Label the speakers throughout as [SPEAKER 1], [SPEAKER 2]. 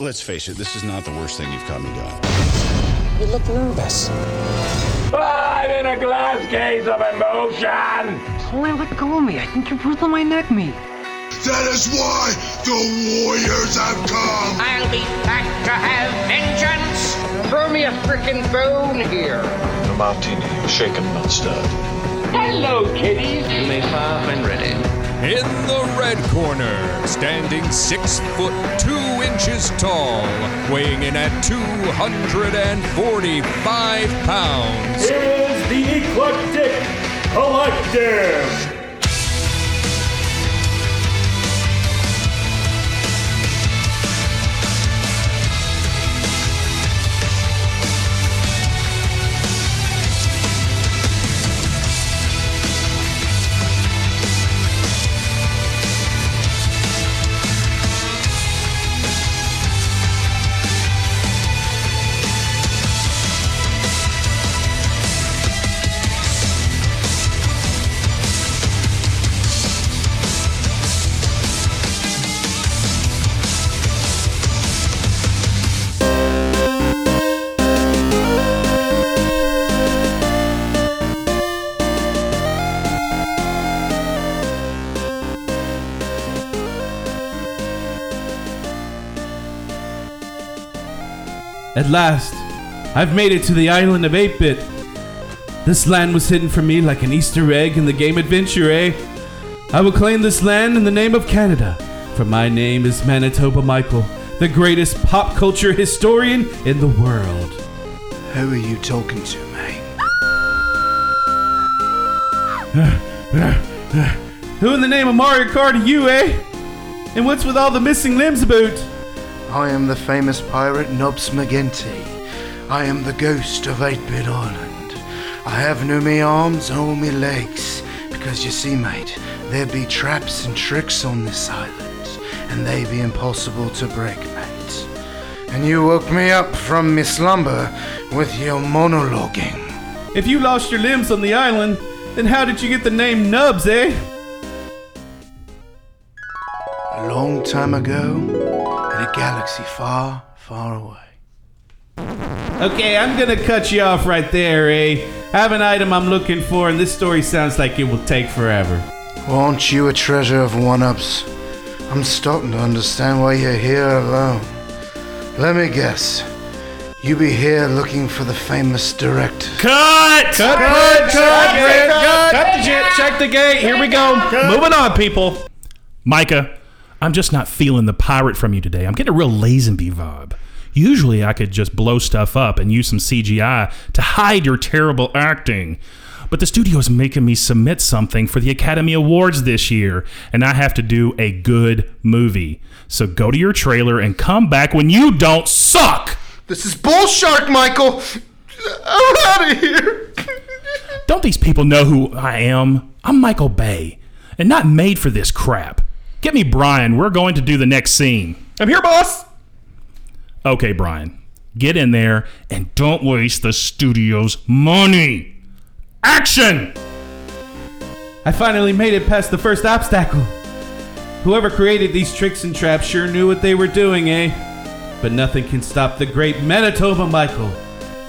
[SPEAKER 1] Let's face it, this is not the worst thing you've caught me doing.
[SPEAKER 2] You look nervous.
[SPEAKER 3] I'm in a glass case of emotion.
[SPEAKER 4] Only let go of me. I think you're bruising my neck, me.
[SPEAKER 5] That is why the Warriors have come!
[SPEAKER 6] I'll be back to have vengeance.
[SPEAKER 7] Throw me a freaking bone here.
[SPEAKER 8] A martini, shaken, not stirred.
[SPEAKER 3] Hello, kitties.
[SPEAKER 9] You may fire when ready.
[SPEAKER 10] In the red corner, standing six foot two inches tall, weighing in at 245 pounds.
[SPEAKER 11] Is the Eclectic Collective.
[SPEAKER 12] At last, I've made it to the island of 8 Bit. This land was hidden from me like an Easter egg in the game Adventure, eh? I will claim this land in the name of Canada, for my name is Manitoba Michael, the greatest pop culture historian in the world.
[SPEAKER 13] Who are you talking to, mate?
[SPEAKER 12] Who in the name of Mario Kart are you, eh? And what's with all the missing limbs about?
[SPEAKER 13] I am the famous pirate Nobs McGinty. I am the ghost of 8 Bit Island. I have no me arms or me legs, because you see, mate, there be traps and tricks on this island, and they be impossible to break, mate. And you woke me up from me slumber with your monologuing.
[SPEAKER 12] If you lost your limbs on the island, then how did you get the name Nubs, eh?
[SPEAKER 13] A long time ago, in a galaxy far, far away.
[SPEAKER 12] Okay, I'm gonna cut you off right there, eh? I have an item I'm looking for, and this story sounds like it will take forever.
[SPEAKER 13] Aren't you a treasure of one ups? I'm starting to understand why you're here alone. Let me guess. You be here looking for the famous director.
[SPEAKER 12] Cut! Cut! Cut! Cut! Cut! Cut! Cut! Cut the shit! Check the gate! Here we go! Moving on, people!
[SPEAKER 14] Micah, I'm just not feeling the pirate from you today. I'm getting a real Lazenby vibe. Usually I could just blow stuff up and use some CGI to hide your terrible acting. But the studio is making me submit something for the Academy Awards this year, and I have to do a good movie. So go to your trailer and come back when you don't suck!
[SPEAKER 13] This is Bull Shark, Michael! I'm out of here!
[SPEAKER 14] Don't these people know who I am? I'm Michael Bay, and not made for this crap. Get me Brian. We're going to do the next scene.
[SPEAKER 12] I'm here, boss.
[SPEAKER 14] Okay, Brian. Get in there and don't waste the studio's money. Action!
[SPEAKER 12] I finally made it past the first obstacle. Whoever created these tricks and traps sure knew what they were doing, eh? But nothing can stop the great Manitoba Michael.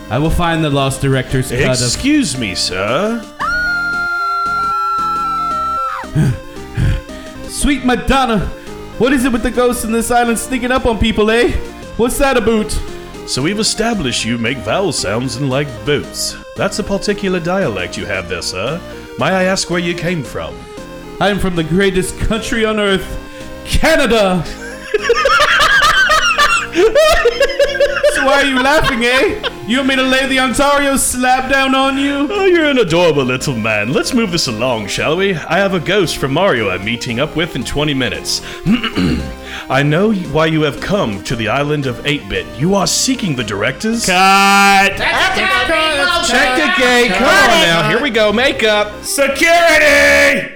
[SPEAKER 12] I will find the lost director's cut of.
[SPEAKER 15] Excuse me, sir.
[SPEAKER 12] Sweet Madonna, what is it with the ghosts in this island sneaking up on people, eh? What's that about?
[SPEAKER 15] So we've established you make vowel sounds and like boots. That's a particular dialect you have there, sir. May I ask where you came from?
[SPEAKER 12] I'm from the greatest country on earth, Canada! so why are you laughing, eh? You want me to lay the Ontario slap down on you?
[SPEAKER 15] Oh, you're an adorable little man. Let's move this along, shall we? I have a ghost from Mario I'm meeting up with in 20 minutes. I know why you have come to the island of 8 Bit. You are seeking the directors.
[SPEAKER 12] Cut!
[SPEAKER 6] Check
[SPEAKER 12] Check the gate. Come on now. Here we go. Makeup.
[SPEAKER 14] Security!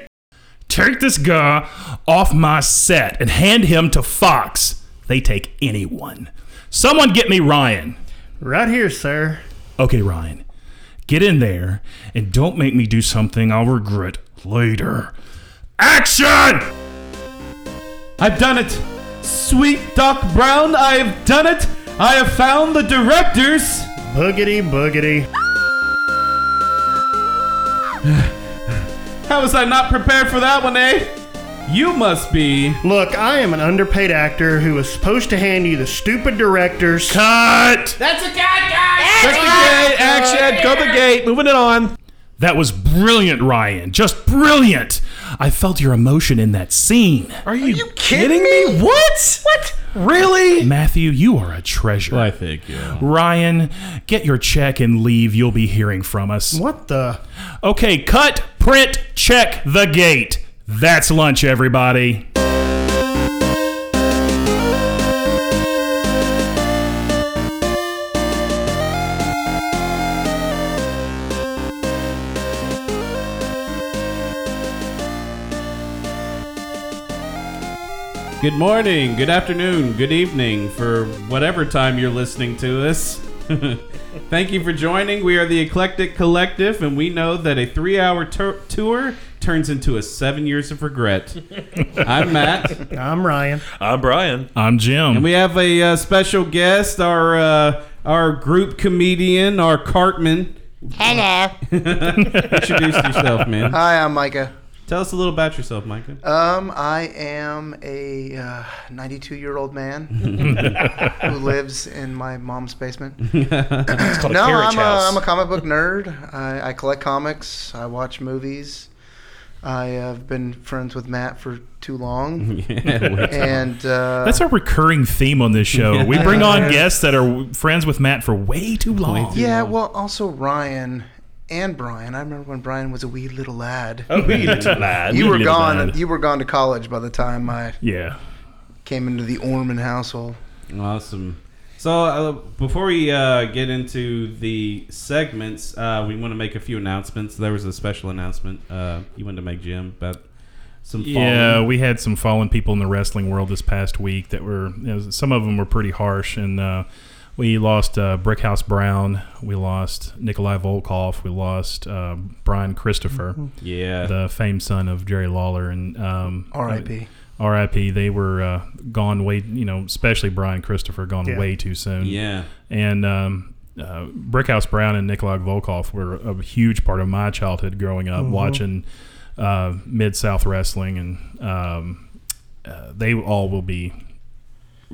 [SPEAKER 14] Take this guy off my set and hand him to Fox. They take anyone. Someone get me Ryan.
[SPEAKER 16] Right here, sir.
[SPEAKER 14] Okay, Ryan. Get in there and don't make me do something I'll regret later. Action!
[SPEAKER 12] I've done it.
[SPEAKER 10] Sweet Doc Brown, I have done it! I have found the directors!
[SPEAKER 6] Boogity boogity.
[SPEAKER 10] How was I not prepared for that one, eh? You must be.
[SPEAKER 6] Look, I am an underpaid actor who was supposed to hand you the stupid directors.
[SPEAKER 12] Cut!
[SPEAKER 17] That's a cut, guys!
[SPEAKER 12] Press the gate, action, go the gate, moving it on. That was brilliant, Ryan. Just brilliant. I felt your emotion in that scene. Are you,
[SPEAKER 17] kidding
[SPEAKER 12] me? What? What? Really? Matthew, you are a treasure.
[SPEAKER 10] I think, yeah.
[SPEAKER 12] Ryan, get your check and leave. You'll be hearing from us.
[SPEAKER 6] What the?
[SPEAKER 12] Okay, cut, print, check the gate. That's lunch, everybody.
[SPEAKER 10] Good morning, good afternoon, good evening, for whatever time you're listening to this. Thank you for joining. We are the Eclectic Collective, and we know that a three hour tur- tour turns into a seven years of regret. I'm Matt.
[SPEAKER 6] I'm Ryan.
[SPEAKER 15] I'm Brian.
[SPEAKER 12] I'm Jim.
[SPEAKER 10] And we have a uh, special guest, our uh, our group comedian, our Cartman.
[SPEAKER 11] Hello.
[SPEAKER 10] Introduce yourself, man.
[SPEAKER 18] Hi, I'm Micah.
[SPEAKER 10] Tell us a little about yourself, Micah.
[SPEAKER 18] Um, I am a 92 year old man who lives in my mom's basement.
[SPEAKER 15] it's called
[SPEAKER 18] no,
[SPEAKER 15] a carriage
[SPEAKER 18] I'm,
[SPEAKER 15] house.
[SPEAKER 18] A, I'm a comic book nerd. I, I collect comics. I watch movies. I have been friends with Matt for too long.
[SPEAKER 12] way too
[SPEAKER 18] and uh,
[SPEAKER 12] That's a recurring theme on this show. We bring on guests that are friends with Matt for way too long.
[SPEAKER 18] yeah. Well, also Ryan and Brian. I remember when Brian was a wee little lad.
[SPEAKER 12] Oh,
[SPEAKER 15] A wee little lad.
[SPEAKER 18] You
[SPEAKER 15] Wee
[SPEAKER 18] were
[SPEAKER 15] little
[SPEAKER 18] gone.
[SPEAKER 15] lad.
[SPEAKER 18] You were gone to college by the time I
[SPEAKER 12] yeah
[SPEAKER 18] came into the Orman household.
[SPEAKER 10] Awesome. So uh, before we uh, get into the segments, uh, we want to make a few announcements. There was a special announcement uh, you wanted to make, Jim, about some.
[SPEAKER 12] Yeah,
[SPEAKER 10] fallen-
[SPEAKER 12] we had some fallen people in the wrestling world this past week that were you know, some of them were pretty harsh, and uh, we lost uh, Brickhouse Brown, we lost Nikolai Volkoff, we lost uh, Brian Christopher,
[SPEAKER 10] yeah,
[SPEAKER 12] the famed son of Jerry Lawler, and um,
[SPEAKER 18] R.I.P..
[SPEAKER 12] R.I.P. They were uh, gone way, you know, especially Brian Christopher gone
[SPEAKER 10] Yeah.
[SPEAKER 12] way too soon.
[SPEAKER 10] Yeah.
[SPEAKER 12] and. Um, uh, Brickhouse Brown and Nikolai Volkoff were a huge part of my childhood growing up,
[SPEAKER 10] Mhm.
[SPEAKER 12] watching uh, Mid South Wrestling, and um, uh, they all will be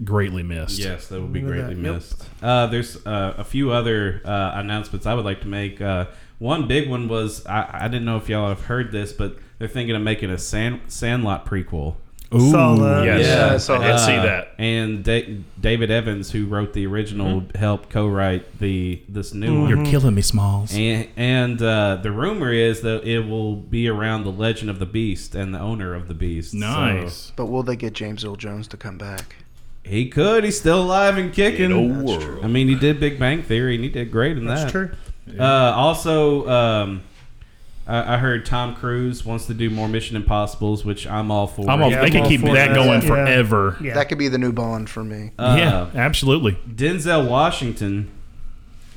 [SPEAKER 12] greatly missed.
[SPEAKER 10] Yes, that would be
[SPEAKER 12] Remember
[SPEAKER 10] greatly
[SPEAKER 12] that. Yep.
[SPEAKER 10] missed. Uh, there's uh, a few other uh, announcements I would like to make. Uh, one big one was I, I didn't know if y'all have heard this, but they're thinking of making a Sand, Sandlot prequel.
[SPEAKER 12] Ooh. Saw that.
[SPEAKER 15] Yes. Yeah, I saw I did that. see that.
[SPEAKER 10] And da- David Evans, who wrote the original,
[SPEAKER 12] Mm-hmm.
[SPEAKER 10] helped co-write the this new one.
[SPEAKER 12] You're killing me, Smalls.
[SPEAKER 10] And, and uh, the rumor is that it will be around the legend of the beast and the owner of the beast. So
[SPEAKER 18] But will they get James Earl Jones to come back?
[SPEAKER 10] he could. He's still alive and
[SPEAKER 18] In
[SPEAKER 10] kicking.
[SPEAKER 18] a That's world.
[SPEAKER 10] I mean, he did Big Bang Theory, and he did great in
[SPEAKER 18] That's
[SPEAKER 10] that.
[SPEAKER 18] true.
[SPEAKER 10] Uh, also, um, I, I heard Tom Cruise wants to do more Mission Impossibles, which I'm all for.
[SPEAKER 12] I'm all- Yeah, they I'm could all keep for that that. going Yeah. forever. Yeah.
[SPEAKER 18] That could be the new Bond for me.
[SPEAKER 10] Uh,
[SPEAKER 12] Yeah, absolutely.
[SPEAKER 10] Denzel Washington.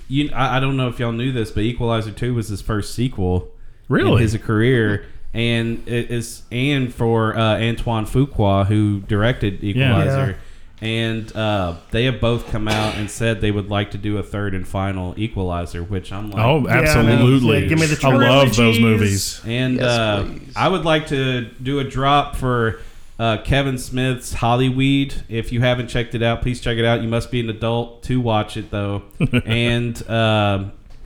[SPEAKER 10] You, I, I don't know if y'all knew this, but Equalizer Two was his first sequel.
[SPEAKER 12] Really?
[SPEAKER 10] in his career, and it is and for uh, Antoine Fuqua who directed Equalizer. And uh, they have both come out and said they would like to do a third and final Equalizer, which I'm like,
[SPEAKER 12] Oh, Yeah, absolutely. man. Yeah, give me the I love those trilogies. movies.
[SPEAKER 10] And
[SPEAKER 12] Yes,
[SPEAKER 10] uh, I would like to do a drop for uh, Kevin Smith's Hollyweed. If you haven't checked it out, please check it out. You must be an adult to watch it though, and uh,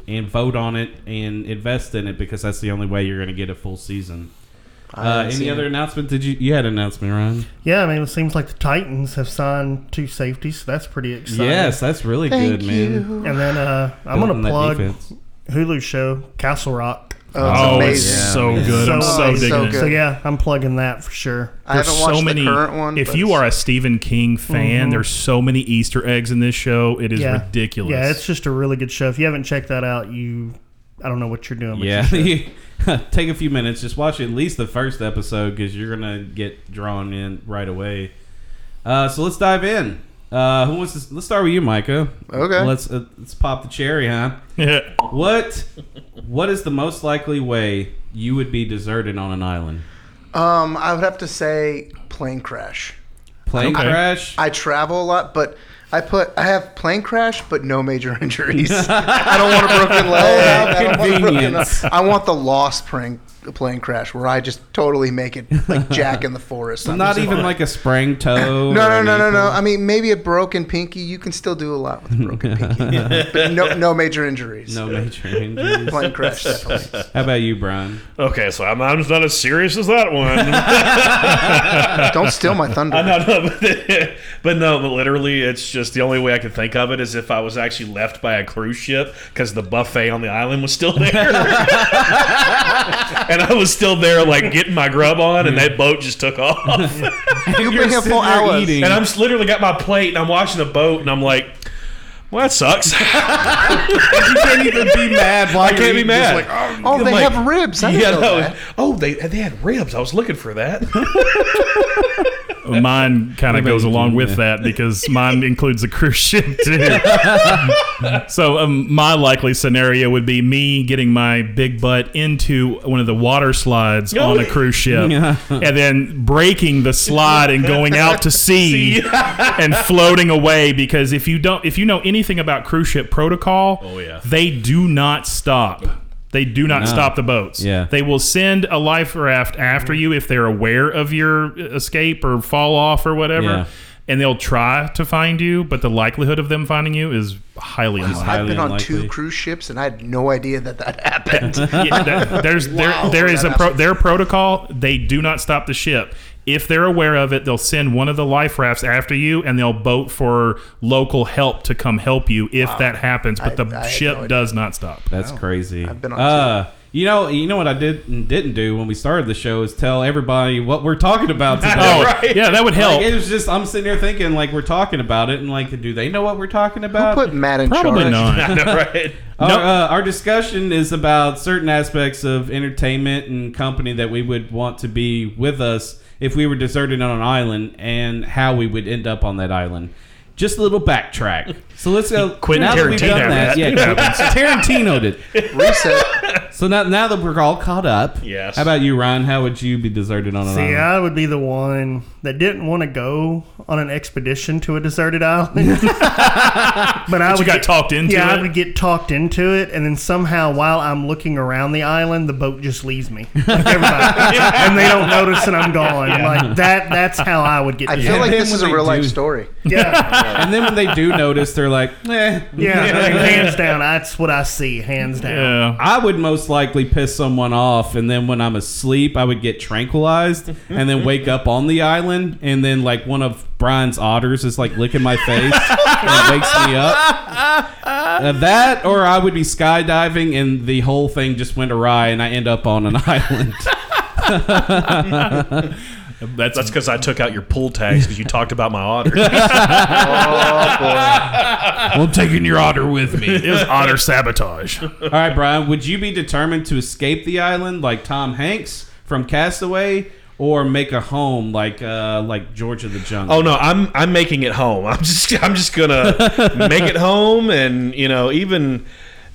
[SPEAKER 10] and vote on it and invest in it because that's the only way you're going to get a full season.
[SPEAKER 6] I
[SPEAKER 10] Uh,
[SPEAKER 6] haven't
[SPEAKER 10] any
[SPEAKER 6] seen
[SPEAKER 10] other
[SPEAKER 6] it.
[SPEAKER 10] announcement? Did you you had an announcement, Ryan?
[SPEAKER 6] Yeah, I mean, it seems like the Titans have signed two safeties. So that's pretty exciting.
[SPEAKER 10] Yes, that's really Thank good, man. you.
[SPEAKER 6] And then uh, I'm going
[SPEAKER 10] Building that
[SPEAKER 6] to plug
[SPEAKER 10] defense.
[SPEAKER 6] Hulu's show, Castle Rock.
[SPEAKER 18] Oh, it's Oh, it's amazing. so
[SPEAKER 6] It's
[SPEAKER 18] good. I'm so
[SPEAKER 6] amazing.
[SPEAKER 18] digging it.
[SPEAKER 6] So, yeah, I'm plugging that for sure.
[SPEAKER 12] If you are a Stephen King fan,
[SPEAKER 18] Mm-hmm.
[SPEAKER 6] Mhm.
[SPEAKER 12] there's so many Easter eggs in this show. It is
[SPEAKER 6] Yeah.
[SPEAKER 12] ridiculous.
[SPEAKER 6] Yeah, it's just a really good show. If you haven't checked that out, you, I don't know what you're doing. But
[SPEAKER 10] Yeah,
[SPEAKER 6] you should.
[SPEAKER 10] take a few minutes. Just watch at least the first episode because you're gonna get drawn in right away. Uh, so let's dive in. Uh, who wants to? s- Let's start with you, Micah.
[SPEAKER 18] Okay.
[SPEAKER 10] Let's uh, let's pop the cherry, huh?
[SPEAKER 12] Yeah.
[SPEAKER 10] What What is the most likely way you would be deserted on an island?
[SPEAKER 18] Um, I would have to say plane crash.
[SPEAKER 10] Plane
[SPEAKER 13] I-
[SPEAKER 10] crash?
[SPEAKER 13] I travel a lot, but I put I have plane crash, but no major injuries. I don't want a broken leg. I don't want a broken-
[SPEAKER 10] Oh, Convenience.
[SPEAKER 13] I want the lost plane plane crash where I just totally make it like Jack in the forest.
[SPEAKER 10] So
[SPEAKER 13] I'm
[SPEAKER 10] not
[SPEAKER 13] just
[SPEAKER 10] even like a sprained toe.
[SPEAKER 13] No, no, no, no, no. I mean, maybe a broken pinky. You can still do a lot with a broken pinky, but no, no major injuries.
[SPEAKER 10] No major injuries.
[SPEAKER 13] Plane crash, definitely.
[SPEAKER 10] How about you, Brian?
[SPEAKER 19] Okay, so I'm, I'm not as serious as that one.
[SPEAKER 13] Don't steal my thunder.
[SPEAKER 19] I know, no,
[SPEAKER 12] but, but no, but literally, it's just the only way I could think of it is if I was actually left by a cruise ship because the buffet on the island was still there, and I was still there like getting my grub on, and that boat just took off.
[SPEAKER 13] you
[SPEAKER 12] bring
[SPEAKER 13] up full hours. eating.
[SPEAKER 12] and I'm s- literally got my plate, and I'm watching the boat, and I'm like. Well, that sucks. you can't
[SPEAKER 10] even be mad.
[SPEAKER 12] I can't be mad.
[SPEAKER 13] Oh,
[SPEAKER 12] I'm
[SPEAKER 13] they
[SPEAKER 12] like,
[SPEAKER 13] have ribs. I didn't
[SPEAKER 12] yeah,
[SPEAKER 13] know
[SPEAKER 12] no.
[SPEAKER 13] that.
[SPEAKER 12] Oh, they they had ribs. I was looking for that.
[SPEAKER 15] Mine kind of goes along with that because mine includes a cruise ship too. so um, my likely scenario would be me getting my big butt into one of the water slides on a cruise ship,
[SPEAKER 10] Oh, Yeah.
[SPEAKER 15] and then breaking the slide and going out to sea and floating away. Because if you don't, if you know anything about cruise ship protocol, oh yeah, they do not stop. They do not
[SPEAKER 10] No.
[SPEAKER 15] stop the boats.
[SPEAKER 10] Yeah.
[SPEAKER 15] They will send a life raft after you if they're aware of your escape or fall off or whatever.
[SPEAKER 10] Yeah.
[SPEAKER 15] And they'll try to find you, but the likelihood of them finding you is highly unlikely.
[SPEAKER 13] I've been on two cruise ships and I had no idea that that happened.
[SPEAKER 15] Yeah, there- there's
[SPEAKER 13] Wow,
[SPEAKER 15] there there is
[SPEAKER 13] that
[SPEAKER 15] a pro, their protocol. They do not stop the ship. If they're aware of it, they'll send one of the life rafts after you, and they'll boat for local help to come help you if that happens. But the ship does not stop.
[SPEAKER 10] That's crazy. I've
[SPEAKER 13] been on
[SPEAKER 10] uh, you know, you know what I did and didn't do when we started the show is tell everybody what we're talking about today.
[SPEAKER 15] Oh, yeah, that would help.
[SPEAKER 10] Like, it was just I'm sitting there thinking like we're talking about it and like do they know what we're talking
[SPEAKER 13] Who
[SPEAKER 10] about?
[SPEAKER 13] put Matt in
[SPEAKER 10] Probably
[SPEAKER 13] charge?
[SPEAKER 10] not.
[SPEAKER 12] I know, right?
[SPEAKER 10] Our, uh, our discussion is about certain aspects of entertainment and company that we would want to be with us if we were deserted on an island and how we would end up on that island. Just a little backtrack. So let's go.
[SPEAKER 15] Quentin
[SPEAKER 10] now that we've
[SPEAKER 15] Tarantino
[SPEAKER 10] done that,
[SPEAKER 15] did that.
[SPEAKER 10] yeah,
[SPEAKER 15] Yeah.
[SPEAKER 10] Tarantino did.
[SPEAKER 13] Reset.
[SPEAKER 10] So now, now that we're all caught up,
[SPEAKER 12] Yes.
[SPEAKER 10] How about you, Ryan? How would you be deserted on an
[SPEAKER 6] See,
[SPEAKER 10] island?
[SPEAKER 6] I would be the one that didn't want to go on an expedition to a deserted island. but I
[SPEAKER 15] But you
[SPEAKER 6] would
[SPEAKER 15] got
[SPEAKER 6] get,
[SPEAKER 15] talked into
[SPEAKER 6] Yeah,
[SPEAKER 15] it?
[SPEAKER 6] I would get talked into it, and then somehow while I'm looking around the island, the boat just leaves me, like everybody, and they don't notice, and I'm gone.
[SPEAKER 13] Yeah.
[SPEAKER 6] Like that. That's how I would get.
[SPEAKER 13] I
[SPEAKER 6] deserted.
[SPEAKER 13] feel like
[SPEAKER 10] then
[SPEAKER 13] this
[SPEAKER 10] when
[SPEAKER 13] is a
[SPEAKER 10] they
[SPEAKER 13] real life
[SPEAKER 10] do-
[SPEAKER 13] story.
[SPEAKER 6] Yeah.
[SPEAKER 10] and then when they do notice, they're like, "Eh,
[SPEAKER 6] Yeah, like, hands down. That's what I see, hands down.
[SPEAKER 10] I would most likely piss someone off, and then when I'm asleep, I would get tranquilized, and then wake up on the island, and then like one of Brian's otters is like licking my face and wakes me up. Uh, that, or I would be skydiving, and the whole thing just went awry, and I end up on an island.
[SPEAKER 12] That's Oh, that's because I took out your pull tags because you talked about my otters.
[SPEAKER 10] I'm taking your otter with me.
[SPEAKER 15] It was otter sabotage.
[SPEAKER 10] All right, Brian, would you be determined to escape the island like Tom Hanks from Castaway? Or make a home like uh, like George of the Jungle.
[SPEAKER 12] Oh no, I'm I'm making it home. I'm just I'm just gonna make it home, and you know even.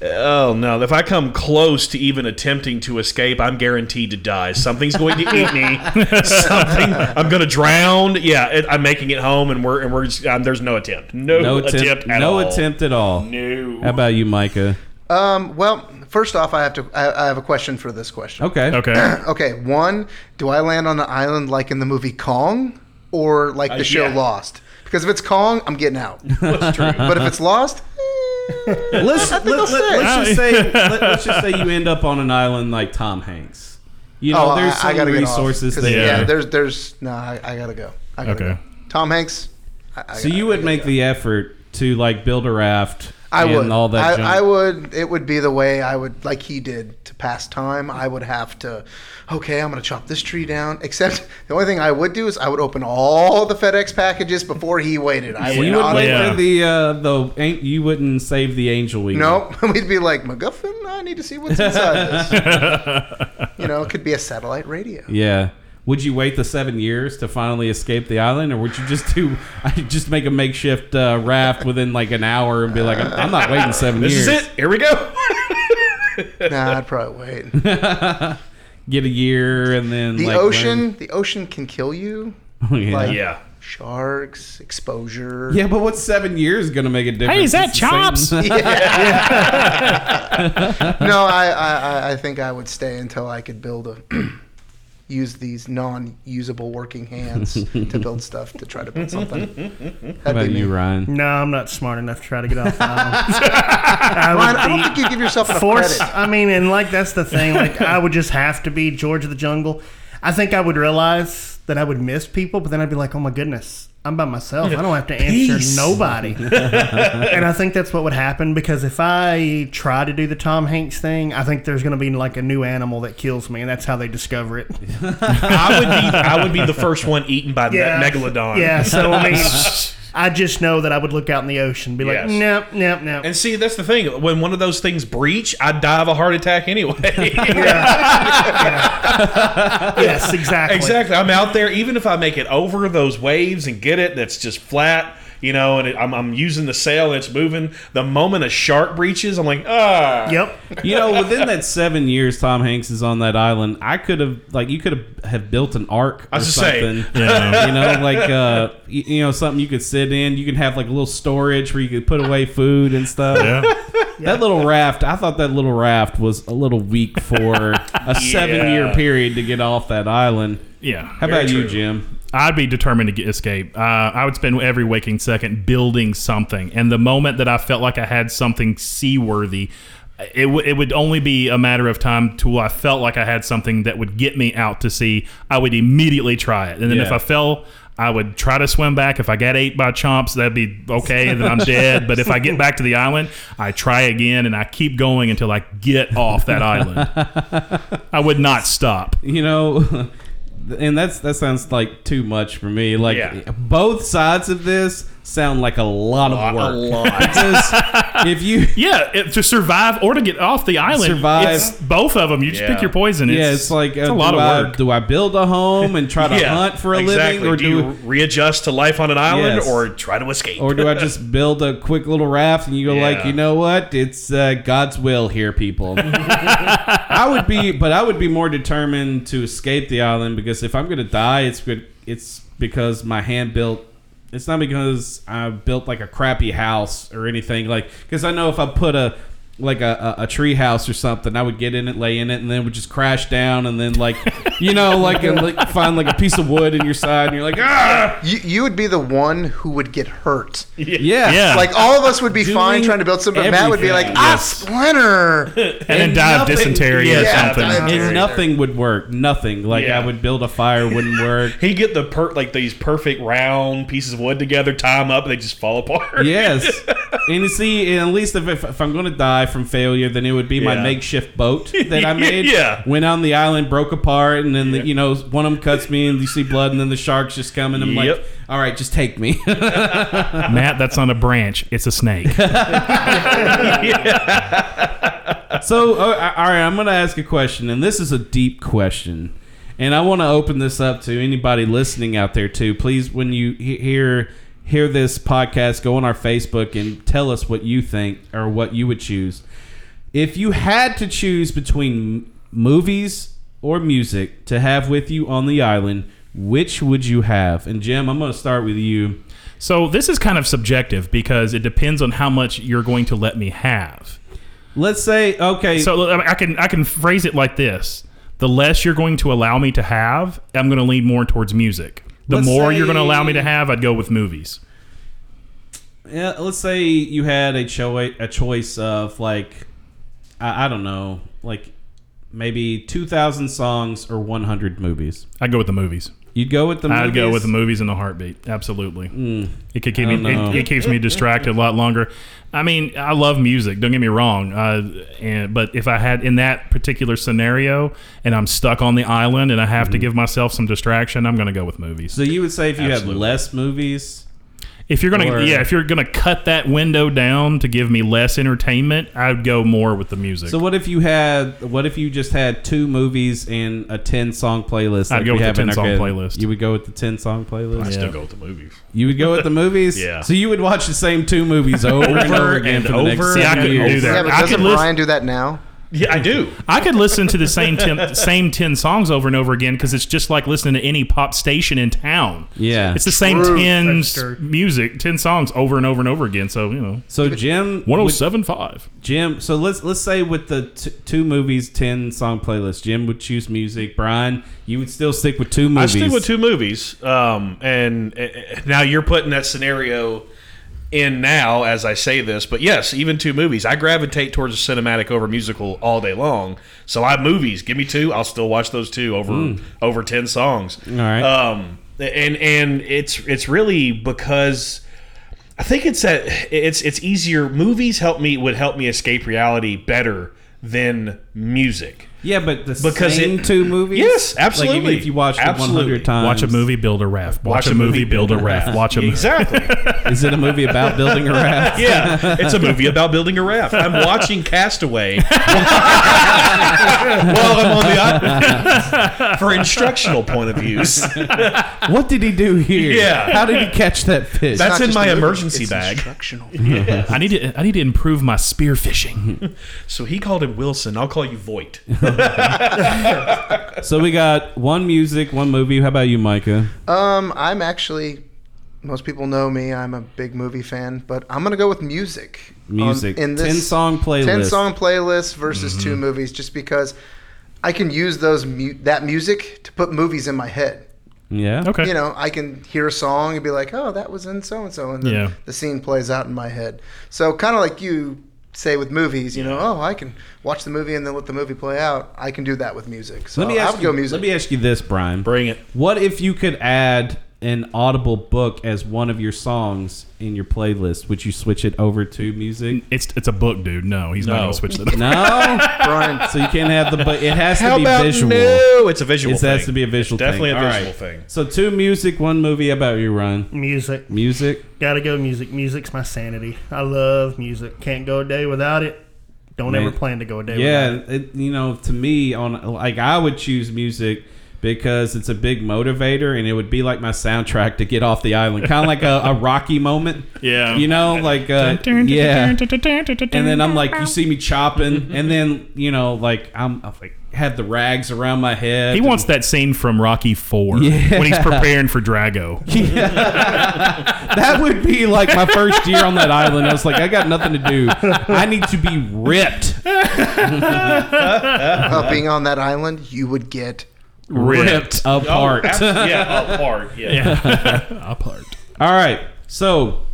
[SPEAKER 12] Oh no! If I come close to even attempting to escape, I'm guaranteed to die. Something's going to eat me. Something. I'm going to drown. Yeah, it, I'm making it home, and we're and we're. Just, um, there's no attempt. No,
[SPEAKER 10] no
[SPEAKER 12] attempt.
[SPEAKER 10] attempt,
[SPEAKER 12] at
[SPEAKER 10] no
[SPEAKER 12] all.
[SPEAKER 10] attempt at all.
[SPEAKER 12] No.
[SPEAKER 10] How about you, Micah?
[SPEAKER 13] Um, well, first off, I have to. I, I have a question for this question.
[SPEAKER 10] Okay.
[SPEAKER 15] Okay.
[SPEAKER 13] Okay, one, do I land on an island like in the movie Kong or like the
[SPEAKER 12] Uh,
[SPEAKER 13] show
[SPEAKER 12] yeah.
[SPEAKER 13] Lost? Because if it's Kong, I'm getting out.
[SPEAKER 12] That's true.
[SPEAKER 13] but if it's Lost, eh,
[SPEAKER 10] Let's
[SPEAKER 13] I
[SPEAKER 10] let,
[SPEAKER 13] think I'll
[SPEAKER 10] let,
[SPEAKER 13] stay.
[SPEAKER 10] us just say let, us just say you end up on an island like Tom Hanks. You know,
[SPEAKER 13] oh,
[SPEAKER 10] there's
[SPEAKER 13] I, I
[SPEAKER 10] some
[SPEAKER 13] gotta get off.
[SPEAKER 10] resources
[SPEAKER 13] 'Cause,
[SPEAKER 10] there.
[SPEAKER 13] Yeah. there's there's no, I, I gotta go. I gotta
[SPEAKER 15] Okay.
[SPEAKER 13] go. Tom Hanks. I, I
[SPEAKER 10] so
[SPEAKER 13] gotta-
[SPEAKER 10] you would make the effort to like build a raft.
[SPEAKER 13] I
[SPEAKER 10] and
[SPEAKER 13] would.
[SPEAKER 10] all that. junk.
[SPEAKER 13] I, I would. It would be the way I would, like he did, to pass time. I would have to. Okay, I'm gonna chop this tree down. Except the only thing I would do is I would open all the FedEx packages before he waited. I
[SPEAKER 10] you would
[SPEAKER 13] not
[SPEAKER 10] wait
[SPEAKER 15] Yeah.
[SPEAKER 10] for the uh, the an- you wouldn't save the angel wing.
[SPEAKER 13] Nope. We'd be like, MacGuffin, I need to see what's inside this. you know, it could be a satellite radio.
[SPEAKER 10] Yeah. Would you wait the seven years to finally escape the island, or would you just do I just make a makeshift uh, raft within like an hour and be like, I'm, I'm not waiting seven
[SPEAKER 12] This
[SPEAKER 10] years.
[SPEAKER 12] is it. Here we go.
[SPEAKER 13] Nah, I'd probably wait.
[SPEAKER 10] Get a year and then
[SPEAKER 13] The
[SPEAKER 10] like,
[SPEAKER 13] ocean, the ocean can kill you.
[SPEAKER 10] learn- yeah.
[SPEAKER 13] like-
[SPEAKER 12] yeah.
[SPEAKER 13] sharks, exposure.
[SPEAKER 10] Yeah, but what's seven years going to make a difference?
[SPEAKER 13] Hey, is that
[SPEAKER 10] It's the same-
[SPEAKER 13] chops? no, I, I, I- I think I would stay until I could build a. Use these non-usable working hands to build stuff to try to build something. That'd
[SPEAKER 10] How about
[SPEAKER 13] be me.
[SPEAKER 10] Oh, you, Ryan?
[SPEAKER 6] No, I'm not smart enough to try to get off the island.
[SPEAKER 13] Ryan, I
[SPEAKER 6] would
[SPEAKER 13] don't
[SPEAKER 6] be
[SPEAKER 13] think you give yourself enough
[SPEAKER 6] forced-
[SPEAKER 13] credit.
[SPEAKER 6] I mean, and like that's the thing. Like I would just have to be George of the Jungle. I think I would realize that I would miss people, but then I'd be like, oh my goodness, I'm by myself. I don't have to answer
[SPEAKER 20] Peace.
[SPEAKER 6] nobody. and I think that's what would happen because if I try to do the Tom Hanks thing, I think there's going to be like a new animal that kills me, and that's how they discover it.
[SPEAKER 12] I would be I would be the first one eaten by me- megalodon.
[SPEAKER 6] Yeah, so I mean, I just know that I would look out in the ocean, and be like,
[SPEAKER 12] Yes.
[SPEAKER 6] nope, nope, nope.
[SPEAKER 12] And see, that's the thing. When one of those things breach, I die of a heart attack anyway.
[SPEAKER 6] yes, exactly.
[SPEAKER 12] Exactly. I'm out there, even if I make it over those waves and get it, that's just flat, you know, and it, I'm, I'm using the sail, it's moving. The moment a shark breaches, I'm like, ah.
[SPEAKER 10] You know, within that seven years Tom Hanks is on that island, I could have like you could have, have built an ark or
[SPEAKER 12] I was just
[SPEAKER 10] something.
[SPEAKER 12] saying. Yeah.
[SPEAKER 10] You know, like uh y- you, know, something you could sit in. You can have like a little storage where you could put away food and stuff.
[SPEAKER 12] Yeah.
[SPEAKER 10] That little raft, I thought that little raft was a little weak for a seven year period to get off that island.
[SPEAKER 15] Yeah.
[SPEAKER 10] How about you, Jim?
[SPEAKER 15] I'd be determined to get, escape. Uh, I would spend every waking second building something, and the moment that I felt like I had something seaworthy, it, w- it would only be a matter of time till I felt like I had something that would get me out to sea. I would immediately try it, and then if
[SPEAKER 12] Yeah.
[SPEAKER 15] I fell. I would try to swim back. If I got ate by chomps, that'd be okay, and then I'm dead. But if I get back to the island, I try again and I keep going until I get off that island. I would not stop.
[SPEAKER 10] You know, and that's that sounds like too much for me. Like both sides of this sound like a lot of work. Just- if you
[SPEAKER 15] yeah it, to survive or to get off the island
[SPEAKER 10] Survive.
[SPEAKER 15] it's both of them you just
[SPEAKER 10] Yeah.
[SPEAKER 15] pick your poison it's,
[SPEAKER 10] yeah, it's like
[SPEAKER 15] it's a
[SPEAKER 10] uh,
[SPEAKER 15] lot
[SPEAKER 10] do
[SPEAKER 15] of
[SPEAKER 10] I-
[SPEAKER 15] work
[SPEAKER 10] do I build a home and try to
[SPEAKER 12] Yeah,
[SPEAKER 10] hunt for a
[SPEAKER 12] exactly.
[SPEAKER 10] living, or
[SPEAKER 12] do, you readjust to life on an island or try to escape?
[SPEAKER 10] or do I just build a quick little raft and you go like,
[SPEAKER 12] Yeah.
[SPEAKER 10] you know what? It's uh, God's will here, people. I would be, but I would be more determined to escape the island because if I'm gonna die, it's good. It's because my hand built. It's not because I built like a crappy house or anything. Like because I know if I put a like a, a, a tree house or something, I would get in it, lay in it, and then it would just crash down, and then like you know, like, and, like find like a piece of wood in your side, and you're like, ah.
[SPEAKER 13] You, you would be the one who would get hurt.
[SPEAKER 10] Yeah. Yeah.
[SPEAKER 13] Like all of us would be fine
[SPEAKER 10] Doing
[SPEAKER 13] trying to build something, but Matt would be like,
[SPEAKER 10] everything.
[SPEAKER 13] ah,
[SPEAKER 10] Yes.
[SPEAKER 13] splinter. and
[SPEAKER 10] And nothing would work. Nothing. Like
[SPEAKER 12] Yeah.
[SPEAKER 10] I would build a fire, wouldn't work.
[SPEAKER 12] He get the per like these perfect round pieces of wood together, tie them up, and they just fall apart.
[SPEAKER 10] yes. And you see, and at least if, if, if I'm going to die from failure, then it would be my
[SPEAKER 12] Yeah.
[SPEAKER 10] makeshift boat that I made.
[SPEAKER 12] Yeah.
[SPEAKER 10] Went on the island, broke apart, and then, the, you know, one of them cuts me, and you see blood, and then the sharks just come, and I'm like,
[SPEAKER 15] Yep.
[SPEAKER 10] all right, just take me.
[SPEAKER 15] matt that's not a branch it's a snake
[SPEAKER 10] so, oh, all right, all right, I'm going to ask a question, and this is a deep question. And I want to open this up to anybody listening out there too. Please, when you he- hear hear this podcast, go on our Facebook and tell us what you think or what you would choose. If you had to choose between movies or music to have with you on the island, which would you have? And Jim, I'm going to start with you.
[SPEAKER 15] so this is kind of subjective because it depends on how much you're going to let me have
[SPEAKER 10] let's say okay
[SPEAKER 15] so I mean, i can i can phrase it like this the less you're going to allow me to have i'm going to lean more towards music the
[SPEAKER 10] Let's
[SPEAKER 15] more you're going to allow me
[SPEAKER 10] say-
[SPEAKER 15] to have i'd go with movies
[SPEAKER 10] Yeah, let's say you had a choice a choice of like I, I don't know, like maybe 2000 songs or 100 movies.
[SPEAKER 15] I'd go with the movies.
[SPEAKER 10] You'd go with the movies.
[SPEAKER 15] I'd go with the movies in a heartbeat. Absolutely. It could keep
[SPEAKER 10] Mm. I don't
[SPEAKER 15] me.
[SPEAKER 10] know.
[SPEAKER 15] It, it keeps me distracted a lot longer. I mean, I love music. Don't get me wrong. Uh, and, but if I had in that particular scenario, and I'm stuck on the island, and I have to give myself some distraction, I'm going to go with movies.
[SPEAKER 10] Mm-hmm. So you would say if you had
[SPEAKER 15] Absolutely.
[SPEAKER 10] less movies
[SPEAKER 15] If you're gonna,
[SPEAKER 10] Or-
[SPEAKER 15] yeah, if you're gonna cut that window down to give me less entertainment, I'd go more with the music.
[SPEAKER 10] So what if you had what if you just had two movies and a 10 song playlist?
[SPEAKER 15] I'd go
[SPEAKER 10] we
[SPEAKER 15] with the
[SPEAKER 10] have in
[SPEAKER 15] 10
[SPEAKER 10] our
[SPEAKER 15] song
[SPEAKER 10] good-
[SPEAKER 15] playlist.
[SPEAKER 10] You would go with the 10 song playlist.
[SPEAKER 12] I still go with the movies.
[SPEAKER 10] You would go with the movies?
[SPEAKER 12] Yeah.
[SPEAKER 10] So you would watch the same two movies over and over again for the next
[SPEAKER 13] Yeah,
[SPEAKER 10] seven
[SPEAKER 13] but
[SPEAKER 10] years.
[SPEAKER 13] doesn't Ryan do that now?
[SPEAKER 12] Yeah, I do.
[SPEAKER 15] I could listen to the same ten, same ten songs over and over again because it's just like listening to any pop station in town.
[SPEAKER 10] Yeah.
[SPEAKER 15] it's the same ten s- music, ten songs over and over and over again. So you know,
[SPEAKER 10] So Jim,
[SPEAKER 15] one hundred seven five.
[SPEAKER 10] Jim, so let's let's say with the t- two movies, ten song playlist, Jim would choose music. Brian, you would still stick with two movies.
[SPEAKER 12] I stick with two movies. Um, and uh, now you're putting that scenario in now as I say this, but yes, even two movies. I gravitate towards a cinematic over musical all day long. So I movies. Give me two. I'll still watch those two over
[SPEAKER 10] Mm.
[SPEAKER 12] over ten songs.
[SPEAKER 10] All right.
[SPEAKER 12] Um, and and it's it's really because. I think it's that it's it's easier. Movies help me would help me escape reality better than music.
[SPEAKER 10] Yeah, but the same two movies?
[SPEAKER 12] Yes,
[SPEAKER 10] Like, even
[SPEAKER 12] absolutely.
[SPEAKER 10] if you watched it 100 times.
[SPEAKER 15] Watch a movie, build a raft. Watch, a movie, build a raft. Watch a movie.
[SPEAKER 12] exactly.
[SPEAKER 10] Is it a movie about building a raft?
[SPEAKER 12] yeah, it's a movie about building a raft. I'm watching Castaway while I'm on the island for instructional point of views.
[SPEAKER 10] what did he do here?
[SPEAKER 12] Yeah.
[SPEAKER 10] How did he catch that fish?
[SPEAKER 12] That's in my emergency bag.
[SPEAKER 15] Yeah. I need to I need to improve my spear fishing.
[SPEAKER 12] So he called him Wilson. I'll call you Voight.
[SPEAKER 10] so we got one music, one movie. How about you, Micah?
[SPEAKER 13] Um, I'm actually. Most people know me. I'm a big movie fan, but I'm gonna go with music. Um, on-
[SPEAKER 10] Music. 10 song playlist. Mm-hmm.
[SPEAKER 13] Ten song playlist versus two movies, just because I can use those mu- that music to put movies in my head.
[SPEAKER 10] Yeah.
[SPEAKER 13] You know, I can hear a song and be like, "Oh, that was in so and so," and then
[SPEAKER 10] Yeah.
[SPEAKER 13] the scene plays out in my head. So kind of like you say with movies, you know, "Oh, I can watch the movie and then let the movie play out." I can do that with music. So
[SPEAKER 10] let
[SPEAKER 12] Uh,
[SPEAKER 10] me
[SPEAKER 13] I
[SPEAKER 10] ask
[SPEAKER 13] would
[SPEAKER 10] you.
[SPEAKER 13] go music.
[SPEAKER 10] Let me ask you this, Brian.
[SPEAKER 12] Bring it.
[SPEAKER 10] What if you could add an audible book as one of your songs in your playlist? Would you switch it over to music?
[SPEAKER 15] It's it's a book, dude. No, he's not
[SPEAKER 10] No.
[SPEAKER 15] gonna switch that. up.
[SPEAKER 10] No,
[SPEAKER 13] Brian.
[SPEAKER 10] So you can't have the book. It has
[SPEAKER 12] How
[SPEAKER 10] to be
[SPEAKER 12] about
[SPEAKER 10] visual.
[SPEAKER 12] no? It's a visual
[SPEAKER 10] It has
[SPEAKER 12] thing.
[SPEAKER 10] to be a visual.
[SPEAKER 12] It's definitely
[SPEAKER 10] thing.
[SPEAKER 12] a
[SPEAKER 10] All
[SPEAKER 12] visual thing.
[SPEAKER 10] So two music, one movie. How about you, Ryan?
[SPEAKER 6] Music.
[SPEAKER 10] Music.
[SPEAKER 6] Gotta go music. Music's my sanity. I love music. Can't go a day without it. Don't
[SPEAKER 10] Man.
[SPEAKER 6] ever plan to go a day
[SPEAKER 10] Yeah,
[SPEAKER 6] without it.
[SPEAKER 10] it, you know, to me, on like I would choose music because it's a big motivator, and it would be like my soundtrack to get off the island, kind of like a, a Rocky moment.
[SPEAKER 15] Yeah.
[SPEAKER 10] you know, like uh, yeah. And then I'm like, you see me
[SPEAKER 6] Mm-hmm.
[SPEAKER 10] chopping, and then you know, like I'm, I'm like have the rags around my head.
[SPEAKER 15] He
[SPEAKER 10] and-
[SPEAKER 15] wants that scene from Rocky Four
[SPEAKER 10] Yeah.
[SPEAKER 15] when he's preparing for Drago.
[SPEAKER 10] that would be like my first year on that island. I was like, I got nothing to do. I need to be ripped.
[SPEAKER 13] Uh, being on that island, you would get
[SPEAKER 10] Ripped apart.
[SPEAKER 12] yeah, apart. Yeah.
[SPEAKER 15] apart.
[SPEAKER 10] All right. So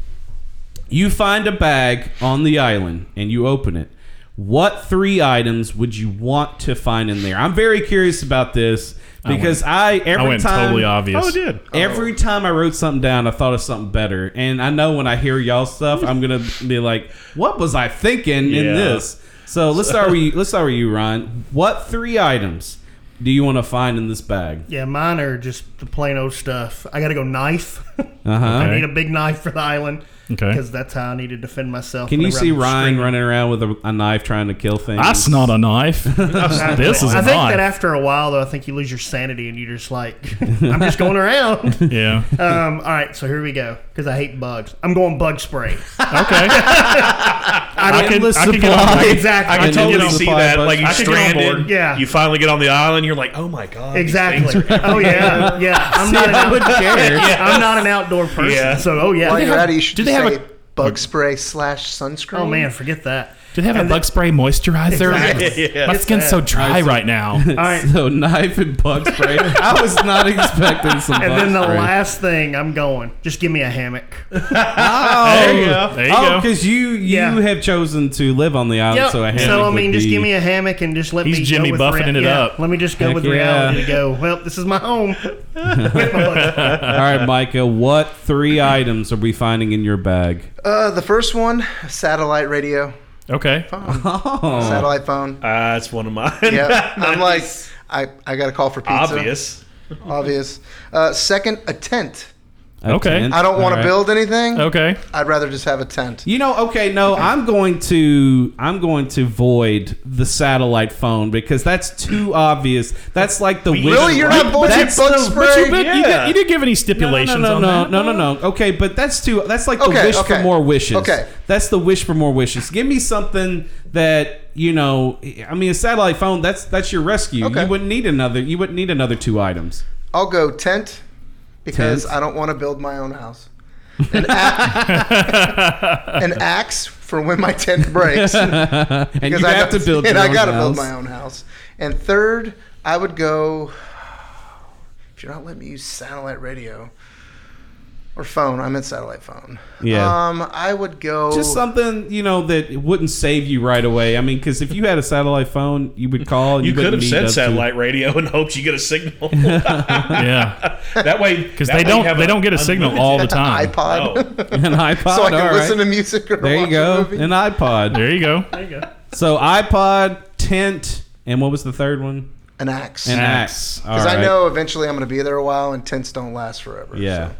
[SPEAKER 10] you find a bag on the island and you open it. What three items would you want to find in there? I'm very curious about this because I, every
[SPEAKER 15] went
[SPEAKER 10] time
[SPEAKER 15] totally obvious. Oh, it
[SPEAKER 12] did.
[SPEAKER 10] Every time I wrote something down, I thought of something better. And I know when I hear y'all stuff, I'm gonna be like, "What was I thinking in
[SPEAKER 12] Yeah.
[SPEAKER 10] this?" So let's start with you. Let's start with you, Ryan. What three items do you want to find in this bag?
[SPEAKER 6] Yeah, mine are just the plain old stuff. I gotta go knife.
[SPEAKER 10] Uh huh.
[SPEAKER 6] I need a big knife for the island.
[SPEAKER 10] Okay.
[SPEAKER 6] Because that's how I need to defend myself.
[SPEAKER 10] Can you
[SPEAKER 6] whenever
[SPEAKER 10] see
[SPEAKER 6] I'm
[SPEAKER 10] Ryan running around with a, a knife trying to kill things?
[SPEAKER 15] That's not a knife. this is
[SPEAKER 6] I
[SPEAKER 15] a
[SPEAKER 6] think that
[SPEAKER 15] knife.
[SPEAKER 6] after a while, though, I think you lose your sanity and you're just like, I'm just going around.
[SPEAKER 15] yeah.
[SPEAKER 6] Um, all right, so here we go. Because I hate bugs. I'm going bug spray. Okay. I,
[SPEAKER 15] can- I can
[SPEAKER 12] get on board.
[SPEAKER 6] exactly.
[SPEAKER 12] I can totally see that. Like you
[SPEAKER 6] I could get on board.
[SPEAKER 12] stranded.
[SPEAKER 6] Yeah.
[SPEAKER 12] You finally get on the island. You're like, oh my god. these
[SPEAKER 6] Exactly.
[SPEAKER 12] things are-
[SPEAKER 6] Oh yeah, yeah. I'm not. An
[SPEAKER 10] I wouldn't
[SPEAKER 6] outdoor,
[SPEAKER 10] care.
[SPEAKER 6] yeah. I'm not an outdoor person.
[SPEAKER 12] Yeah.
[SPEAKER 6] So oh yeah.
[SPEAKER 13] While you're at it, you should
[SPEAKER 6] do
[SPEAKER 13] just
[SPEAKER 6] they have
[SPEAKER 13] say
[SPEAKER 6] a?
[SPEAKER 13] bug spray slash sunscreen.
[SPEAKER 6] Oh man, forget that.
[SPEAKER 15] Do they have a bug spray moisturizer?
[SPEAKER 6] Exactly. Yeah.
[SPEAKER 15] My skin's so dry right now.
[SPEAKER 10] All right. So knife and bug spray. I was not expecting some.
[SPEAKER 6] And
[SPEAKER 10] bug
[SPEAKER 6] then the
[SPEAKER 10] spray.
[SPEAKER 6] last thing I'm going. Just give me a hammock.
[SPEAKER 10] Oh,
[SPEAKER 6] There you go.
[SPEAKER 15] There you
[SPEAKER 10] oh,
[SPEAKER 15] go.
[SPEAKER 10] because you you
[SPEAKER 6] Yeah.
[SPEAKER 10] have chosen to live on the island,
[SPEAKER 6] Yep.
[SPEAKER 10] Oh, so a hammock
[SPEAKER 6] I
[SPEAKER 10] would
[SPEAKER 6] mean, just
[SPEAKER 10] be-
[SPEAKER 6] give me a hammock and just let
[SPEAKER 15] He's
[SPEAKER 6] me.
[SPEAKER 15] Jimmy
[SPEAKER 6] go with
[SPEAKER 15] Buffett-ing it
[SPEAKER 6] yeah,
[SPEAKER 15] up.
[SPEAKER 6] Let me just go
[SPEAKER 10] Heck
[SPEAKER 6] with
[SPEAKER 10] yeah.
[SPEAKER 6] reality. to Go. Well, this is my home. With my bug spray.
[SPEAKER 10] All right, Micah. What three items are we finding in your bag?
[SPEAKER 13] Uh, the first one, satellite radio,
[SPEAKER 15] Okay.
[SPEAKER 10] Oh,
[SPEAKER 6] Oh.
[SPEAKER 13] satellite phone.
[SPEAKER 12] Uh, it's one of mine.
[SPEAKER 13] Yeah, I'm like, I, I got a call for pizza.
[SPEAKER 12] Obvious.
[SPEAKER 13] Obvious. Uh, second, a tent.
[SPEAKER 10] A tent?
[SPEAKER 13] I don't want
[SPEAKER 10] All
[SPEAKER 13] to
[SPEAKER 10] right.
[SPEAKER 13] build anything.
[SPEAKER 15] Okay.
[SPEAKER 13] I'd rather just have a tent.
[SPEAKER 10] You know, okay, no, I'm going to I'm going to void the satellite phone because that's too obvious. That's like the wish-
[SPEAKER 13] Really? You're not voiding
[SPEAKER 10] That's
[SPEAKER 13] bug
[SPEAKER 10] the-
[SPEAKER 13] spray?
[SPEAKER 10] but you, did- you
[SPEAKER 13] Yeah.
[SPEAKER 10] did- you didn't
[SPEAKER 15] give any
[SPEAKER 10] stipulations no, no, no, no, No, no, no, Okay, but that's too that's like the
[SPEAKER 13] Okay,
[SPEAKER 10] wish
[SPEAKER 13] okay.
[SPEAKER 10] for more wishes.
[SPEAKER 13] Okay.
[SPEAKER 10] That's the wish for more wishes. Give me something that you know, I mean, a satellite phone. That's that's your rescue. You wouldn't need another. You wouldn't need another two items.
[SPEAKER 13] I'll go tent because
[SPEAKER 10] Tent.
[SPEAKER 13] I don't want to build my own house. An, a- an axe for when my tent breaks.
[SPEAKER 10] And you
[SPEAKER 13] Because
[SPEAKER 10] have
[SPEAKER 13] got-
[SPEAKER 10] to build
[SPEAKER 13] And
[SPEAKER 10] your
[SPEAKER 13] I
[SPEAKER 10] own
[SPEAKER 13] gotta build
[SPEAKER 10] house.
[SPEAKER 13] my own house. And third, I would go. If you're not letting me use satellite radio or phone, I meant satellite phone.
[SPEAKER 10] Yeah.
[SPEAKER 13] Um, I would go.
[SPEAKER 10] Just something you know that wouldn't save you right away. I mean, because if you had a satellite phone, you would call. And
[SPEAKER 12] You,
[SPEAKER 10] you,
[SPEAKER 12] could
[SPEAKER 10] wouldn't
[SPEAKER 12] have
[SPEAKER 10] need
[SPEAKER 12] said
[SPEAKER 10] those two-
[SPEAKER 12] satellite radio and hoped you get a signal. yeah, that way because
[SPEAKER 15] they don't- they don't get a signal all the time.
[SPEAKER 10] Oh.
[SPEAKER 13] iPod.
[SPEAKER 10] an iPod.
[SPEAKER 13] So I can
[SPEAKER 10] all right.
[SPEAKER 13] listen to music or
[SPEAKER 10] There
[SPEAKER 13] watch
[SPEAKER 10] you go.
[SPEAKER 13] a movie.
[SPEAKER 10] An iPod.
[SPEAKER 15] There you go.
[SPEAKER 13] There you go.
[SPEAKER 10] So iPod, tent, and what was the third one?
[SPEAKER 13] An axe.
[SPEAKER 10] An axe. All
[SPEAKER 13] Because I
[SPEAKER 10] right.
[SPEAKER 13] know eventually I'm going to be there a while, and tents don't last forever.
[SPEAKER 10] Yeah.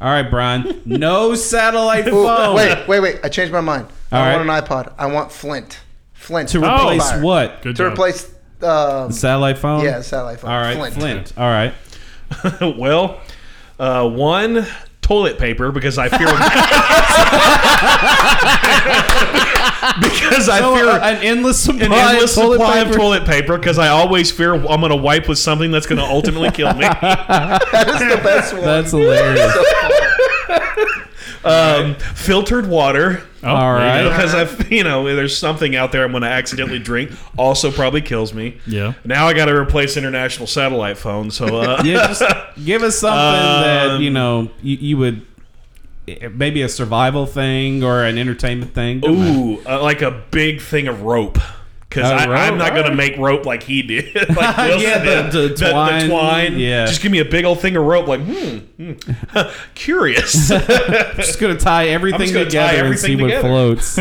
[SPEAKER 10] All right, Brian. No satellite
[SPEAKER 13] Ooh,
[SPEAKER 10] phone.
[SPEAKER 13] wait, wait, wait. I changed my mind.
[SPEAKER 10] All
[SPEAKER 13] I
[SPEAKER 10] right.
[SPEAKER 13] want an iPod. I want Flint. Flint.
[SPEAKER 10] To
[SPEAKER 13] from
[SPEAKER 10] replace
[SPEAKER 13] Fire.
[SPEAKER 10] what? Oh. Good
[SPEAKER 13] to
[SPEAKER 10] job.
[SPEAKER 13] replace um,
[SPEAKER 10] The satellite phone.
[SPEAKER 13] Yeah, satellite phone.
[SPEAKER 10] All right,
[SPEAKER 13] Flint.
[SPEAKER 10] Flint. All right.
[SPEAKER 12] well, uh, one toilet paper because I fear because I
[SPEAKER 10] So,
[SPEAKER 12] fear
[SPEAKER 10] uh, an endless supply,
[SPEAKER 12] an endless
[SPEAKER 10] of toilet
[SPEAKER 12] supply
[SPEAKER 10] paper.
[SPEAKER 12] of toilet paper because I always fear I'm going to wipe with something that's going to ultimately kill me.
[SPEAKER 13] that is the best one.
[SPEAKER 10] That's hilarious.
[SPEAKER 12] um, filtered water.
[SPEAKER 10] All right.
[SPEAKER 12] Because I've, you know, there's something out there I'm going to accidentally drink. Also, probably kills me.
[SPEAKER 15] Yeah.
[SPEAKER 12] Now I got to replace international satellite phone. So, uh,
[SPEAKER 10] yeah, just give us something that
[SPEAKER 12] Um,
[SPEAKER 10] you know you, you would maybe a survival thing or an entertainment thing. Don't matter.
[SPEAKER 12] ooh, uh, like a big thing of rope. Because
[SPEAKER 10] Oh, rope,
[SPEAKER 12] I'm not going to
[SPEAKER 10] alright.
[SPEAKER 12] make rope like he did. like Wilson
[SPEAKER 10] Yeah, the-
[SPEAKER 12] did.
[SPEAKER 10] the twine, yeah.
[SPEAKER 12] Just give me a big old thing of rope. Like, hmm, hmm. curious.
[SPEAKER 10] I'm just gonna tie everything
[SPEAKER 12] just gonna
[SPEAKER 10] together
[SPEAKER 12] tie
[SPEAKER 10] and see
[SPEAKER 12] everything together.
[SPEAKER 10] what floats.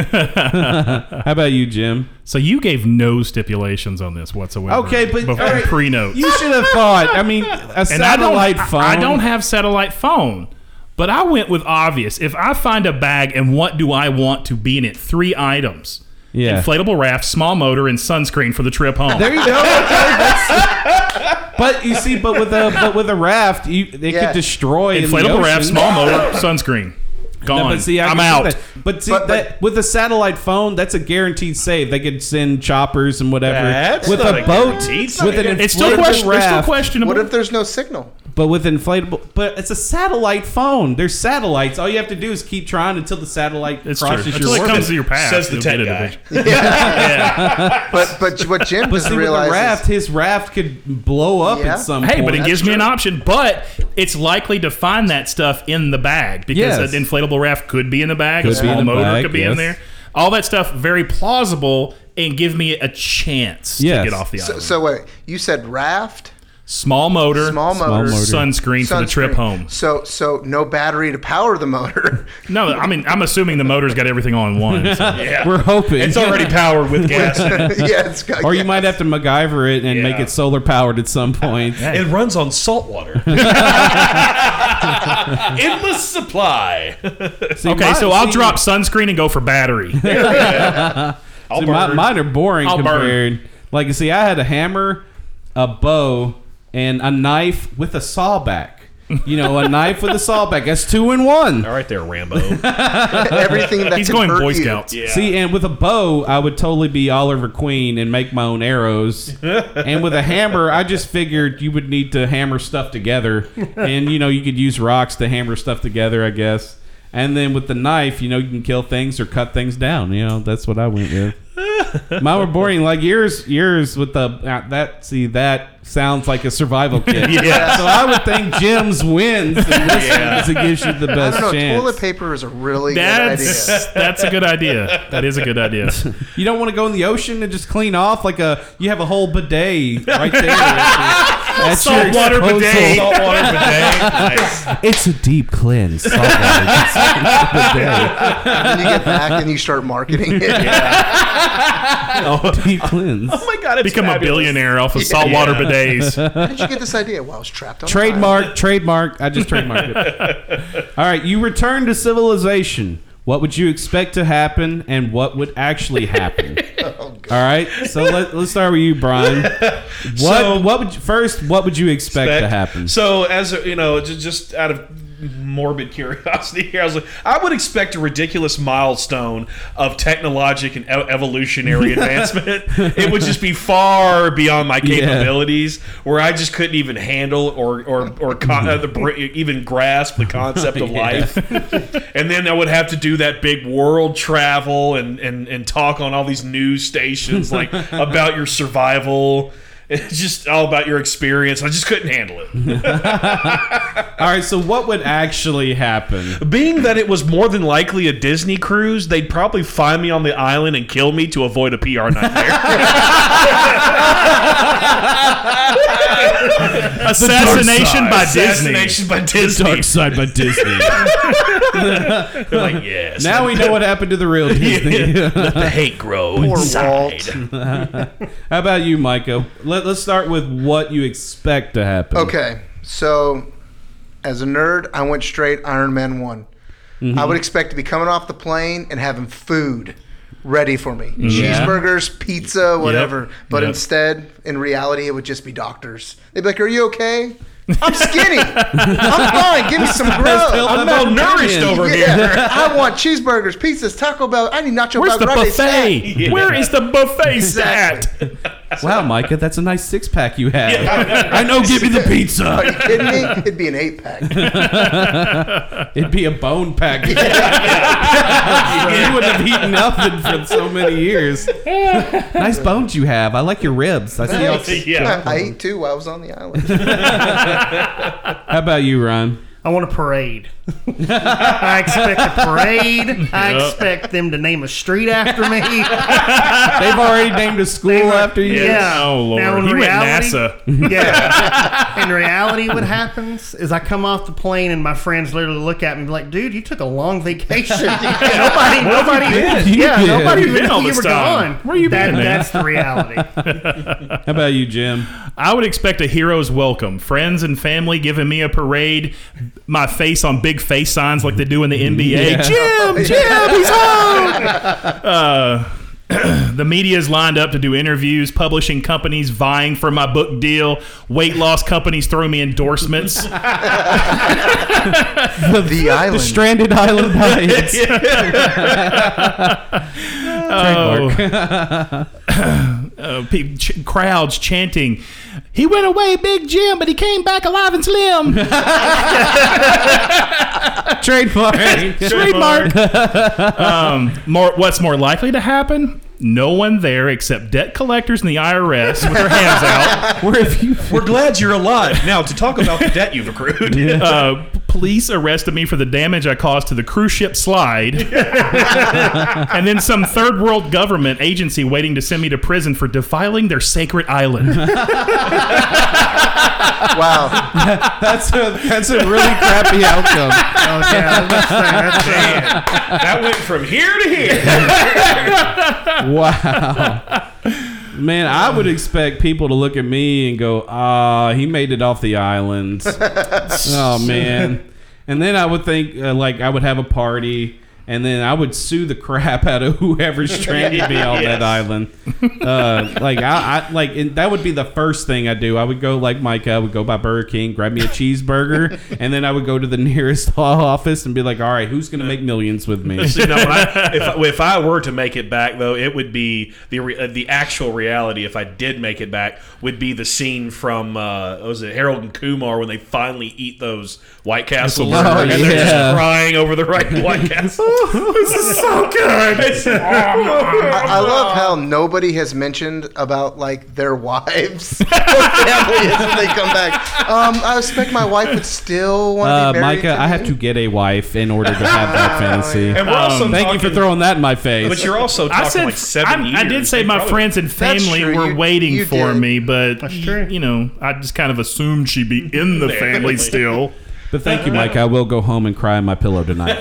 [SPEAKER 10] How about you, Jim?
[SPEAKER 15] So you gave no stipulations on this whatsoever.
[SPEAKER 10] Okay, but
[SPEAKER 15] Before
[SPEAKER 10] all right,
[SPEAKER 15] pre-notes.
[SPEAKER 10] You should have thought. I mean, a
[SPEAKER 15] and I don't,
[SPEAKER 10] satellite
[SPEAKER 15] I-
[SPEAKER 10] phone.
[SPEAKER 15] I don't have satellite phone, but I went with obvious. If I find a bag and what do I want to be in it? Three items.
[SPEAKER 10] Yeah.
[SPEAKER 15] Inflatable raft, small motor, and sunscreen for the trip home.
[SPEAKER 10] There you go. But you see, but with a but with a raft, you they
[SPEAKER 15] Yeah.
[SPEAKER 10] could destroy in the
[SPEAKER 15] Inflatable raft,
[SPEAKER 10] ocean.
[SPEAKER 15] small motor, sunscreen. Gone.
[SPEAKER 10] No, but see, I
[SPEAKER 15] I'm
[SPEAKER 10] can see
[SPEAKER 15] out.
[SPEAKER 10] that. But see, that, with a satellite phone, that's a guaranteed save. They could send choppers and whatever.
[SPEAKER 12] That's
[SPEAKER 10] with
[SPEAKER 12] not
[SPEAKER 10] a
[SPEAKER 12] a
[SPEAKER 10] boat,
[SPEAKER 12] guaranteed save.
[SPEAKER 10] with an
[SPEAKER 12] It's
[SPEAKER 10] it's
[SPEAKER 12] still
[SPEAKER 10] still
[SPEAKER 12] question- there's still
[SPEAKER 10] raft,
[SPEAKER 13] What if there's no signal?
[SPEAKER 10] but with inflatable. But it's a satellite phone. There's satellites. All you have to do is keep trying until the satellite
[SPEAKER 15] It's true.
[SPEAKER 10] crosses your
[SPEAKER 15] Until it
[SPEAKER 10] orbit.
[SPEAKER 15] comes to your path, Says the you'll get tech it guy. eventually.
[SPEAKER 13] But but what Jim
[SPEAKER 10] But see, with
[SPEAKER 13] doesn't
[SPEAKER 10] a
[SPEAKER 13] realize
[SPEAKER 10] raft, his raft could blow up
[SPEAKER 13] Yeah.
[SPEAKER 10] at some
[SPEAKER 15] Hey,
[SPEAKER 10] point.
[SPEAKER 15] but it gives me an option. But it's likely to find that stuff in the bag because
[SPEAKER 10] Yes.
[SPEAKER 15] an inflatable raft could be in the bag. a
[SPEAKER 10] Could be in
[SPEAKER 15] small
[SPEAKER 10] the
[SPEAKER 15] motor
[SPEAKER 10] bag,
[SPEAKER 15] could be in
[SPEAKER 10] yes.
[SPEAKER 15] there. All that stuff very plausible and give me a chance
[SPEAKER 10] Yes.
[SPEAKER 15] to get off the
[SPEAKER 13] is,
[SPEAKER 15] island.
[SPEAKER 13] so, so wait, you said raft,
[SPEAKER 15] small motor,
[SPEAKER 13] small motor,
[SPEAKER 15] sunscreen for the trip
[SPEAKER 13] sunscreen.
[SPEAKER 15] home.
[SPEAKER 13] So so no battery to power the motor.
[SPEAKER 15] No, I mean I'm assuming the motor's got everything on one. so-
[SPEAKER 10] We're hoping
[SPEAKER 12] It's already powered with gas.
[SPEAKER 13] yeah, it's got.
[SPEAKER 10] Or you might have to MacGyver it and make it solar powered at some point.
[SPEAKER 12] It runs on salt water. Endless supply.
[SPEAKER 15] okay, so I'll drop sunscreen and go for battery.
[SPEAKER 12] I'll
[SPEAKER 10] See, my,
[SPEAKER 12] burn.
[SPEAKER 10] mine are boring
[SPEAKER 15] I'll burn.
[SPEAKER 10] compared. Like, see, I had a hammer, a bow, and a knife with a sawback. You know, a knife with a sawback. That's two in one.
[SPEAKER 12] All right, there, Rambo.
[SPEAKER 13] everything that
[SPEAKER 15] He's
[SPEAKER 13] can
[SPEAKER 15] going
[SPEAKER 13] hurt
[SPEAKER 15] Boy
[SPEAKER 13] you.
[SPEAKER 15] Scouts.
[SPEAKER 10] See, and with a bow, I would totally be Oliver Queen and make my own arrows. and with a hammer, I just figured you would need to hammer stuff together. And, you know, you could use rocks to hammer stuff together, I guess. And then with the knife, you know, you can kill things or cut things down. You know, that's what I went with. Mine were boring. Like yours, yours with the uh, that. See, that sounds like a survival kit.
[SPEAKER 12] Yeah.
[SPEAKER 10] So I would think Jim's wins in this
[SPEAKER 12] Yeah.
[SPEAKER 10] because it gives you the
[SPEAKER 13] I
[SPEAKER 10] best
[SPEAKER 13] don't know.
[SPEAKER 10] chance.
[SPEAKER 13] Toilet paper is a really
[SPEAKER 15] That's
[SPEAKER 13] good idea.
[SPEAKER 15] that's a good idea. That is a good idea.
[SPEAKER 10] You don't want to go in the ocean and just clean off like a. You have a whole bidet right there. That's
[SPEAKER 15] Saltwater bidet.
[SPEAKER 12] Saltwater bidet. Nice.
[SPEAKER 10] It's a deep cleanse. Saltwater bidet.
[SPEAKER 13] And you get back and you start marketing it.
[SPEAKER 10] Deep cleanse.
[SPEAKER 12] Oh my god, it's
[SPEAKER 15] Become a
[SPEAKER 11] Oh
[SPEAKER 12] fabulous.
[SPEAKER 15] billionaire off of saltwater
[SPEAKER 12] Yeah. days.
[SPEAKER 13] How did you get this idea? Well, I was trapped on an
[SPEAKER 10] Trademark,
[SPEAKER 13] island.
[SPEAKER 10] trademark. I just trademarked it. All right, you return to civilization. What would you expect to happen, and what would actually happen? All right, so let, let's start with you, Brian. What
[SPEAKER 11] So-
[SPEAKER 10] what would you, first? What would you expect, to happen?
[SPEAKER 11] So, as a, you know, ju- just out of morbid curiosity here, I was like, I would expect a ridiculous milestone of technologic and e- evolutionary advancement. it would just be far beyond my
[SPEAKER 10] Yeah.
[SPEAKER 11] capabilities, where I just couldn't even handle or or or con- uh, the, br- even grasp the concept of
[SPEAKER 10] Yeah.
[SPEAKER 11] life. and then I would have to do that big world travel and and and talk on all these news stations like about your survival. It's just all about your experience. I just couldn't handle it.
[SPEAKER 10] All right, so what would actually happen?
[SPEAKER 11] Being that it was more than likely a Disney cruise, they'd probably find me on the island and kill me to avoid a PR nightmare.
[SPEAKER 12] Assassination by
[SPEAKER 11] Assassination by Disney.
[SPEAKER 10] Dark side by Disney.
[SPEAKER 11] They're like, yes.
[SPEAKER 10] now we know what happened to the real Disney.
[SPEAKER 11] Let the hate grow
[SPEAKER 10] Poor
[SPEAKER 11] inside.
[SPEAKER 10] How about you, Micah? Let, let's start with what you expect to happen.
[SPEAKER 13] Okay, so as a nerd, I went straight Iron Man one.
[SPEAKER 12] Mm-hmm.
[SPEAKER 13] I would expect to be coming off the plane and having food ready for me,
[SPEAKER 12] Mm-hmm.
[SPEAKER 18] Yeah.
[SPEAKER 13] cheeseburgers, pizza, whatever. But
[SPEAKER 18] Yep.
[SPEAKER 13] instead, in reality, it would just be doctors. They'd be like, "Are you okay?" I'm skinny. I'm fine. Give me some grub.
[SPEAKER 11] pill I'm I've ever malnourished taken. over here.
[SPEAKER 13] I want cheeseburgers, pizzas, Taco Bell. I need nacho
[SPEAKER 12] Where's the
[SPEAKER 13] Belgrande snack.
[SPEAKER 12] buffet? Where is the buffet
[SPEAKER 13] Exactly.
[SPEAKER 12] sat?
[SPEAKER 10] Wow, Micah, that's a nice six pack you have. I know. Give me the
[SPEAKER 13] Are you
[SPEAKER 10] pizza.
[SPEAKER 13] kidding me? It'd be an eight pack.
[SPEAKER 10] It'd be a bone pack. you wouldn't have eaten nothing for so many years. Nice bones you have. I like your ribs. I see. How,
[SPEAKER 13] I, I ate two while I was on the island.
[SPEAKER 10] how about you, Ryan?
[SPEAKER 6] I want a parade. I expect a parade. I
[SPEAKER 10] Yep.
[SPEAKER 6] expect them to name a street after me.
[SPEAKER 10] They've already named a school after you.
[SPEAKER 11] Oh,
[SPEAKER 6] Yeah.
[SPEAKER 12] Oh,
[SPEAKER 6] Now in reality, yeah. Mm-hmm. In reality, what happens is I come off the plane and my friends literally look at me and be like, "Dude, you took a long vacation. nobody,
[SPEAKER 12] What have
[SPEAKER 6] nobody,
[SPEAKER 12] you been?
[SPEAKER 6] yeah,
[SPEAKER 12] You
[SPEAKER 6] nobody
[SPEAKER 12] been
[SPEAKER 6] even
[SPEAKER 12] all
[SPEAKER 6] knew you
[SPEAKER 12] this
[SPEAKER 6] were
[SPEAKER 12] time.
[SPEAKER 6] gone.
[SPEAKER 12] Where you
[SPEAKER 6] That-
[SPEAKER 12] been, man?
[SPEAKER 6] That's the reality.
[SPEAKER 10] How about you, Jim?
[SPEAKER 12] I would expect a hero's welcome. Friends and family giving me a parade, my face on big face signs like they do in the NBA.
[SPEAKER 10] Yeah.
[SPEAKER 12] Jim, Jim, he's home. Uh, the media is lined up to do interviews, publishing companies vying for my book deal, weight loss companies throwing me endorsements.
[SPEAKER 10] The,
[SPEAKER 13] island.
[SPEAKER 10] stranded island diets.
[SPEAKER 12] Oh. uh, pe- ch- crowds chanting, "He went away, Big Jim, but he came back alive and slim."
[SPEAKER 10] Trademark.
[SPEAKER 12] Trademark. um, more, what's more likely to happen? No one there except debt collectors and the IRS with their hands out.
[SPEAKER 10] Where have you?
[SPEAKER 12] We're glad you're alive.
[SPEAKER 11] Now, to talk about the debt you've accrued.
[SPEAKER 12] Uh, police arrested me for the damage I caused to the cruise ship slide. and then some third world government agency waiting to send me to prison for defiling their sacred island.
[SPEAKER 13] Wow.
[SPEAKER 10] That's a that's a really crappy outcome.
[SPEAKER 6] Oh,
[SPEAKER 11] that went from here to here.
[SPEAKER 10] Wow. Man, I would expect people to look at me and go, "Ah, he made it off the island." oh man. And then I would think uh, like I would have a party and then I would sue the crap out of whoever stranded me on
[SPEAKER 11] Yes.
[SPEAKER 10] that island. Uh, like I, I like and that would be the first thing I do. I would go like Micah. I would go by Burger King, grab me a cheeseburger, and then I would go to the nearest law office and be like, "All right, who's gonna make millions with me?"
[SPEAKER 11] So, you know, when I, if, I- if I were to make it back, though, it would be the re, uh, the actual reality. If I did make it back, would be the scene from uh, what was it Harold and Kumar when they finally eat those White Castle
[SPEAKER 10] Oh,
[SPEAKER 11] burgers and they're
[SPEAKER 10] yeah.
[SPEAKER 11] just crying over the right White Castle. this is so good. It's-
[SPEAKER 13] I, I love how nobody has mentioned about like their wives or families when they come back. Um, I expect my wife would still want to
[SPEAKER 10] Uh,
[SPEAKER 13] be married.
[SPEAKER 10] Micah, I have to get a wife in order to have that fantasy. Um,
[SPEAKER 11] And we're also
[SPEAKER 10] thank you for
[SPEAKER 11] talking-
[SPEAKER 10] throwing that in my face.
[SPEAKER 11] but you're also talking
[SPEAKER 12] I said
[SPEAKER 11] like seven
[SPEAKER 12] I, I did
[SPEAKER 11] years.
[SPEAKER 12] say
[SPEAKER 11] They
[SPEAKER 12] my
[SPEAKER 11] probably-
[SPEAKER 12] friends and family
[SPEAKER 13] true.
[SPEAKER 12] were
[SPEAKER 13] You-
[SPEAKER 12] waiting
[SPEAKER 13] you
[SPEAKER 12] for
[SPEAKER 13] did.
[SPEAKER 12] me, but you know, I just kind of assumed she'd be in the family still.
[SPEAKER 10] But thank you, Micah. I will go home and cry on my pillow tonight.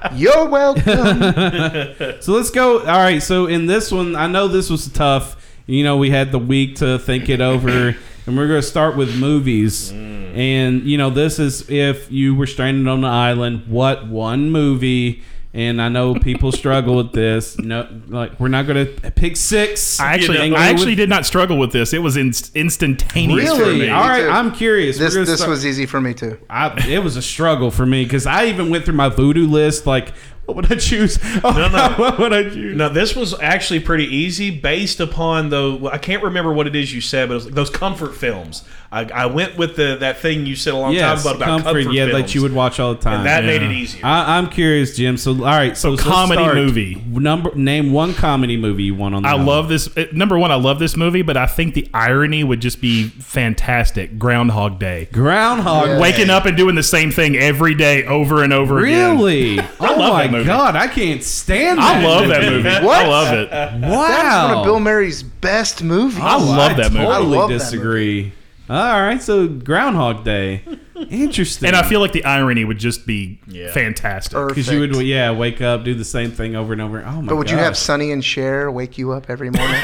[SPEAKER 10] Appreciate
[SPEAKER 13] You're welcome.
[SPEAKER 10] it. So let's go. All right. So in this one, I know this was tough. You know, we had the week to think it over, and we're going to start with movies. And you know, this is if you were stranded on an island, what one movie? And I know people struggle with this. No, like we're not going to pick six.
[SPEAKER 12] I actually,
[SPEAKER 10] You know,
[SPEAKER 12] I
[SPEAKER 10] with-
[SPEAKER 12] actually did not struggle with this. It was in, instantaneous. For me.
[SPEAKER 10] All right, I'm curious.
[SPEAKER 13] This-
[SPEAKER 10] We're gonna
[SPEAKER 13] this was easy for me too.
[SPEAKER 10] I, it was a struggle for me because I even went through my voodoo list. Like, what would I choose? Oh,
[SPEAKER 11] No, no.
[SPEAKER 10] what would I choose?
[SPEAKER 11] No, this was actually pretty easy based upon the. well, I can't remember what it is you said, but it was like those comfort films. I, I went with the that thing you said a long
[SPEAKER 10] Yes,
[SPEAKER 11] time ago about comfort,
[SPEAKER 10] yeah,
[SPEAKER 11] films.
[SPEAKER 10] that you would watch all the time.
[SPEAKER 11] And that made it easier.
[SPEAKER 10] I, I'm curious, Jim. So, all right, so, let's
[SPEAKER 12] comedy
[SPEAKER 10] start.
[SPEAKER 12] movie.
[SPEAKER 10] Number name one comedy movie you want on. The
[SPEAKER 12] I
[SPEAKER 10] island.
[SPEAKER 12] love this. uh, Number one, I love this movie, but I think the irony would just be fantastic. Groundhog Day.
[SPEAKER 10] Groundhog Yes.
[SPEAKER 12] Waking up and doing the same thing every day over and over again.
[SPEAKER 10] Really?
[SPEAKER 12] I
[SPEAKER 10] Oh
[SPEAKER 12] love
[SPEAKER 10] my
[SPEAKER 12] that movie.
[SPEAKER 10] God, I can't stand.
[SPEAKER 12] I
[SPEAKER 10] that
[SPEAKER 12] love
[SPEAKER 10] movie.
[SPEAKER 12] that movie.
[SPEAKER 10] What?
[SPEAKER 12] I love it.
[SPEAKER 13] That's one
[SPEAKER 10] Wow.
[SPEAKER 13] of Bill Murray's best movies.
[SPEAKER 10] Oh,
[SPEAKER 13] I
[SPEAKER 10] Totally
[SPEAKER 13] love that
[SPEAKER 10] disagree. All right, so Groundhog Day. Interesting.
[SPEAKER 12] And I feel like the irony would just be fantastic.
[SPEAKER 10] Because you would, yeah, wake up, do the same thing over and over. Oh my!
[SPEAKER 13] But would you
[SPEAKER 10] gosh.
[SPEAKER 13] have Sonny and Cher wake you up every morning?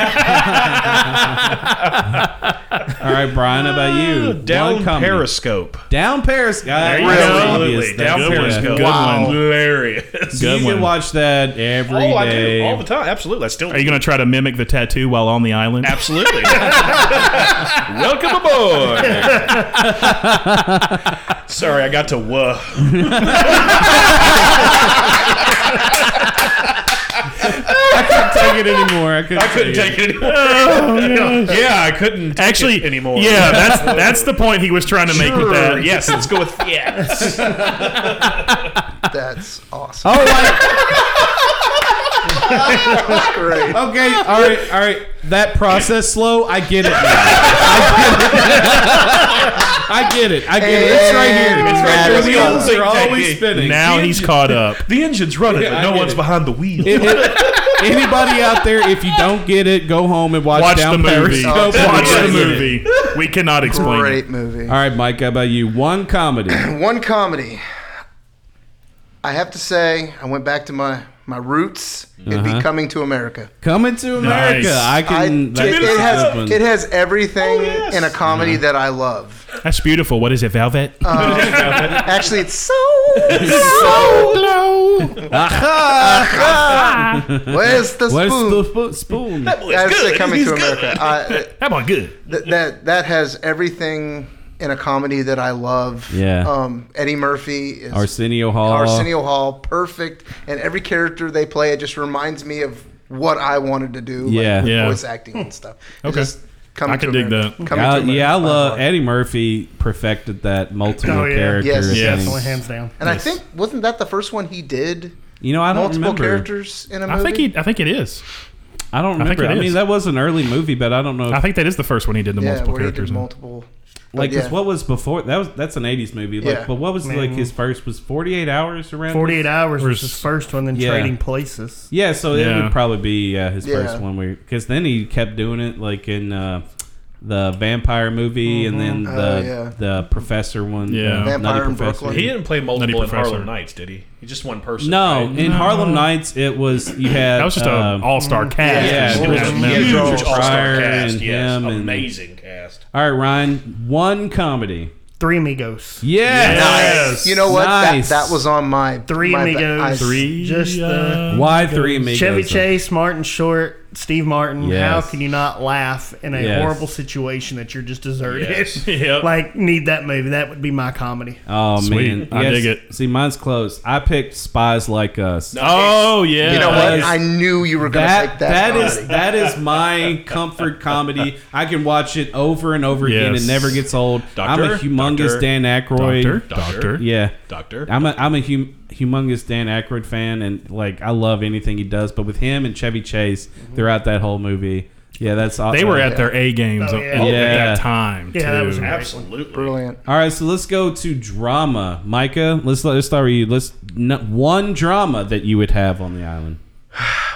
[SPEAKER 10] All right, Brian, how about you?
[SPEAKER 11] Down
[SPEAKER 10] One comedy.
[SPEAKER 11] Periscope.
[SPEAKER 10] Down Periscope.
[SPEAKER 11] There you
[SPEAKER 10] That's
[SPEAKER 11] go.
[SPEAKER 10] obvious.
[SPEAKER 11] Absolutely.
[SPEAKER 10] That's
[SPEAKER 11] Down
[SPEAKER 10] good.
[SPEAKER 11] Periscope.
[SPEAKER 10] Good
[SPEAKER 11] Wow.
[SPEAKER 10] one.
[SPEAKER 11] Hilarious.
[SPEAKER 10] So you can watch that every day.
[SPEAKER 11] Oh, I do all the time. Absolutely, I still.
[SPEAKER 12] Are you going to try to mimic the tattoo while on the island?
[SPEAKER 11] Absolutely. Welcome aboard. Sorry, I got to whoa.
[SPEAKER 10] I couldn't take it anymore. I couldn't,
[SPEAKER 11] I couldn't take it anymore. yeah, I couldn't take
[SPEAKER 12] Oh, Actually,
[SPEAKER 11] it anymore.
[SPEAKER 12] Yeah, that's that's the point he was trying to make with
[SPEAKER 11] Sure,
[SPEAKER 12] that.
[SPEAKER 11] Yes, let's go with yes.
[SPEAKER 13] That's awesome.
[SPEAKER 10] Oh, my.
[SPEAKER 13] Great.
[SPEAKER 10] Oh, Okay, all right, all right. That process slow, I get it. Now. I get it. I get it. It's right here.
[SPEAKER 11] It's right here.
[SPEAKER 10] The
[SPEAKER 11] It's called
[SPEAKER 10] wheels
[SPEAKER 11] Think
[SPEAKER 10] are always
[SPEAKER 11] Tank.
[SPEAKER 10] spinning.
[SPEAKER 12] Now
[SPEAKER 10] The
[SPEAKER 12] he's
[SPEAKER 10] engine-
[SPEAKER 12] caught up.
[SPEAKER 11] The engine's running,
[SPEAKER 10] Yeah, I
[SPEAKER 11] but no
[SPEAKER 10] get
[SPEAKER 11] one's
[SPEAKER 10] it.
[SPEAKER 11] behind the wheel.
[SPEAKER 10] It- it- anybody out there, if you don't get it, go home and watch,
[SPEAKER 12] Watch the
[SPEAKER 10] down
[SPEAKER 12] movie.
[SPEAKER 10] Periscope.
[SPEAKER 12] Watch
[SPEAKER 10] You'll
[SPEAKER 12] the
[SPEAKER 10] get it.
[SPEAKER 12] movie. We cannot explain. it.
[SPEAKER 13] Great movie.
[SPEAKER 10] All right, Mike, how about you? One comedy.
[SPEAKER 13] One comedy. I have to say, I went back to my my roots. It'd
[SPEAKER 10] Uh-huh.
[SPEAKER 13] be coming to America.
[SPEAKER 10] Coming to America.
[SPEAKER 12] Nice.
[SPEAKER 10] I can.
[SPEAKER 13] I,
[SPEAKER 10] that's
[SPEAKER 13] it,
[SPEAKER 10] a
[SPEAKER 13] it
[SPEAKER 10] good
[SPEAKER 13] has
[SPEAKER 10] one. Uh-huh.
[SPEAKER 13] it has everything in a comedy that I love.
[SPEAKER 12] That's beautiful. What is it, Velvet?
[SPEAKER 13] Actually, it's so so low. Aha. Where's the
[SPEAKER 10] Where's
[SPEAKER 13] spoon?
[SPEAKER 10] the fo- spoon?
[SPEAKER 13] I'd say coming to America. I,
[SPEAKER 12] that one good.
[SPEAKER 13] th- that that has everything in a comedy that I love.
[SPEAKER 10] Yeah.
[SPEAKER 13] Um, Eddie Murphy is
[SPEAKER 10] Arsenio Hall.
[SPEAKER 13] Arsenio Hall, perfect, and every character they play, it just reminds me of what I wanted to do, like,
[SPEAKER 10] Yeah.
[SPEAKER 13] with
[SPEAKER 12] Yeah.
[SPEAKER 13] voice acting and stuff. It
[SPEAKER 12] Okay.
[SPEAKER 13] just coming
[SPEAKER 12] I can
[SPEAKER 13] to
[SPEAKER 12] dig
[SPEAKER 13] America-
[SPEAKER 12] that.
[SPEAKER 13] coming
[SPEAKER 10] I-
[SPEAKER 13] to America.
[SPEAKER 10] yeah, uh, I love
[SPEAKER 13] love.
[SPEAKER 10] Eddie Murphy. Perfected that multiple
[SPEAKER 6] Oh, yeah.
[SPEAKER 10] character.
[SPEAKER 13] Yes.
[SPEAKER 10] thing.
[SPEAKER 12] Yes.
[SPEAKER 6] Definitely hands down.
[SPEAKER 13] And I think wasn't that the first one he did?
[SPEAKER 10] You know, I don't
[SPEAKER 13] Multiple
[SPEAKER 10] remember.
[SPEAKER 13] characters in a movie.
[SPEAKER 12] I think he. I think it is.
[SPEAKER 10] I don't
[SPEAKER 12] I think
[SPEAKER 10] remember. I,
[SPEAKER 12] it
[SPEAKER 10] mean,
[SPEAKER 12] is.
[SPEAKER 10] that was an early movie, but I don't know. If,
[SPEAKER 12] I think that is the first one he did the
[SPEAKER 13] yeah,
[SPEAKER 12] multiple
[SPEAKER 13] where he
[SPEAKER 12] characters.
[SPEAKER 13] did
[SPEAKER 12] in.
[SPEAKER 13] multiple. but
[SPEAKER 10] like, 'cause
[SPEAKER 13] yeah.
[SPEAKER 10] what was before that was that's an '80s movie. Like,
[SPEAKER 13] Yeah.
[SPEAKER 10] but what was like his first was 48 hours around.
[SPEAKER 6] Forty-eight
[SPEAKER 10] this?
[SPEAKER 6] hours was
[SPEAKER 12] Where's-
[SPEAKER 6] his first one, then
[SPEAKER 10] Yeah.
[SPEAKER 6] Trading Places.
[SPEAKER 10] Yeah, so it
[SPEAKER 12] Yeah.
[SPEAKER 10] would probably be uh, his
[SPEAKER 13] Yeah.
[SPEAKER 10] first one where because then he kept doing it like in uh, the vampire movie and then the
[SPEAKER 13] Oh, yeah.
[SPEAKER 10] the professor one.
[SPEAKER 12] Mm-hmm. Yeah.
[SPEAKER 10] uh,
[SPEAKER 13] Vampire
[SPEAKER 10] Nutty
[SPEAKER 13] in
[SPEAKER 10] Professor.
[SPEAKER 13] Brooklyn.
[SPEAKER 11] He didn't play multiple in
[SPEAKER 12] Professor.
[SPEAKER 11] Harlem Nights, did he? He just one person.
[SPEAKER 10] No,
[SPEAKER 11] right?
[SPEAKER 10] in Harlem Nights it was you had
[SPEAKER 12] That was just
[SPEAKER 10] um,
[SPEAKER 12] an all-star cast.
[SPEAKER 10] yeah,
[SPEAKER 12] Just
[SPEAKER 10] it was
[SPEAKER 12] that
[SPEAKER 10] huge.
[SPEAKER 12] amount.
[SPEAKER 11] huge
[SPEAKER 10] Huge
[SPEAKER 11] all-star
[SPEAKER 10] Pryor
[SPEAKER 11] cast.
[SPEAKER 10] and
[SPEAKER 11] Yes,
[SPEAKER 10] him and-
[SPEAKER 11] amazing cast.
[SPEAKER 10] All right, Ryan, one comedy.
[SPEAKER 6] Three Amigos.
[SPEAKER 10] Yes.
[SPEAKER 13] You know what?
[SPEAKER 10] Nice.
[SPEAKER 13] That, that was on my
[SPEAKER 6] Three
[SPEAKER 13] my,
[SPEAKER 6] Amigos.
[SPEAKER 13] I-
[SPEAKER 12] Three.
[SPEAKER 6] Just the-
[SPEAKER 12] uh,
[SPEAKER 10] Why three amigos?
[SPEAKER 6] Chevy Chase, Martin Short, Steve Martin.
[SPEAKER 10] Yes.
[SPEAKER 6] How can you not laugh in a
[SPEAKER 10] Yes.
[SPEAKER 6] horrible situation that you're just deserted?
[SPEAKER 11] Yes.
[SPEAKER 12] Yep.
[SPEAKER 6] like, need that movie. That would be my comedy.
[SPEAKER 10] Oh man,
[SPEAKER 12] Sweet. I dig it.
[SPEAKER 10] See, mine's close. I picked Spies Like Us.
[SPEAKER 12] Oh yeah.
[SPEAKER 13] You know what?
[SPEAKER 10] Yes.
[SPEAKER 13] I knew you were going to
[SPEAKER 10] that
[SPEAKER 13] take that.
[SPEAKER 10] that is
[SPEAKER 13] comedy.
[SPEAKER 10] that is my comfort comedy. I can watch it over and over again.
[SPEAKER 12] Yes.
[SPEAKER 10] It never gets old. I'm a
[SPEAKER 11] Doctor,
[SPEAKER 10] humongous
[SPEAKER 11] doctor,
[SPEAKER 10] Dan Aykroyd.
[SPEAKER 12] Doctor.
[SPEAKER 11] Doctor.
[SPEAKER 12] Doctor.
[SPEAKER 10] Yeah,
[SPEAKER 11] Doctor.
[SPEAKER 10] I'm a I'm a hum, humongous Dan Aykroyd fan, and like I love anything he does. But with him and Chevy Chase throughout that whole movie, yeah, that's aw-
[SPEAKER 12] They were
[SPEAKER 10] uh,
[SPEAKER 12] at their A games
[SPEAKER 6] Oh,
[SPEAKER 12] at,
[SPEAKER 6] yeah.
[SPEAKER 10] Yeah.
[SPEAKER 12] that time.
[SPEAKER 6] Yeah, that
[SPEAKER 12] too.
[SPEAKER 6] was
[SPEAKER 11] Absolutely.
[SPEAKER 13] brilliant.
[SPEAKER 10] All right, so let's go to drama, Micah. Let's let's start with you. Let's n- one drama that you would have on the island.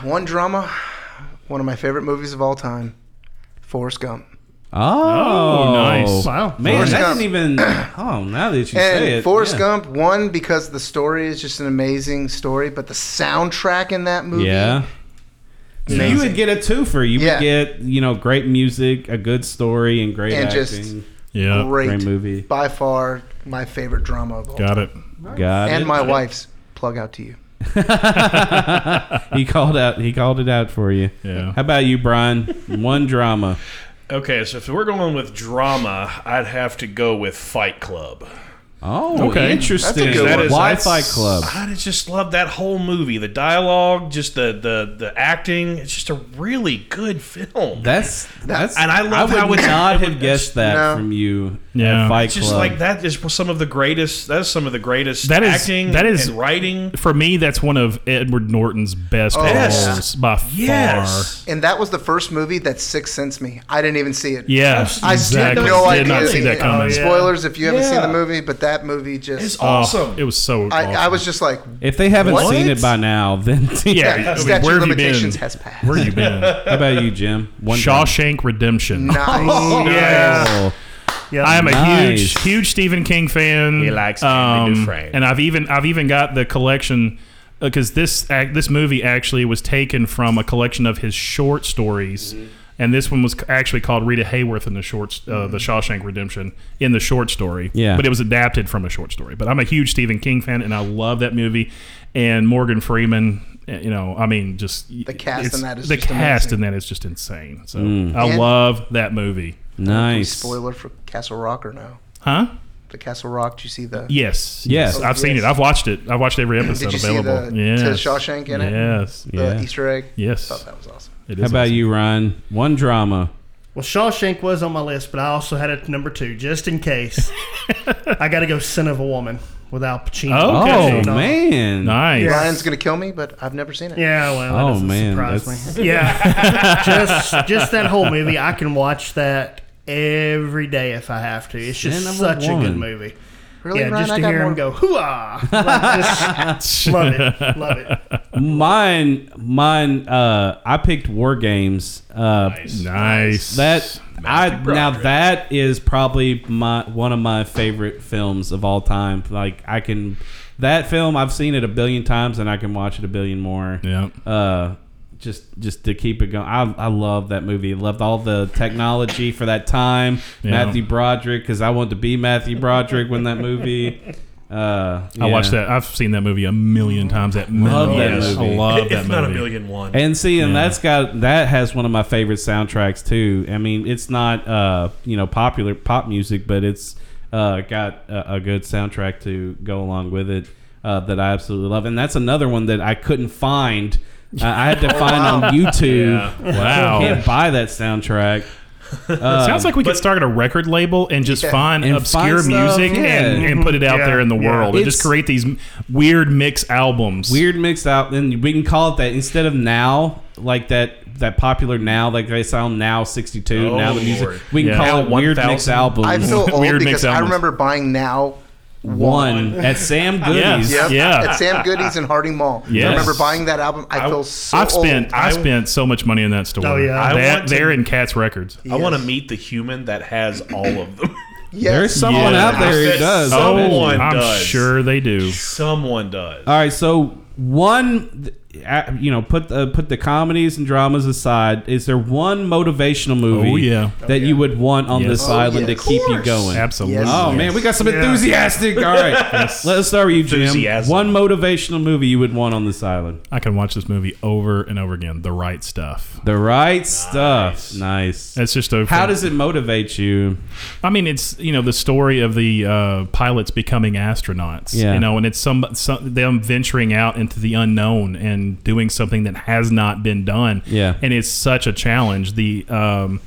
[SPEAKER 13] One drama, one of my favorite movies of all time, Forrest Gump.
[SPEAKER 10] Oh,
[SPEAKER 12] nice.
[SPEAKER 6] Wow.
[SPEAKER 10] man,
[SPEAKER 13] Forrest
[SPEAKER 10] I
[SPEAKER 13] Gump.
[SPEAKER 10] didn't even. Oh, now that you say
[SPEAKER 13] And
[SPEAKER 10] it,
[SPEAKER 13] Forrest
[SPEAKER 10] yeah.
[SPEAKER 13] Gump one because the story is just an amazing story, but the soundtrack in that movie
[SPEAKER 10] Yeah, You would get a twofer. You would get you know great music, a good story, and great
[SPEAKER 13] and
[SPEAKER 10] acting.
[SPEAKER 13] just
[SPEAKER 10] yeah,
[SPEAKER 13] great,
[SPEAKER 10] movie.
[SPEAKER 13] By far, my favorite drama of all.
[SPEAKER 10] Got
[SPEAKER 13] time.
[SPEAKER 10] it. Got
[SPEAKER 13] and
[SPEAKER 10] it.
[SPEAKER 13] my
[SPEAKER 10] Got it.
[SPEAKER 13] wife's plug out to you.
[SPEAKER 10] he called out. He called it out for you. Yeah. How about you, Brian? One drama.
[SPEAKER 11] Okay, so if we're going with drama, I'd have to go with Fight Club.
[SPEAKER 10] Oh, interesting. That is- Why Fight Club?
[SPEAKER 11] I just love that whole movie. The dialogue, just the the the acting. It's just a really good film.
[SPEAKER 10] That's that's.
[SPEAKER 11] and I love
[SPEAKER 10] I
[SPEAKER 11] how
[SPEAKER 10] would
[SPEAKER 11] it's
[SPEAKER 10] not
[SPEAKER 11] it
[SPEAKER 10] have
[SPEAKER 11] would-
[SPEAKER 10] guessed that
[SPEAKER 11] No.
[SPEAKER 10] from you.
[SPEAKER 12] Yeah.
[SPEAKER 10] at Fight
[SPEAKER 11] It's just
[SPEAKER 10] Club.
[SPEAKER 11] like that is some of the greatest. That is some of the greatest
[SPEAKER 12] That is
[SPEAKER 11] acting.
[SPEAKER 12] that is
[SPEAKER 11] and writing.
[SPEAKER 12] for me. That's one of Edward Norton's best
[SPEAKER 13] Oh,
[SPEAKER 12] roles
[SPEAKER 13] yes.
[SPEAKER 12] by far.
[SPEAKER 13] And that was the first movie that Sixth Sense me. I didn't even see it.
[SPEAKER 12] Yeah,
[SPEAKER 13] I had
[SPEAKER 12] exactly.
[SPEAKER 13] no idea.
[SPEAKER 12] Did not see that coming. Oh, yeah.
[SPEAKER 13] Spoilers if you haven't seen
[SPEAKER 12] Yeah.
[SPEAKER 13] the movie, but that movie just
[SPEAKER 12] It's awesome. Oh, it was so
[SPEAKER 13] I, I
[SPEAKER 12] awesome.
[SPEAKER 13] was just like,
[SPEAKER 10] If they haven't
[SPEAKER 13] What?
[SPEAKER 10] seen it by now, then
[SPEAKER 12] Yeah, Yeah, I mean, statute where have you limitations been?
[SPEAKER 13] has passed.
[SPEAKER 12] Where you been?
[SPEAKER 10] How about you, Jim?
[SPEAKER 12] Shawshank Redemption.
[SPEAKER 13] Nice.
[SPEAKER 12] Oh, yeah.
[SPEAKER 6] Yeah.
[SPEAKER 12] I am a
[SPEAKER 10] Nice.
[SPEAKER 12] huge, huge Stephen King fan. He
[SPEAKER 11] likes
[SPEAKER 12] um,
[SPEAKER 11] Dufresne.
[SPEAKER 12] and I've even I've even got the collection because this act, this movie actually was taken from a collection of his short stories, and this one was c- actually called Rita Hayworth in the short uh, the Shawshank Redemption in the short story.
[SPEAKER 10] Yeah.
[SPEAKER 12] but it was adapted from a short story. But I'm a huge Stephen King fan, and I love that movie. And Morgan Freeman, eh, you know, I mean, just the
[SPEAKER 13] cast in that is
[SPEAKER 12] the
[SPEAKER 13] just
[SPEAKER 12] cast
[SPEAKER 13] amazing.
[SPEAKER 12] in that is just insane. So
[SPEAKER 10] Mm.
[SPEAKER 12] I
[SPEAKER 13] And-
[SPEAKER 12] love that movie.
[SPEAKER 10] Nice.
[SPEAKER 13] Spoiler for Castle Rock or no?
[SPEAKER 12] Huh?
[SPEAKER 13] The Castle Rock. Did you see the?
[SPEAKER 12] Yes.
[SPEAKER 10] Yes.
[SPEAKER 12] I've seen it. I've watched it. I've watched every episode
[SPEAKER 13] Did you
[SPEAKER 12] available.
[SPEAKER 13] see the
[SPEAKER 12] yes.
[SPEAKER 13] to Shawshank in it?
[SPEAKER 12] Yes.
[SPEAKER 13] The Easter egg.
[SPEAKER 12] Yes.
[SPEAKER 13] Thought that was awesome.
[SPEAKER 12] It
[SPEAKER 10] How
[SPEAKER 12] is
[SPEAKER 10] about you, Ryan? One drama.
[SPEAKER 6] Well, Shawshank was on my list, but I also had it number two, just in case. I got to go Sin of a Woman with Al Pacino.
[SPEAKER 10] Oh
[SPEAKER 6] No.
[SPEAKER 10] man,
[SPEAKER 12] nice.
[SPEAKER 13] Ryan's gonna kill me, but I've never seen it.
[SPEAKER 6] Yeah, well, that
[SPEAKER 10] Oh,
[SPEAKER 6] doesn't
[SPEAKER 10] man,
[SPEAKER 6] surprise
[SPEAKER 10] that's-
[SPEAKER 6] me. Yeah, just just that whole movie, I can watch that every day if I have to. It's just
[SPEAKER 13] Sin of a
[SPEAKER 6] such a, good
[SPEAKER 13] Woman.
[SPEAKER 6] movie.
[SPEAKER 13] Really,
[SPEAKER 6] yeah,
[SPEAKER 13] Ryan?
[SPEAKER 6] just
[SPEAKER 13] I
[SPEAKER 6] to
[SPEAKER 13] got
[SPEAKER 6] hear
[SPEAKER 13] more-
[SPEAKER 6] him go hoo-ah. Like, just love it, love it.
[SPEAKER 10] Mine, mine. Uh, I picked War Games. Uh, nice. That I now that is probably my one of my favorite films of all time. Like I can, that film I've seen it a billion times and I can watch it a billion more.
[SPEAKER 12] Yeah.
[SPEAKER 10] Uh, just just to keep it going. I I love that movie. Loved all the technology for that time.
[SPEAKER 12] Yeah.
[SPEAKER 10] Matthew Broderick because I wanted to be Matthew Broderick when that movie. Uh,
[SPEAKER 12] I watched
[SPEAKER 10] yeah.
[SPEAKER 12] that. I've seen that movie a million times. At
[SPEAKER 10] Love
[SPEAKER 12] minimum.
[SPEAKER 10] that
[SPEAKER 12] Yes.
[SPEAKER 10] movie.
[SPEAKER 12] I love that movie.
[SPEAKER 10] And see, and
[SPEAKER 12] Yeah.
[SPEAKER 10] that's got that has one of my favorite soundtracks too. I mean, it's not uh you know popular pop music, but it's uh got a, a good soundtrack to go along with it uh, that I absolutely love. And that's another one that I couldn't find. Uh, I had to find on YouTube.
[SPEAKER 12] Oh, Yeah. Oh. Wow.
[SPEAKER 10] I can't buy that soundtrack.
[SPEAKER 12] it sounds like we could start a record label and just
[SPEAKER 10] Yeah.
[SPEAKER 12] find
[SPEAKER 10] And
[SPEAKER 12] obscure
[SPEAKER 10] find stuff,
[SPEAKER 12] music
[SPEAKER 10] yeah.
[SPEAKER 12] and, and put it out
[SPEAKER 10] Yeah.
[SPEAKER 12] there in the
[SPEAKER 10] Yeah.
[SPEAKER 12] world and just
[SPEAKER 10] It's-
[SPEAKER 12] create these m- weird mix albums.
[SPEAKER 10] Weird mixed out. Then we can call it that instead of now, like that that popular now, like they sound now sixty two.
[SPEAKER 12] Oh,
[SPEAKER 10] now the music.
[SPEAKER 12] Lord.
[SPEAKER 10] We can
[SPEAKER 12] Yeah.
[SPEAKER 10] call
[SPEAKER 12] Now
[SPEAKER 10] it weird mix
[SPEAKER 12] 1,000.
[SPEAKER 10] albums.
[SPEAKER 13] I feel old because I remember buying now
[SPEAKER 10] One at Sam Goody's.
[SPEAKER 13] Yep,
[SPEAKER 12] Yeah.
[SPEAKER 13] At Sam Goody's in Harding Mall. I
[SPEAKER 12] Yes.
[SPEAKER 13] remember buying that album. I, feel so
[SPEAKER 12] I've spent
[SPEAKER 13] old.
[SPEAKER 12] I spent so much money in that store.
[SPEAKER 13] Oh, yeah.
[SPEAKER 11] I
[SPEAKER 12] that,
[SPEAKER 11] want to-
[SPEAKER 12] they're in Cats Records.
[SPEAKER 11] I want to meet the human that has all of them.
[SPEAKER 13] Yes.
[SPEAKER 10] There's someone
[SPEAKER 12] Yeah.
[SPEAKER 10] out there who does.
[SPEAKER 11] Someone
[SPEAKER 12] Oh, I'm
[SPEAKER 11] does.
[SPEAKER 12] sure they do.
[SPEAKER 11] Someone does.
[SPEAKER 10] All right, so one, th- uh, you know, put the put the comedies and dramas aside. Is there one motivational movie?
[SPEAKER 12] Oh, yeah.
[SPEAKER 10] that you would want on
[SPEAKER 12] Yes.
[SPEAKER 10] this
[SPEAKER 12] Oh,
[SPEAKER 10] island
[SPEAKER 12] yeah.
[SPEAKER 10] to keep you
[SPEAKER 12] Of course.
[SPEAKER 10] going.
[SPEAKER 12] Absolutely. Yes.
[SPEAKER 10] Oh man, we got some enthusiastic. All right, let's start with you, Jim.
[SPEAKER 12] Enthusiasm.
[SPEAKER 10] One motivational movie you would want on this island.
[SPEAKER 12] I can watch this movie over and over again. The right stuff.
[SPEAKER 10] The right stuff. Nice.
[SPEAKER 12] That's just a.
[SPEAKER 10] How does it motivate you?
[SPEAKER 12] I mean, it's you know the story of the uh, pilots becoming astronauts.
[SPEAKER 10] Yeah.
[SPEAKER 12] You know, and it's some, some them venturing out into the unknown and doing something that has not been done.
[SPEAKER 10] Yeah.
[SPEAKER 12] And it's such a challenge. The um,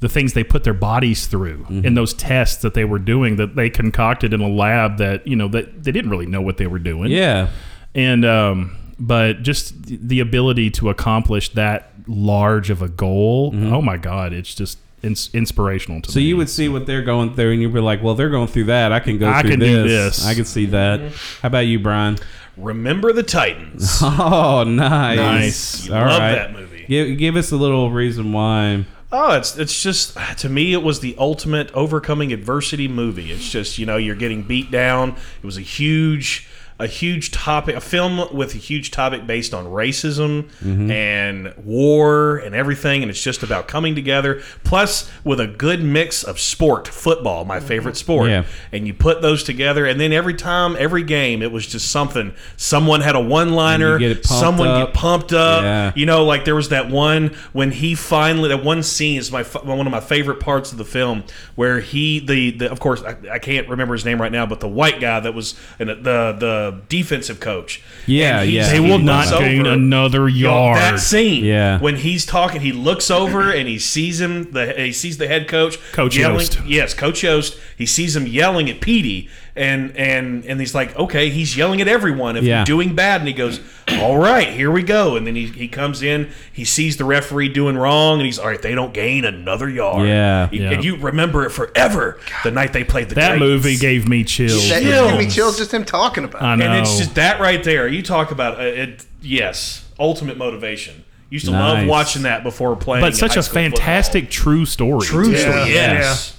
[SPEAKER 12] the things they put their bodies through
[SPEAKER 10] Mm-hmm.
[SPEAKER 12] in those tests that they were doing that they concocted in a lab that you know that they didn't really know what they were doing.
[SPEAKER 10] Yeah.
[SPEAKER 12] And um, but just th- the ability to accomplish that large of a goal. Oh my God! It's just. ins inspirational to
[SPEAKER 10] Mm-hmm. So you would see what they're going through, and you'd be like, "Well, they're going through that. I can go.
[SPEAKER 12] I
[SPEAKER 10] through
[SPEAKER 12] can
[SPEAKER 10] this.
[SPEAKER 12] do this."
[SPEAKER 10] I can see that." How about you, Brian?
[SPEAKER 11] Remember the Titans.
[SPEAKER 10] Oh, nice.
[SPEAKER 11] Nice. You love that
[SPEAKER 10] movie. Give, give us a little reason why.
[SPEAKER 11] Oh, it's it's just to me it was the ultimate overcoming adversity movie. It's just you know you're getting beat down. It was a huge a huge topic, a film with a huge topic based on racism
[SPEAKER 10] Mm-hmm.
[SPEAKER 11] and war and everything, and it's just about coming together. Plus, with a good mix of sport, football, my favorite sport,
[SPEAKER 21] Yeah.
[SPEAKER 11] and you put those together, and then every time, every game, it was just something. Someone had a one-liner,
[SPEAKER 10] And you get it pumped
[SPEAKER 11] someone
[SPEAKER 10] up.
[SPEAKER 11] get pumped up.
[SPEAKER 10] Yeah.
[SPEAKER 11] You know, like there was that one when he finally that one scene is my f- one of my favorite parts of the film where he the, the of course I, I can't remember his name right now, but the white guy that was in the the defensive coach.
[SPEAKER 12] Yeah,
[SPEAKER 11] And he's-
[SPEAKER 12] yeah. They will
[SPEAKER 11] he
[SPEAKER 12] not
[SPEAKER 11] looks
[SPEAKER 12] gain another
[SPEAKER 11] You know,
[SPEAKER 12] yard.
[SPEAKER 11] That scene,
[SPEAKER 12] Yeah.
[SPEAKER 11] when he's talking, he looks over and he sees him. The he sees the head coach,
[SPEAKER 12] Coach
[SPEAKER 11] yelling,
[SPEAKER 12] Yost.
[SPEAKER 11] Yes, Coach Yost. He sees him yelling at Petey, and and and he's like, okay, he's yelling at everyone if
[SPEAKER 12] Yeah.
[SPEAKER 11] you're doing bad. And he goes, all right, here we go. And then he, he comes in, he sees the referee doing wrong, and he's all right. They don't gain another yard.
[SPEAKER 12] Yeah.
[SPEAKER 11] and
[SPEAKER 12] Yeah.
[SPEAKER 11] you remember it forever. The night they played the
[SPEAKER 12] That
[SPEAKER 11] Greats.
[SPEAKER 12] movie gave me chills.
[SPEAKER 13] That gave me chills just him talking about.
[SPEAKER 12] I
[SPEAKER 13] it.
[SPEAKER 11] And it's
[SPEAKER 12] know.
[SPEAKER 11] just that right there. You talk about uh, it. Yes, ultimate motivation. Used to love
[SPEAKER 12] Nice.
[SPEAKER 11] watching that before playing.
[SPEAKER 12] But such
[SPEAKER 11] high
[SPEAKER 12] a
[SPEAKER 11] school football.
[SPEAKER 12] fantastic true story.
[SPEAKER 11] True Yeah. story, yes.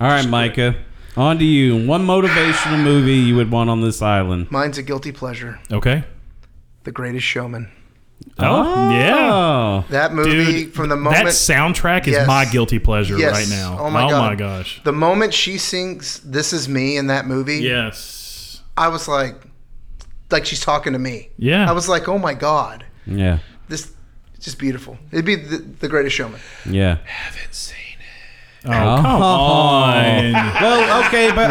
[SPEAKER 10] All right, Micah. On to you. One motivational movie you would want on this island.
[SPEAKER 13] Mine's a guilty pleasure.
[SPEAKER 10] Okay.
[SPEAKER 13] The Greatest Showman.
[SPEAKER 12] Oh, yeah.
[SPEAKER 13] That movie from the moment
[SPEAKER 12] That soundtrack is
[SPEAKER 13] Yes.
[SPEAKER 12] my guilty pleasure
[SPEAKER 13] Yes.
[SPEAKER 12] right now.
[SPEAKER 13] Oh my, God.
[SPEAKER 12] gosh.
[SPEAKER 13] The moment she sings "This Is Me" in that movie,
[SPEAKER 12] yes,
[SPEAKER 13] I was like, like she's talking to me.
[SPEAKER 10] Yeah.
[SPEAKER 13] I was like, oh my God,
[SPEAKER 10] Yeah.
[SPEAKER 13] this is just beautiful. It'd be the, the greatest showman.
[SPEAKER 10] Yeah.
[SPEAKER 13] Haven't seen
[SPEAKER 10] Oh, come
[SPEAKER 12] on.
[SPEAKER 10] well, okay, but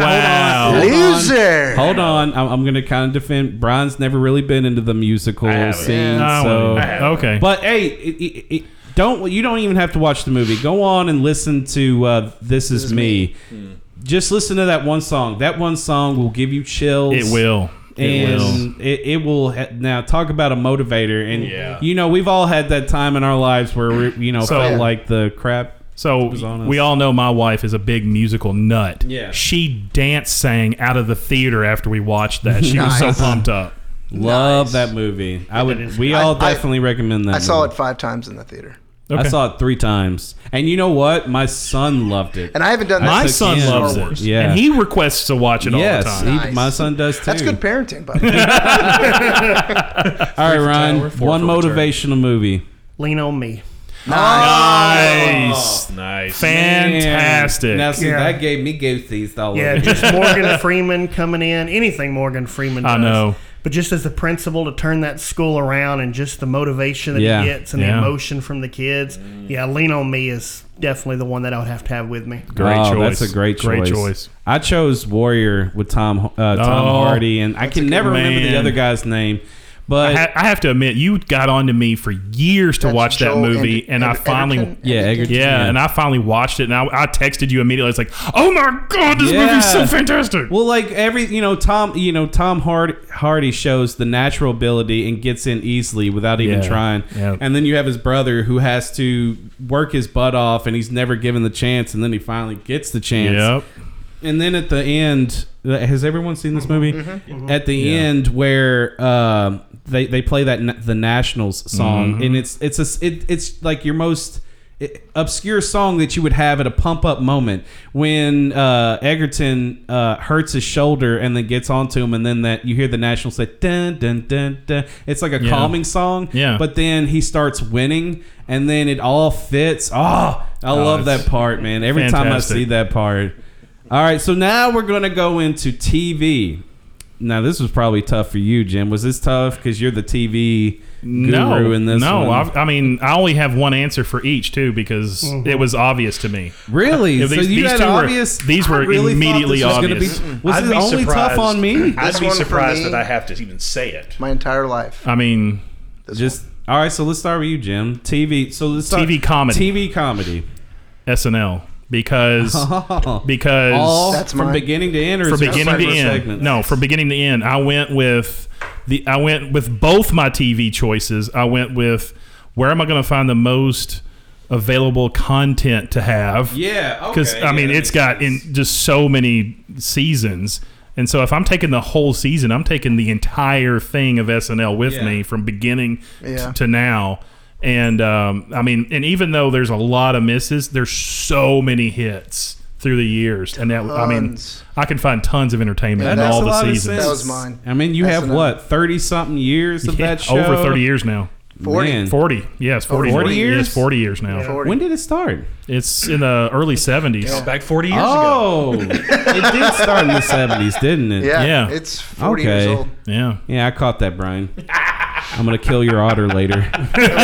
[SPEAKER 10] hold on.
[SPEAKER 12] Wow.
[SPEAKER 10] Hold on.
[SPEAKER 12] Loser.
[SPEAKER 10] Hold on. I'm, I'm going to kind of defend. Brian's never really been into the musical scene.
[SPEAKER 12] I
[SPEAKER 10] so
[SPEAKER 12] haven't. I haven't. Okay.
[SPEAKER 10] But hey, it, it, it, don't you don't even have to watch the movie. Go on and listen to uh, "This Is, Me." Hmm. Just listen to that one song. That one song will give you chills.
[SPEAKER 12] It will. It
[SPEAKER 10] And it, it will ha- now talk about a motivator and
[SPEAKER 12] Yeah.
[SPEAKER 10] you know we've all had that time in our lives where we you know
[SPEAKER 12] So-
[SPEAKER 10] felt
[SPEAKER 12] Yeah.
[SPEAKER 10] like the crap
[SPEAKER 12] so
[SPEAKER 10] was on us.
[SPEAKER 12] We all know my wife is a big musical nut.
[SPEAKER 10] Yeah.
[SPEAKER 12] She dance sang out of the theater after we watched that. She was
[SPEAKER 10] Nice.
[SPEAKER 12] so pumped up.
[SPEAKER 10] Love that movie. I would. We all
[SPEAKER 13] I- I-
[SPEAKER 10] definitely recommend that.
[SPEAKER 13] I saw
[SPEAKER 10] movie.
[SPEAKER 13] it five times in the theater.
[SPEAKER 10] I
[SPEAKER 13] Okay.
[SPEAKER 10] saw it three times, and you know what? My son loved it,
[SPEAKER 13] And I haven't done that
[SPEAKER 10] I
[SPEAKER 12] My
[SPEAKER 10] took
[SPEAKER 12] son
[SPEAKER 10] him-
[SPEAKER 12] loves it.
[SPEAKER 10] Yeah,
[SPEAKER 12] And he requests to watch it
[SPEAKER 10] yes,
[SPEAKER 12] all the time.
[SPEAKER 10] he- my son does too.
[SPEAKER 13] That's good parenting, by the way.
[SPEAKER 10] All right, Ryan.
[SPEAKER 6] Tower, four
[SPEAKER 10] one
[SPEAKER 6] for Return.
[SPEAKER 10] motivational movie.
[SPEAKER 6] Lean on me.
[SPEAKER 12] Nice.
[SPEAKER 11] nice,
[SPEAKER 12] Fantastic.
[SPEAKER 10] Man. Now see,
[SPEAKER 6] Yeah.
[SPEAKER 10] that gave me goosies all
[SPEAKER 6] Yeah,
[SPEAKER 10] over.
[SPEAKER 6] just Morgan Freeman coming in. Anything Morgan Freeman does.
[SPEAKER 12] I know.
[SPEAKER 6] But just as the principal to turn that school around and just the motivation that
[SPEAKER 12] Yeah.
[SPEAKER 6] he gets and
[SPEAKER 12] Yeah.
[SPEAKER 6] the emotion from the kids. Yeah, Lean on Me is definitely the one that I would have to have with me.
[SPEAKER 12] Great
[SPEAKER 10] Oh,
[SPEAKER 12] choice.
[SPEAKER 10] That's a great choice.
[SPEAKER 12] Great choice.
[SPEAKER 10] I chose Warrior with Tom uh, Tom
[SPEAKER 12] Oh,
[SPEAKER 10] Hardy, and I
[SPEAKER 12] that's a
[SPEAKER 10] can
[SPEAKER 12] good
[SPEAKER 10] never remember the
[SPEAKER 12] man.
[SPEAKER 10] other guy's name. But
[SPEAKER 12] I, ha- I have to admit, you got on to me for years to watch that
[SPEAKER 10] Joel
[SPEAKER 12] movie,
[SPEAKER 10] Ed-
[SPEAKER 12] and I
[SPEAKER 10] Ed-
[SPEAKER 12] finally,
[SPEAKER 10] Edgerton? Yeah, Edgerton,
[SPEAKER 12] yeah,
[SPEAKER 10] yeah.
[SPEAKER 12] and I finally watched it, and I, I texted you immediately. I was like, "Oh my god, this
[SPEAKER 10] Yeah.
[SPEAKER 12] movie's so fantastic!"
[SPEAKER 10] Well, like every you know Tom you know Tom Hardy, Hardy shows the natural ability and gets in easily without even
[SPEAKER 12] Yeah.
[SPEAKER 10] trying.
[SPEAKER 12] Yeah.
[SPEAKER 10] And then you have his brother who has to work his butt off and he's never given the chance and then he finally gets the chance.
[SPEAKER 12] Yep.
[SPEAKER 10] And then at the end, uh, has everyone seen this movie?
[SPEAKER 12] Mhm.
[SPEAKER 10] At the
[SPEAKER 12] Yeah.
[SPEAKER 10] end where um they they play that na- the Nationals song
[SPEAKER 12] Mhm.
[SPEAKER 10] and it's it's a s- it, it's like your most obscure song that you would have at a pump up moment when uh, Egerton uh, hurts his shoulder and then gets onto him and then that you hear the national say dun dun dun dun it's like a
[SPEAKER 12] Yeah.
[SPEAKER 10] calming song
[SPEAKER 12] Yeah.
[SPEAKER 10] but then he starts winning and then it all fits oh I
[SPEAKER 12] Oh,
[SPEAKER 10] love
[SPEAKER 12] it's
[SPEAKER 10] that part man every time I
[SPEAKER 12] fantastic.
[SPEAKER 10] see that part all right so now we're gonna go into TV now this was probably tough for you Jim was this tough because you're the TV guru
[SPEAKER 12] no,
[SPEAKER 10] in this
[SPEAKER 12] no,
[SPEAKER 10] one?
[SPEAKER 12] I've, I mean, I only have one answer for each too because
[SPEAKER 13] Mm-hmm.
[SPEAKER 10] Mhm.
[SPEAKER 12] it was obvious to me.
[SPEAKER 10] Really?
[SPEAKER 12] Yeah,
[SPEAKER 10] so you had
[SPEAKER 12] uh, two
[SPEAKER 10] obvious.
[SPEAKER 12] Were, these
[SPEAKER 10] I
[SPEAKER 12] were
[SPEAKER 10] really thought
[SPEAKER 12] immediately
[SPEAKER 10] this was gonna
[SPEAKER 12] obvious.
[SPEAKER 10] Be, was
[SPEAKER 11] I'd
[SPEAKER 10] it
[SPEAKER 11] be
[SPEAKER 10] only
[SPEAKER 11] surprised.
[SPEAKER 10] tough on
[SPEAKER 11] I'd
[SPEAKER 10] me?
[SPEAKER 11] be
[SPEAKER 13] one for
[SPEAKER 11] surprised
[SPEAKER 13] me.
[SPEAKER 11] that I have to even say it.
[SPEAKER 13] My entire life.
[SPEAKER 12] I mean,
[SPEAKER 10] just all right. So let's start with you, Jim. TV. So let's start,
[SPEAKER 12] TV comedy.
[SPEAKER 10] TV comedy.
[SPEAKER 12] SNL because because
[SPEAKER 10] All That's from mine. beginning to end or
[SPEAKER 12] from
[SPEAKER 10] is it just
[SPEAKER 12] beginning
[SPEAKER 10] like
[SPEAKER 12] to
[SPEAKER 10] first
[SPEAKER 12] end.
[SPEAKER 10] segment?
[SPEAKER 12] No, from beginning to end. I went with the I went with both my TV choices. I went with where am I going to find the most available content to have?
[SPEAKER 10] Yeah,
[SPEAKER 12] because
[SPEAKER 10] okay,
[SPEAKER 12] I
[SPEAKER 10] yeah,
[SPEAKER 12] mean
[SPEAKER 10] that
[SPEAKER 12] it's got in just so many seasons. And so, if I'm taking the whole season, I'm taking the entire thing of SNL with
[SPEAKER 10] Yeah.
[SPEAKER 12] me from beginning
[SPEAKER 10] Yeah.
[SPEAKER 12] to to now. And um, I mean, and even though there's a lot of misses, there's so many hits through the years, and that I mean, I can find tons of entertainment in all the seasons.
[SPEAKER 10] I mean, you
[SPEAKER 12] That's
[SPEAKER 10] have
[SPEAKER 12] enough.
[SPEAKER 10] what thirty something years of
[SPEAKER 12] Yeah,
[SPEAKER 10] that show.
[SPEAKER 12] Over 30 years now.
[SPEAKER 10] 40?
[SPEAKER 12] 40. Yes, 40.
[SPEAKER 10] Oh, 40
[SPEAKER 12] Yes,
[SPEAKER 10] years?
[SPEAKER 12] 40 years now.
[SPEAKER 10] Yeah. 40. When did it start?
[SPEAKER 12] It's in the early 70s.
[SPEAKER 11] Yeah. Back 40 years
[SPEAKER 10] oh,
[SPEAKER 11] ago.
[SPEAKER 10] it did start in the seventies, didn't it?
[SPEAKER 11] Yeah, Yeah. it's 40 years old.
[SPEAKER 12] Yeah,
[SPEAKER 10] yeah, I caught that, Brian. I'm gonna kill your otter later. All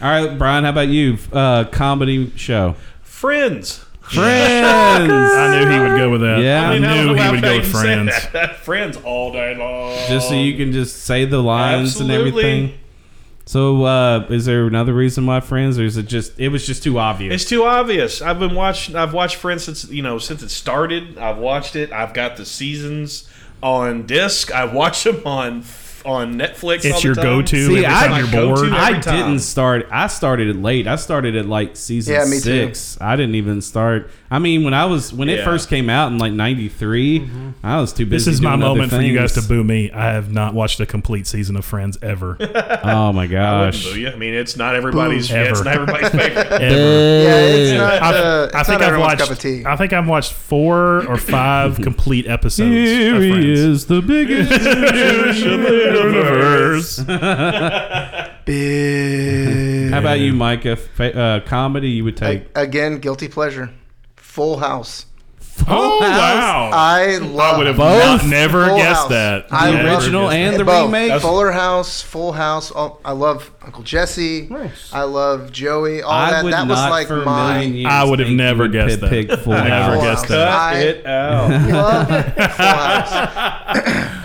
[SPEAKER 10] right, Brian, how about you? Uh, comedy show.
[SPEAKER 11] Friends.
[SPEAKER 10] Friends.
[SPEAKER 12] I knew he would go with that.
[SPEAKER 10] Yeah,
[SPEAKER 12] I
[SPEAKER 10] I
[SPEAKER 12] knew
[SPEAKER 10] don't know
[SPEAKER 12] he
[SPEAKER 10] why
[SPEAKER 12] would
[SPEAKER 10] I
[SPEAKER 12] go with
[SPEAKER 10] thought you
[SPEAKER 12] Friends.
[SPEAKER 10] said
[SPEAKER 11] friends all day long.
[SPEAKER 10] Just so you can just say the lines and
[SPEAKER 11] Absolutely.
[SPEAKER 10] everything. So, uh, is there another reason why Friends, or is it just it was just too obvious?
[SPEAKER 11] It's too obvious. I've been watching. I've watched Friends since you know since it started. I've watched it. I've got the seasons on disc. I watch them on on Netflix. all the time.
[SPEAKER 10] See,
[SPEAKER 11] It's
[SPEAKER 10] I,
[SPEAKER 11] my go-to every
[SPEAKER 10] I
[SPEAKER 11] time.
[SPEAKER 10] didn't start. I started it late. I started at like season
[SPEAKER 11] Yeah, me too.
[SPEAKER 10] six. I didn't even start. I mean, when I was when it
[SPEAKER 12] Yeah. Mm-hmm.
[SPEAKER 10] first came out in like '93, I was too busy.
[SPEAKER 12] This is my
[SPEAKER 10] doing other
[SPEAKER 12] moment for you guys to
[SPEAKER 10] things.
[SPEAKER 12] boo me. I have not watched a complete season of Friends ever.
[SPEAKER 10] oh my
[SPEAKER 11] I
[SPEAKER 10] gosh!
[SPEAKER 11] wouldn't boo you. I mean, it's not everybody's.
[SPEAKER 12] Ever.
[SPEAKER 11] It's not everybody's favorite.
[SPEAKER 12] Ever. I've-
[SPEAKER 13] uh,
[SPEAKER 12] I think
[SPEAKER 13] it's not
[SPEAKER 12] I've
[SPEAKER 13] everyone's
[SPEAKER 12] watched.
[SPEAKER 13] cup of
[SPEAKER 12] I think I've watched four or five complete episodes.
[SPEAKER 10] Here
[SPEAKER 12] of
[SPEAKER 10] he
[SPEAKER 12] Friends.
[SPEAKER 10] is, the biggest douche in the universe. How about you, Micah? Fa- uh, comedy you would take?
[SPEAKER 13] Again, guilty pleasure. Full House.
[SPEAKER 12] Oh wow!
[SPEAKER 13] I love.
[SPEAKER 12] would have
[SPEAKER 13] Both?
[SPEAKER 10] Oh,
[SPEAKER 12] not, never
[SPEAKER 13] Full
[SPEAKER 12] guessed
[SPEAKER 13] House.
[SPEAKER 12] that.
[SPEAKER 13] I
[SPEAKER 12] Never
[SPEAKER 13] love-
[SPEAKER 12] guessed that.
[SPEAKER 13] Both. Fuller House, Full House. Oh, I love Uncle Jesse. I love Joey. All
[SPEAKER 12] I
[SPEAKER 13] that.
[SPEAKER 12] would
[SPEAKER 13] That was
[SPEAKER 12] not
[SPEAKER 13] like
[SPEAKER 12] for a
[SPEAKER 13] my.
[SPEAKER 12] million years I would have think you never would guessed pi- that. pick Full I never House. guessed that. Cut
[SPEAKER 13] I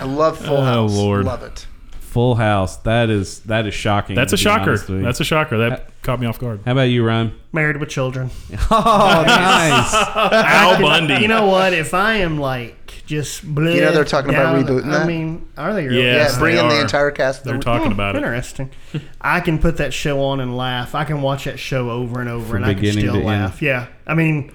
[SPEAKER 12] it out.
[SPEAKER 13] Love Full House. I love Full
[SPEAKER 10] Oh,
[SPEAKER 13] House.
[SPEAKER 10] Lord.
[SPEAKER 13] Love it.
[SPEAKER 10] Full House. That is that is shocking.
[SPEAKER 12] That's
[SPEAKER 10] to
[SPEAKER 12] a
[SPEAKER 10] be
[SPEAKER 12] shocker.
[SPEAKER 10] honest with you.
[SPEAKER 12] That's a shocker. That caught me off guard.
[SPEAKER 10] How about you, Ryan?
[SPEAKER 6] Married with children.
[SPEAKER 10] Oh, nice.
[SPEAKER 12] Al Bundy.
[SPEAKER 6] You know what? If I am like just bleh,
[SPEAKER 13] You know they're talking about
[SPEAKER 6] down-
[SPEAKER 13] rebooting
[SPEAKER 6] I
[SPEAKER 13] that?
[SPEAKER 6] mean, are they? Really?
[SPEAKER 13] Yes, Yeah, bring they in the are. entire cast.
[SPEAKER 12] They're talking about it.
[SPEAKER 6] interesting. it. Interesting. I can put that show on and laugh. I can watch that show over and over,
[SPEAKER 10] From
[SPEAKER 6] and I can
[SPEAKER 10] beginning
[SPEAKER 6] still
[SPEAKER 10] to end.
[SPEAKER 6] laugh. Yeah. I mean,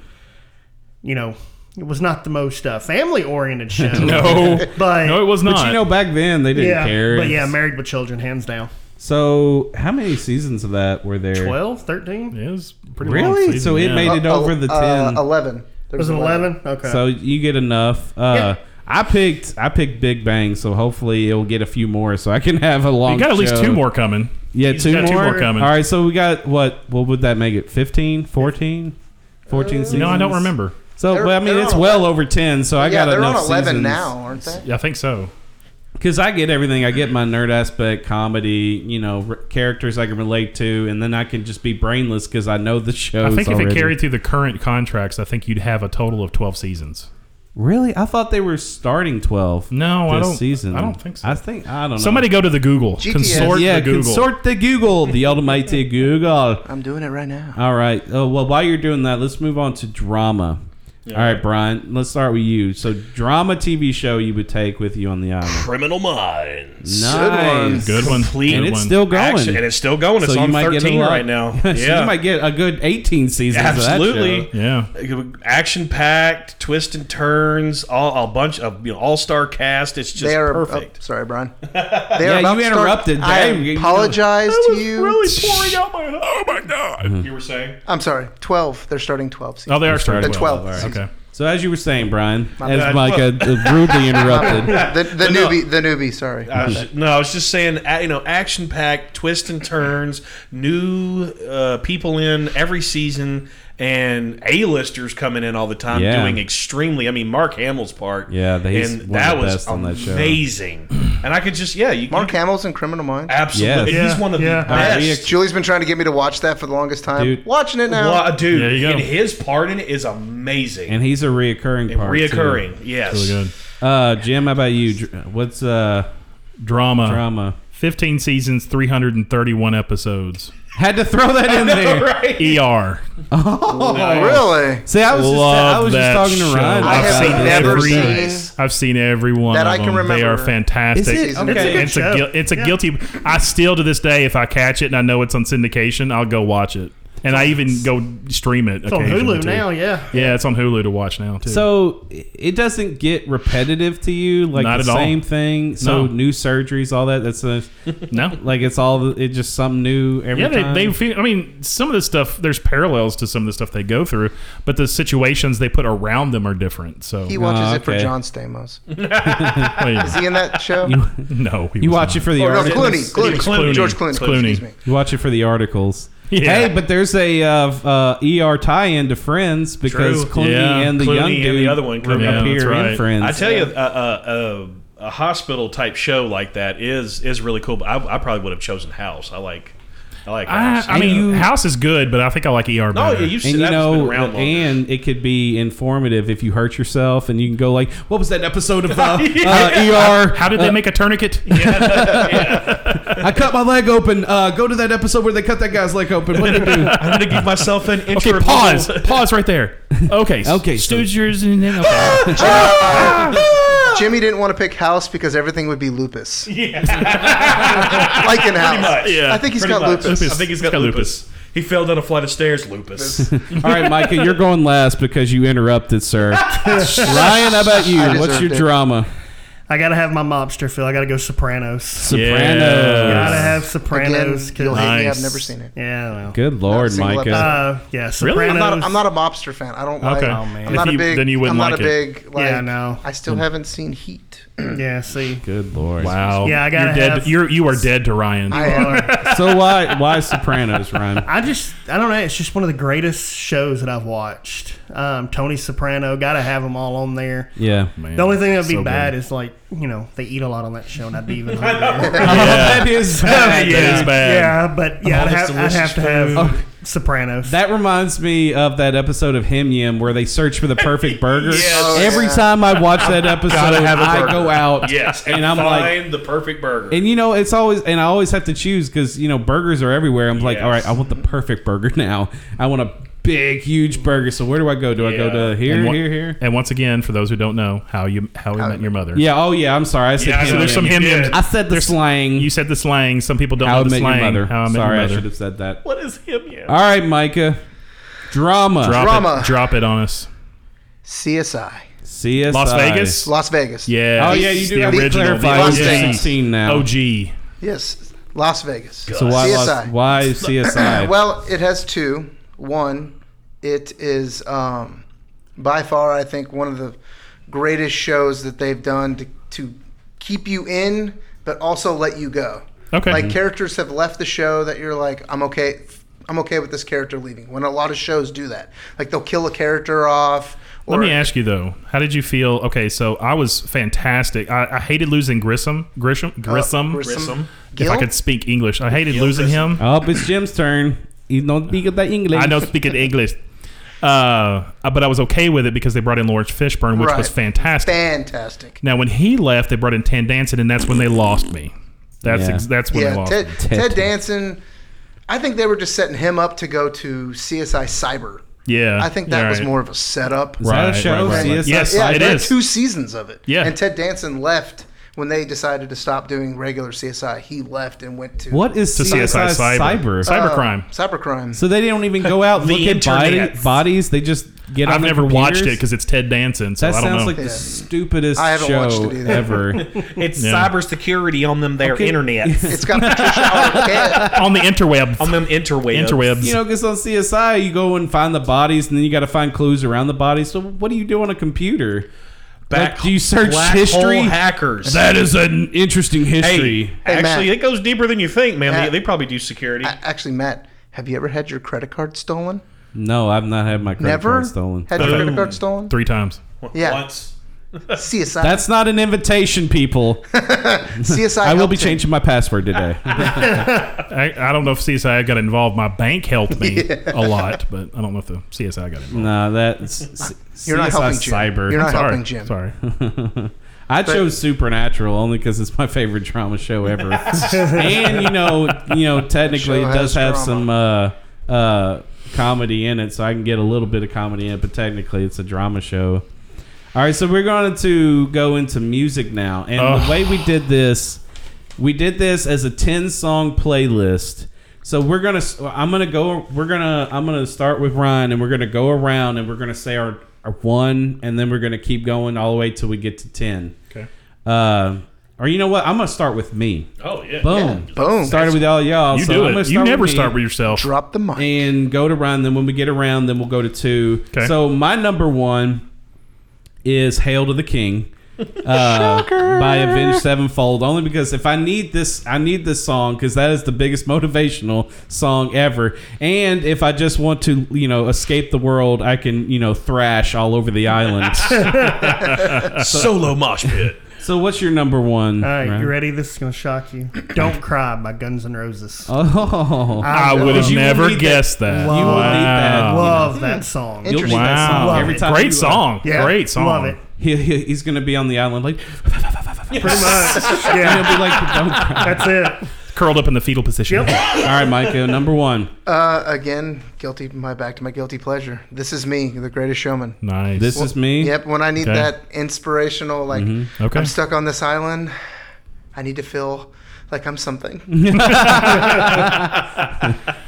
[SPEAKER 6] you know, it was not the most uh, family-oriented show. but
[SPEAKER 10] But you know, back then they didn't
[SPEAKER 6] yeah,
[SPEAKER 10] care.
[SPEAKER 6] But yeah, married with children, hands down.
[SPEAKER 10] So how many seasons of that were there?
[SPEAKER 6] 12, 13?
[SPEAKER 12] Yeah, it was
[SPEAKER 10] pretty long Really? season, So it yeah. made it over the
[SPEAKER 13] Uh,
[SPEAKER 10] 10.
[SPEAKER 13] Eleven. There
[SPEAKER 6] Was it 11? Okay.
[SPEAKER 10] So you get enough. Uh, I picked I picked Big Bang, so hopefully it'll get a few more, so I can have a long.
[SPEAKER 12] You got at least
[SPEAKER 10] show.
[SPEAKER 12] two more coming.
[SPEAKER 10] Yeah,
[SPEAKER 12] He's
[SPEAKER 10] two
[SPEAKER 12] got
[SPEAKER 10] more?
[SPEAKER 12] two more coming.
[SPEAKER 10] All right, so we got what? What would that make it? 15, 14? 14
[SPEAKER 13] Uh,
[SPEAKER 10] seasons?
[SPEAKER 12] No, I don't remember.
[SPEAKER 10] So,
[SPEAKER 12] They're-
[SPEAKER 10] well, I mean,
[SPEAKER 12] they're
[SPEAKER 10] it's
[SPEAKER 12] on
[SPEAKER 10] well over 10, so I
[SPEAKER 13] yeah,
[SPEAKER 10] got
[SPEAKER 13] they're
[SPEAKER 10] enough
[SPEAKER 13] on eleven
[SPEAKER 10] seasons.
[SPEAKER 13] now, aren't they?
[SPEAKER 12] Yeah, I think so.
[SPEAKER 10] Because I get everything. I get my nerd aspect, comedy, you know, r- characters I can relate to, and then I can just be brainless because I know the show.
[SPEAKER 12] I think if
[SPEAKER 10] already.
[SPEAKER 12] it carried through the current contracts, I think you'd have a total of twelve seasons.
[SPEAKER 10] Really? I thought they were starting 12.
[SPEAKER 12] No,
[SPEAKER 10] this
[SPEAKER 12] I don't-
[SPEAKER 10] season.
[SPEAKER 12] I don't think so.
[SPEAKER 10] I think, I don't know.
[SPEAKER 12] Somebody go to the Google.
[SPEAKER 10] GTS.
[SPEAKER 12] Consort
[SPEAKER 10] yeah,
[SPEAKER 12] the Google.
[SPEAKER 10] Consort the Google, the almighty Google.
[SPEAKER 13] I'm doing it right now.
[SPEAKER 10] All right. Oh, well, while you're doing that, let's move on to drama. All right, Brian, let's start with you. So, drama TV show you would take with you on the island.
[SPEAKER 11] Criminal Minds.
[SPEAKER 10] Nice.
[SPEAKER 12] Good one. Complete.
[SPEAKER 10] And
[SPEAKER 12] Good
[SPEAKER 10] it's
[SPEAKER 12] one.
[SPEAKER 10] still going.
[SPEAKER 11] Action- and it's still going. It's
[SPEAKER 10] you
[SPEAKER 11] on
[SPEAKER 10] might get a
[SPEAKER 11] 13
[SPEAKER 10] lot.
[SPEAKER 11] right now.
[SPEAKER 10] so
[SPEAKER 11] Yeah.
[SPEAKER 10] you might get a good 18 seasons
[SPEAKER 11] Absolutely,
[SPEAKER 10] of that show.
[SPEAKER 11] Action packed, twist and turns, all a bunch of you know all star cast. It's just
[SPEAKER 13] They are-
[SPEAKER 11] perfect.
[SPEAKER 13] sorry, Brian. They
[SPEAKER 11] Yeah,
[SPEAKER 13] are about
[SPEAKER 11] you
[SPEAKER 13] to start-
[SPEAKER 11] interrupted.
[SPEAKER 13] I
[SPEAKER 11] Damn, you-
[SPEAKER 13] apologize
[SPEAKER 11] That
[SPEAKER 13] to
[SPEAKER 11] was
[SPEAKER 13] you.
[SPEAKER 11] really pouring out my. Oh my god!
[SPEAKER 10] Mhm.
[SPEAKER 11] You were saying
[SPEAKER 13] I'm sorry. Twelve. They're starting twelve. Seasons.
[SPEAKER 10] Oh, they are starting
[SPEAKER 13] They're
[SPEAKER 10] 12.
[SPEAKER 13] twelve.
[SPEAKER 10] All right.
[SPEAKER 13] seasons.
[SPEAKER 12] Okay.
[SPEAKER 10] So, as you were saying, Brian,
[SPEAKER 13] My
[SPEAKER 10] as
[SPEAKER 11] bad.
[SPEAKER 10] Micah uh, rudely interrupted.
[SPEAKER 13] the the
[SPEAKER 11] But no. Uh,
[SPEAKER 13] newbie. The newbie. Sorry.
[SPEAKER 11] I was ju- no, I was just saying, a- you know, action packed, twist and turns, new uh, people in every season, and A listers coming in all the time,
[SPEAKER 10] Yeah.
[SPEAKER 11] doing extremely. I mean, Mark Hamill's part,
[SPEAKER 10] Yeah, that- he's
[SPEAKER 11] and
[SPEAKER 10] one of
[SPEAKER 11] that
[SPEAKER 10] the
[SPEAKER 11] was
[SPEAKER 10] best on that show.
[SPEAKER 11] amazing. and I could just, yeah, you
[SPEAKER 13] Mark Hamill's in Criminal Minds.
[SPEAKER 11] absolutely,
[SPEAKER 10] Yes.
[SPEAKER 11] he's one of
[SPEAKER 10] Yeah.
[SPEAKER 11] the
[SPEAKER 10] All right,
[SPEAKER 11] best.
[SPEAKER 10] we
[SPEAKER 13] Julie's been trying to get me to watch that for the longest time.
[SPEAKER 10] Dude.
[SPEAKER 13] Watching it now.
[SPEAKER 11] Wa- dude,
[SPEAKER 10] There you go.
[SPEAKER 11] and his part in it is amazing.
[SPEAKER 10] And he's a reoccurring part. too.
[SPEAKER 11] reoccurring, yes. Really good.
[SPEAKER 10] Uh, Jim, how about you? Dr- What's uh,
[SPEAKER 12] drama?
[SPEAKER 10] Drama.
[SPEAKER 12] Fifteen seasons, three hundred and thirty-one episodes.
[SPEAKER 10] Had to throw that in there.
[SPEAKER 12] ER.
[SPEAKER 13] Oh, really?
[SPEAKER 10] See, I was just- I was just
[SPEAKER 12] that
[SPEAKER 10] talking to
[SPEAKER 12] show.
[SPEAKER 10] Ryan
[SPEAKER 13] I have never seen-
[SPEAKER 12] I've seen every one
[SPEAKER 13] That
[SPEAKER 12] of
[SPEAKER 13] I can
[SPEAKER 12] them. They
[SPEAKER 13] remember.
[SPEAKER 12] are fantastic.
[SPEAKER 13] Is it? It's a good Okay.
[SPEAKER 12] It's, a,
[SPEAKER 13] show.
[SPEAKER 12] gui- it's a
[SPEAKER 13] Yeah.
[SPEAKER 12] guilty. I still to this day, if I catch it and I know it's on syndication, I'll go watch it. and I even go stream it.
[SPEAKER 6] It's on
[SPEAKER 12] occasionally,
[SPEAKER 6] Hulu
[SPEAKER 12] too.
[SPEAKER 6] now, yeah.
[SPEAKER 12] yeah, it's on Hulu to watch now too.
[SPEAKER 10] So it doesn't get repetitive to you, like
[SPEAKER 12] Not
[SPEAKER 10] the
[SPEAKER 12] at all.
[SPEAKER 10] same thing. So
[SPEAKER 12] No.
[SPEAKER 10] new surgeries, all that. That's a
[SPEAKER 12] no.
[SPEAKER 10] Like it's all it's just something new every
[SPEAKER 12] yeah, they,
[SPEAKER 10] time.
[SPEAKER 12] they feel. I mean, some of this stuff. There's parallels to some of the stuff they go through, but the situations they put around them are different. So
[SPEAKER 13] He watches it for John Stamos. Is he in that show?
[SPEAKER 12] no,
[SPEAKER 10] you watch it for the
[SPEAKER 13] Oh, no,
[SPEAKER 10] articles.
[SPEAKER 13] Clooney, Clooney,
[SPEAKER 10] It's
[SPEAKER 13] Clooney, George Clooney,
[SPEAKER 10] It's
[SPEAKER 13] excuse me.
[SPEAKER 10] You watch it for the articles.
[SPEAKER 12] Yeah.
[SPEAKER 10] Hey, but there's a uh, uh, ER tie-in to Friends because
[SPEAKER 12] True.
[SPEAKER 10] Clooney
[SPEAKER 12] Yeah.
[SPEAKER 10] and the
[SPEAKER 12] Clooney
[SPEAKER 10] young
[SPEAKER 12] and
[SPEAKER 10] dude
[SPEAKER 12] the other one come out.
[SPEAKER 10] appear
[SPEAKER 12] That's
[SPEAKER 10] in
[SPEAKER 12] right.
[SPEAKER 10] Friends.
[SPEAKER 12] I
[SPEAKER 11] I tell you, a, a, a, a hospital type show like that is is really cool. But I, I probably would have chosen House. I like, I like.
[SPEAKER 12] I,
[SPEAKER 11] House.
[SPEAKER 12] I mean, House is good, but I think I like ER better.
[SPEAKER 11] No, yeah, you
[SPEAKER 10] and you know, and it could be informative if you hurt yourself, and you can go like, "What was that episode of uh, uh, ER?
[SPEAKER 12] How did they
[SPEAKER 10] Uh,
[SPEAKER 12] make a tourniquet?
[SPEAKER 10] I cut my leg open. Uh, go to that episode where they cut that guy's leg open. What did they do?
[SPEAKER 11] I'm gonna give myself an
[SPEAKER 12] Okay,
[SPEAKER 11] intro.
[SPEAKER 12] pause. pause right there. Okay.
[SPEAKER 10] Okay, so-
[SPEAKER 12] Stoogers and then okay.
[SPEAKER 13] Jimmy didn't want to pick House because everything would be lupus. Yeah. like in House. I think he's
[SPEAKER 11] Pretty
[SPEAKER 13] got
[SPEAKER 11] much.
[SPEAKER 13] lupus.
[SPEAKER 11] I think he's got, lupus. He fell down a flight of stairs. Lupus. All
[SPEAKER 10] All right, Micah, you're going last because you interrupted, sir. Ryan, how about you?
[SPEAKER 6] I
[SPEAKER 10] What's
[SPEAKER 6] deserved
[SPEAKER 10] your
[SPEAKER 6] it.
[SPEAKER 10] drama?
[SPEAKER 6] I gotta have my mobster feel. I gotta go Sopranos.
[SPEAKER 10] Sopranos.
[SPEAKER 6] Gotta have Sopranos.
[SPEAKER 13] Again, you'll hate me. I've
[SPEAKER 6] Nice.
[SPEAKER 13] never seen it.
[SPEAKER 6] Yeah. I know.
[SPEAKER 10] Good
[SPEAKER 13] Not
[SPEAKER 10] lord,
[SPEAKER 13] a single
[SPEAKER 10] Micah.
[SPEAKER 6] episode. Uh, yeah, Sopranos.
[SPEAKER 13] I'm not, I'm not a mobster fan. I don't like.
[SPEAKER 10] Okay.
[SPEAKER 6] Oh, man.
[SPEAKER 13] I'm not
[SPEAKER 6] If
[SPEAKER 13] a
[SPEAKER 6] you-
[SPEAKER 13] big.
[SPEAKER 6] then you
[SPEAKER 13] I'm
[SPEAKER 6] wouldn't
[SPEAKER 13] not
[SPEAKER 6] like
[SPEAKER 13] a
[SPEAKER 6] it. Mm.
[SPEAKER 13] big. Like,
[SPEAKER 6] Yeah, no.
[SPEAKER 13] I still haven't seen Heat.
[SPEAKER 6] yeah. See.
[SPEAKER 10] Good lord.
[SPEAKER 12] Wow.
[SPEAKER 6] Yeah, I gotta
[SPEAKER 12] Oh, you're dead.
[SPEAKER 6] have-
[SPEAKER 12] You're you are dead to Ryan.
[SPEAKER 6] You are.
[SPEAKER 10] so why why Sopranos, Ryan?
[SPEAKER 6] I just I don't know. It's just one of the greatest shows that I've watched. Um, Tony Soprano. Gotta have them all on there.
[SPEAKER 10] Yeah, man.
[SPEAKER 6] the only thing that'd be
[SPEAKER 10] So
[SPEAKER 6] bad
[SPEAKER 10] good.
[SPEAKER 6] is like you know they eat a lot on that show and I'd be even hungrier.
[SPEAKER 10] Oh, That is bad.
[SPEAKER 6] yeah.
[SPEAKER 10] That is bad.
[SPEAKER 6] Yeah, but yeah,
[SPEAKER 10] All
[SPEAKER 6] I'd have,
[SPEAKER 10] this
[SPEAKER 6] I'd have to have
[SPEAKER 10] delicious food.
[SPEAKER 6] Sopranos.
[SPEAKER 10] That reminds me of that episode of Him Yim where they search for the perfect burger.
[SPEAKER 11] Yes. Oh,
[SPEAKER 10] Every
[SPEAKER 11] Yeah.
[SPEAKER 10] time I watch that episode,
[SPEAKER 11] Gotta have a
[SPEAKER 10] I
[SPEAKER 11] burger.
[SPEAKER 10] go out
[SPEAKER 11] Yes,
[SPEAKER 10] and, I'm like,
[SPEAKER 11] find the perfect burger.
[SPEAKER 10] and you know, it's always, and I always have to choose because you know burgers are everywhere. I'm like, all right, I want the perfect burger now. I want a big, huge burger. So where do I go? Do I go to here,
[SPEAKER 12] and,
[SPEAKER 10] here, here?
[SPEAKER 12] And once again, for those who don't know, how you how we met your mother.
[SPEAKER 10] Yeah. Oh, yeah. I'm sorry. I said
[SPEAKER 12] Yeah, so
[SPEAKER 10] him
[SPEAKER 12] there's some
[SPEAKER 10] Yim.
[SPEAKER 12] him Yims.
[SPEAKER 10] I said the slang.
[SPEAKER 12] You said the slang. Some people don't
[SPEAKER 10] How I
[SPEAKER 12] know the
[SPEAKER 10] Met Your
[SPEAKER 12] slang.
[SPEAKER 10] Mother.
[SPEAKER 12] How I met
[SPEAKER 10] Sorry, I
[SPEAKER 12] your mother.
[SPEAKER 10] should have said that.
[SPEAKER 11] What is him? Yeah.
[SPEAKER 10] All right, Micah. Drama.
[SPEAKER 12] Drop
[SPEAKER 13] Drama.
[SPEAKER 12] it. Drop it on us.
[SPEAKER 13] CSI.
[SPEAKER 10] CSI.
[SPEAKER 12] Las Vegas.
[SPEAKER 13] Las Vegas.
[SPEAKER 12] Yeah.
[SPEAKER 10] Oh, yeah, you do
[SPEAKER 12] the
[SPEAKER 10] have to
[SPEAKER 12] original.
[SPEAKER 10] clarify
[SPEAKER 12] the Oh,
[SPEAKER 10] Las
[SPEAKER 12] OG.
[SPEAKER 10] Vegas. 16 now.
[SPEAKER 12] OG.
[SPEAKER 13] Yes, Las Vegas.
[SPEAKER 10] So why
[SPEAKER 13] CSI.
[SPEAKER 10] Las- why
[SPEAKER 12] Uh,
[SPEAKER 10] CSI?
[SPEAKER 13] well, it has two. One, it is um, by far, I think, one of the greatest shows that they've done to, to keep you in, but also let you go.
[SPEAKER 12] Okay. Mm-hmm.
[SPEAKER 13] Like characters have left the show that you're like, I'm okay. I'm okay with this character leaving. When a lot of shows do that, like they'll kill a character off. Or,
[SPEAKER 12] Let me ask you though, how did you feel? Okay, so I was fantastic. I, I hated losing Grissom. Grisham. Grissom.
[SPEAKER 13] Grissom.
[SPEAKER 12] If I could speak English, I hated losing him.
[SPEAKER 10] Oh, it's Jim's turn. You don't speak of that English.
[SPEAKER 12] I don't speak in English. Uh, but I was okay with it because they brought in Lawrence Fishburne, which
[SPEAKER 13] Right.
[SPEAKER 12] was fantastic.
[SPEAKER 13] Fantastic.
[SPEAKER 12] Now, when he left, they brought in Tan Danson, and that's when they lost me. That's
[SPEAKER 10] Yeah.
[SPEAKER 12] ex- that's when they
[SPEAKER 13] Yeah,
[SPEAKER 12] lost.
[SPEAKER 13] Ted,
[SPEAKER 12] me.
[SPEAKER 13] Ted Danson. I think they were just setting him up to go to CSI Cyber.
[SPEAKER 12] Yeah,
[SPEAKER 13] I think that
[SPEAKER 12] you're
[SPEAKER 13] was
[SPEAKER 12] right.
[SPEAKER 13] more of a setup.
[SPEAKER 12] Is that a Right, show? right, right, right.
[SPEAKER 13] And-
[SPEAKER 12] Yes,
[SPEAKER 13] yeah,
[SPEAKER 12] it
[SPEAKER 13] there are
[SPEAKER 12] is.
[SPEAKER 13] Two seasons of it.
[SPEAKER 12] Yeah.
[SPEAKER 13] and Ted Danson left when they decided to stop doing regular CSI. He left and went to
[SPEAKER 10] What is
[SPEAKER 12] To CSI
[SPEAKER 10] CSI cyber?
[SPEAKER 12] cyber. Cybercrime.
[SPEAKER 13] Uh, cybercrime.
[SPEAKER 10] So they don't even go out
[SPEAKER 12] The
[SPEAKER 10] look at body,
[SPEAKER 12] internet.
[SPEAKER 10] bodies. They just get. on
[SPEAKER 12] I've
[SPEAKER 10] the
[SPEAKER 12] never watched it
[SPEAKER 10] computers?
[SPEAKER 12] because it's Ted Danson, so
[SPEAKER 10] that
[SPEAKER 12] I don't
[SPEAKER 10] sounds
[SPEAKER 12] know.
[SPEAKER 10] like the stupidest
[SPEAKER 13] I haven't watched
[SPEAKER 10] show
[SPEAKER 13] it either.
[SPEAKER 10] ever.
[SPEAKER 11] It's
[SPEAKER 12] Yeah.
[SPEAKER 11] cyber security on them their
[SPEAKER 10] Okay.
[SPEAKER 11] internets.
[SPEAKER 13] It's got Patricia Arquette.
[SPEAKER 12] on the interweb.
[SPEAKER 11] on them interwebs.
[SPEAKER 12] Interwebs.
[SPEAKER 10] You know, because on CSI, you go and find the bodies, and then you got to find clues around the bodies. So, what do you do on a computer?
[SPEAKER 11] Back-
[SPEAKER 10] Like, do you search
[SPEAKER 11] black
[SPEAKER 10] history?
[SPEAKER 11] hole hackers.
[SPEAKER 10] That is an interesting history.
[SPEAKER 11] Hey, actually,
[SPEAKER 13] Matt.
[SPEAKER 11] it goes deeper than you think, man.
[SPEAKER 13] Matt.
[SPEAKER 11] They, they probably do security.
[SPEAKER 13] A- Actually, Matt, have you ever had your credit card stolen?
[SPEAKER 10] No, I've not had my credit
[SPEAKER 13] Never
[SPEAKER 10] card stolen.
[SPEAKER 13] had your credit card stolen.
[SPEAKER 12] Three times.
[SPEAKER 13] Yeah,
[SPEAKER 11] Once.
[SPEAKER 13] CSI.
[SPEAKER 10] That's not an invitation, people.
[SPEAKER 13] CSI.
[SPEAKER 10] I will be
[SPEAKER 13] helped him.
[SPEAKER 10] changing my password today.
[SPEAKER 12] I, I don't know if CSI got involved. My bank helped me a lot, but I don't know if the CSI got involved.
[SPEAKER 10] no, that's
[SPEAKER 13] You're not
[SPEAKER 10] CSI
[SPEAKER 13] helping Jim.
[SPEAKER 10] cyber.
[SPEAKER 13] You're not
[SPEAKER 12] Sorry.
[SPEAKER 13] helping Jim.
[SPEAKER 12] Sorry.
[SPEAKER 10] I chose Supernatural only because it's my favorite drama show ever, and you know, you know, technically it
[SPEAKER 13] Show
[SPEAKER 10] does
[SPEAKER 13] has
[SPEAKER 10] have
[SPEAKER 13] drama.
[SPEAKER 10] some uh, uh, comedy in it, so I can get a little bit of comedy in it. But technically, it's a drama show. All right, so we're going to go into music now, and the
[SPEAKER 12] Ugh.
[SPEAKER 10] way we did this, we did this as a ten song playlist. So we're gonna. s- I'm gonna go. We're gonna. I'm gonna start with Ryan, and we're gonna go around, and we're gonna say our our one, and then we're gonna keep going all the way till we get to ten.
[SPEAKER 12] Okay.
[SPEAKER 10] Uh, or you know what? I'm gonna start with me.
[SPEAKER 12] Oh, yeah.
[SPEAKER 10] Boom.
[SPEAKER 12] Yeah, boom.
[SPEAKER 10] Started with all y'all.
[SPEAKER 12] You
[SPEAKER 10] so
[SPEAKER 12] do
[SPEAKER 10] I'm
[SPEAKER 12] it.
[SPEAKER 10] gonna
[SPEAKER 12] You never start with yourself.
[SPEAKER 10] Drop the mic and go to Ryan. Then when we get around, then we'll go to two. So my number one is "Hail to the King." uh, by Avenged Sevenfold. Only because if I need this, I need this song because that is the biggest motivational song ever. And if I just want to, you know, escape the world, I can, you know, thrash all over the island.
[SPEAKER 6] Solo
[SPEAKER 12] mosh pit.
[SPEAKER 10] So what's your number one?
[SPEAKER 6] All right,
[SPEAKER 10] Ryan?
[SPEAKER 6] you ready? This is gonna shock you. Don't cry by Guns N' Roses.
[SPEAKER 10] Oh,
[SPEAKER 12] I would have
[SPEAKER 6] You will
[SPEAKER 12] never
[SPEAKER 6] need that-
[SPEAKER 12] guessed that.
[SPEAKER 6] Love,
[SPEAKER 12] You will need that, you know.
[SPEAKER 6] Love that song.
[SPEAKER 10] You'll need that song
[SPEAKER 6] Love
[SPEAKER 10] every
[SPEAKER 6] it.
[SPEAKER 10] time you, uh,
[SPEAKER 6] Yeah, Love it.
[SPEAKER 10] He, he- he's gonna be on the island like
[SPEAKER 6] Pretty much.
[SPEAKER 10] And
[SPEAKER 6] Yeah.
[SPEAKER 10] he'll be like, "Don't cry."
[SPEAKER 6] That's it.
[SPEAKER 12] Curled up in the fetal position.
[SPEAKER 10] All right, Micah, number one.
[SPEAKER 13] Uh, again, guilty. My back to my guilty pleasure. This is me, the greatest showman.
[SPEAKER 12] Nice. This is me?
[SPEAKER 13] Yep. When I need
[SPEAKER 12] Okay.
[SPEAKER 13] that inspirational, like
[SPEAKER 12] Mhm. Okay.
[SPEAKER 13] I'm stuck on this island, I need to feel like I'm something.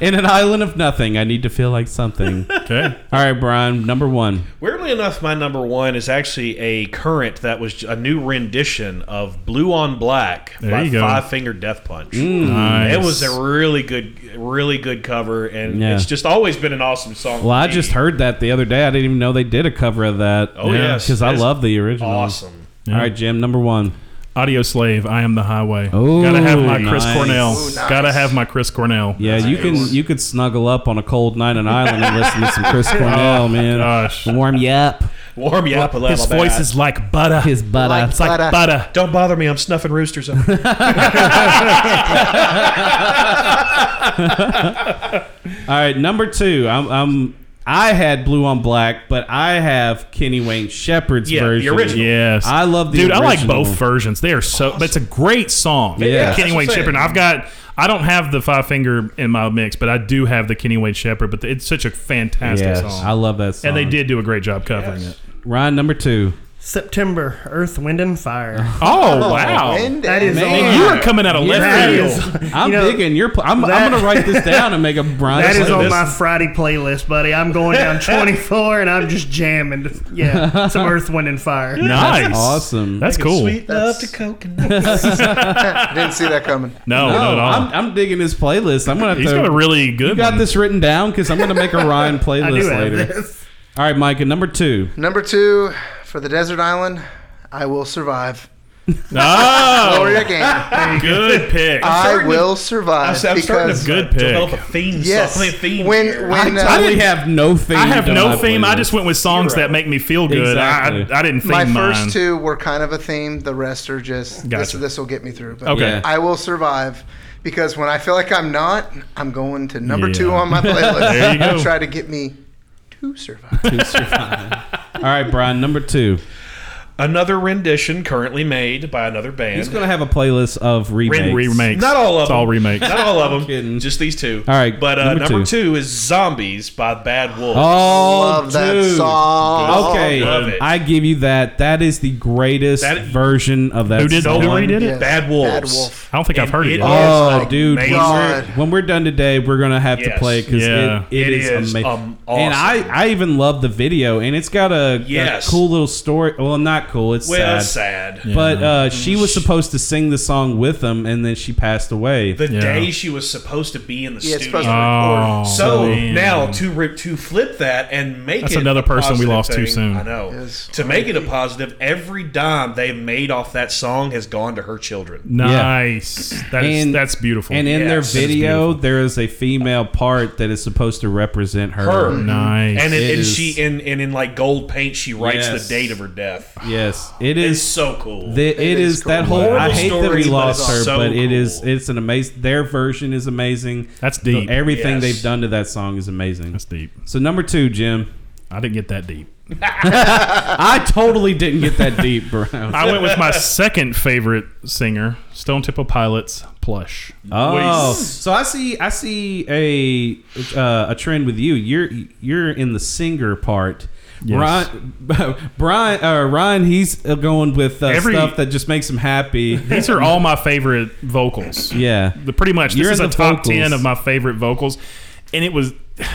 [SPEAKER 10] In an island of nothing, I need to feel like something.
[SPEAKER 12] Okay.
[SPEAKER 10] All right, Brian, number one.
[SPEAKER 11] Weirdly enough, my number one is actually a current that was a new rendition of Blue on Black
[SPEAKER 12] There
[SPEAKER 11] by
[SPEAKER 12] you go.
[SPEAKER 11] Five Finger Death Punch.
[SPEAKER 12] Mm. Nice.
[SPEAKER 11] It was a really good, really good cover, and
[SPEAKER 10] Yeah.
[SPEAKER 11] it's just always been an awesome song.
[SPEAKER 10] Well, I
[SPEAKER 11] to me.
[SPEAKER 10] just heard that the other day. I didn't even know they did a cover of that.
[SPEAKER 11] Oh, yes.
[SPEAKER 10] because I
[SPEAKER 11] That's
[SPEAKER 10] love the original.
[SPEAKER 11] awesome.
[SPEAKER 10] All right, Jim, number one.
[SPEAKER 12] Audio slave. I am the highway.
[SPEAKER 10] Oh,
[SPEAKER 12] Gotta have my Chris
[SPEAKER 10] nice.
[SPEAKER 12] Cornell.
[SPEAKER 10] Ooh, nice.
[SPEAKER 12] Gotta have my Chris Cornell.
[SPEAKER 10] Yeah, you can you could snuggle up on a cold night on an island and listen to some Chris Cornell, man.
[SPEAKER 12] Oh, Gosh.
[SPEAKER 10] Warm you up.
[SPEAKER 11] Warm you up a
[SPEAKER 12] His
[SPEAKER 11] little bit.
[SPEAKER 12] voice is like butter.
[SPEAKER 10] His butter. Like
[SPEAKER 12] it's like butter.
[SPEAKER 11] Don't bother me. I'm snuffing roosters. Up.
[SPEAKER 10] All right, number two. I'm, I'm I had blue on black, but I have Kenny Wayne Shepherd's
[SPEAKER 12] Yeah, the
[SPEAKER 10] version.
[SPEAKER 12] original. Yes.
[SPEAKER 10] I love the
[SPEAKER 12] Dude, I like
[SPEAKER 10] original.
[SPEAKER 12] both versions. They are so. But it's a great song.
[SPEAKER 10] Yeah. Yeah,
[SPEAKER 12] Kenny
[SPEAKER 10] that's
[SPEAKER 12] Wayne
[SPEAKER 10] what I'm
[SPEAKER 12] Shepherd.
[SPEAKER 10] saying.
[SPEAKER 12] I've got. I don't have the five finger in my mix, but I do have the Kenny Wayne Shepherd. But it's such a fantastic
[SPEAKER 10] Yes,
[SPEAKER 12] song.
[SPEAKER 10] I love that song.
[SPEAKER 12] And they did do a great job covering it.
[SPEAKER 10] Ryan number two.
[SPEAKER 6] September, Earth, Wind, and Fire.
[SPEAKER 12] Oh, wow. Wind
[SPEAKER 6] That is
[SPEAKER 12] and
[SPEAKER 6] on-
[SPEAKER 12] Man, you are coming out of left
[SPEAKER 6] That
[SPEAKER 12] field.
[SPEAKER 6] is-
[SPEAKER 10] I'm
[SPEAKER 6] you know,
[SPEAKER 10] digging your. Pl- I'm, I'm
[SPEAKER 6] that-
[SPEAKER 10] gonna write this down and make a Brian.
[SPEAKER 6] that is on
[SPEAKER 10] playlist.
[SPEAKER 6] my Friday playlist, buddy. I'm going down 24 and I'm just jamming. Yeah, some Earth, Wind, and Fire.
[SPEAKER 10] That's awesome.
[SPEAKER 11] love to coconut.
[SPEAKER 13] Didn't see that coming.
[SPEAKER 12] No, not at all.
[SPEAKER 10] I'm, I'm digging his playlist. I'm gonna. Have
[SPEAKER 12] He's
[SPEAKER 10] to,
[SPEAKER 12] got a really good
[SPEAKER 10] You got
[SPEAKER 12] one.
[SPEAKER 10] this written down because I'm gonna make a Ryan playlist
[SPEAKER 13] do have
[SPEAKER 10] later. All right, Micah, number two.
[SPEAKER 13] Number two for the desert island, I will survive.
[SPEAKER 6] uh,
[SPEAKER 12] Oh,
[SPEAKER 13] Gloria Gaynor.
[SPEAKER 12] good pick.
[SPEAKER 13] I will survive. because
[SPEAKER 11] Develop a theme.
[SPEAKER 13] Yes.
[SPEAKER 11] Song, a theme
[SPEAKER 13] When-
[SPEAKER 11] here.
[SPEAKER 13] when,
[SPEAKER 12] I didn't-
[SPEAKER 10] have no theme.
[SPEAKER 12] I have
[SPEAKER 10] to
[SPEAKER 12] no
[SPEAKER 10] my
[SPEAKER 12] theme. I
[SPEAKER 10] playlist.
[SPEAKER 12] just went with songs that make me feel good.
[SPEAKER 10] Exactly.
[SPEAKER 12] I, I didn't think
[SPEAKER 13] My
[SPEAKER 12] mine.
[SPEAKER 13] first two were kind of a theme. The rest are just
[SPEAKER 12] Gotcha.
[SPEAKER 13] this. This will get me through. But
[SPEAKER 12] Okay. Yeah.
[SPEAKER 13] I will survive because when I feel like I'm not, I'm going to number two
[SPEAKER 10] Yeah.
[SPEAKER 13] on my playlist.
[SPEAKER 10] There you go.
[SPEAKER 13] Try to get me to survive.
[SPEAKER 10] To survive. All right, Brian, number two.
[SPEAKER 11] Another rendition currently made by another band.
[SPEAKER 10] He's gonna have a playlist of remakes.
[SPEAKER 11] Not all of
[SPEAKER 10] It's
[SPEAKER 11] them.
[SPEAKER 10] all remakes.
[SPEAKER 11] Not all of them. Just these two.
[SPEAKER 10] All right,
[SPEAKER 11] But uh,
[SPEAKER 10] number
[SPEAKER 11] number,
[SPEAKER 10] two.
[SPEAKER 11] two. is Zombies by Bad Wolves.
[SPEAKER 10] Oh, dude. Okay,
[SPEAKER 11] Love it.
[SPEAKER 10] I give you that. That is the greatest
[SPEAKER 11] That-
[SPEAKER 10] version of that.
[SPEAKER 12] Who did-
[SPEAKER 10] song.
[SPEAKER 12] who redid it? Yes.
[SPEAKER 11] Bad
[SPEAKER 12] Bad
[SPEAKER 11] Wolves.
[SPEAKER 12] Wolf. I don't think I've heard it yet.
[SPEAKER 10] Oh,
[SPEAKER 12] is
[SPEAKER 10] dude! When
[SPEAKER 12] amazing.
[SPEAKER 10] we're, when we're done today, we're gonna have to
[SPEAKER 12] Yes.
[SPEAKER 10] play because
[SPEAKER 12] Yeah.
[SPEAKER 10] it
[SPEAKER 12] It
[SPEAKER 10] is,
[SPEAKER 12] is,
[SPEAKER 10] amazing.
[SPEAKER 12] um,
[SPEAKER 10] And I, I even love the video, and it's got a, a
[SPEAKER 12] Yes.
[SPEAKER 10] cool little story. Well, not cool. It's
[SPEAKER 11] Well, it's
[SPEAKER 10] sad.
[SPEAKER 11] sad.
[SPEAKER 10] But uh, she was supposed to sing the song with them, and then she passed away.
[SPEAKER 11] the day she was supposed to be in the
[SPEAKER 13] Yeah, it's
[SPEAKER 11] studio.
[SPEAKER 13] supposed to record.
[SPEAKER 10] Oh,
[SPEAKER 11] so
[SPEAKER 10] man.
[SPEAKER 11] now to re- to flip that and make
[SPEAKER 12] That's
[SPEAKER 11] it
[SPEAKER 12] another
[SPEAKER 11] a
[SPEAKER 12] person we
[SPEAKER 11] positive
[SPEAKER 12] lost too
[SPEAKER 11] thing,
[SPEAKER 12] soon.
[SPEAKER 11] I know. To make it a positive, every dime they made off that song has gone to her children.
[SPEAKER 12] Nice. That is,
[SPEAKER 10] And-
[SPEAKER 12] that's beautiful.
[SPEAKER 10] And in their
[SPEAKER 11] Yes. That is
[SPEAKER 10] video, there is a female part that is supposed to represent her.
[SPEAKER 11] Her and, it,
[SPEAKER 10] It
[SPEAKER 11] and
[SPEAKER 10] is-
[SPEAKER 11] she and, and in like gold paint she writes
[SPEAKER 10] Yes.
[SPEAKER 11] the date of her death.
[SPEAKER 10] Yes, it
[SPEAKER 11] It's
[SPEAKER 10] is
[SPEAKER 11] so cool.
[SPEAKER 10] The,
[SPEAKER 11] It
[SPEAKER 10] it
[SPEAKER 11] is
[SPEAKER 10] is,
[SPEAKER 11] cool.
[SPEAKER 10] that whole. I
[SPEAKER 11] Horrible
[SPEAKER 10] hate that
[SPEAKER 11] story,
[SPEAKER 10] we
[SPEAKER 11] but
[SPEAKER 10] lost
[SPEAKER 11] it's
[SPEAKER 10] her,
[SPEAKER 11] so
[SPEAKER 10] but it is it's an amazing. Their version is amazing. That's
[SPEAKER 12] deep.
[SPEAKER 10] everything
[SPEAKER 12] Yes.
[SPEAKER 10] they've done to that song is amazing. That's
[SPEAKER 12] deep.
[SPEAKER 10] So number two, Jim.
[SPEAKER 12] I didn't get that deep.
[SPEAKER 10] I totally didn't get that deep, Brown.
[SPEAKER 12] I went with my second favorite singer, Stone Temple Pilots, Plush.
[SPEAKER 10] Oh,
[SPEAKER 12] Nice.
[SPEAKER 10] so I see. I see a uh, a trend with you. You're you're in the singer part, Ron, Brian, uh, Ryan, he's uh, going with uh,
[SPEAKER 12] Every-
[SPEAKER 10] stuff that just makes him happy.
[SPEAKER 12] These are all my favorite vocals.
[SPEAKER 10] Yeah,
[SPEAKER 12] the, pretty much.
[SPEAKER 10] You're
[SPEAKER 12] this is
[SPEAKER 10] in
[SPEAKER 12] a
[SPEAKER 10] the
[SPEAKER 12] top ten
[SPEAKER 10] vocals.
[SPEAKER 12] of my favorite vocals, and it was.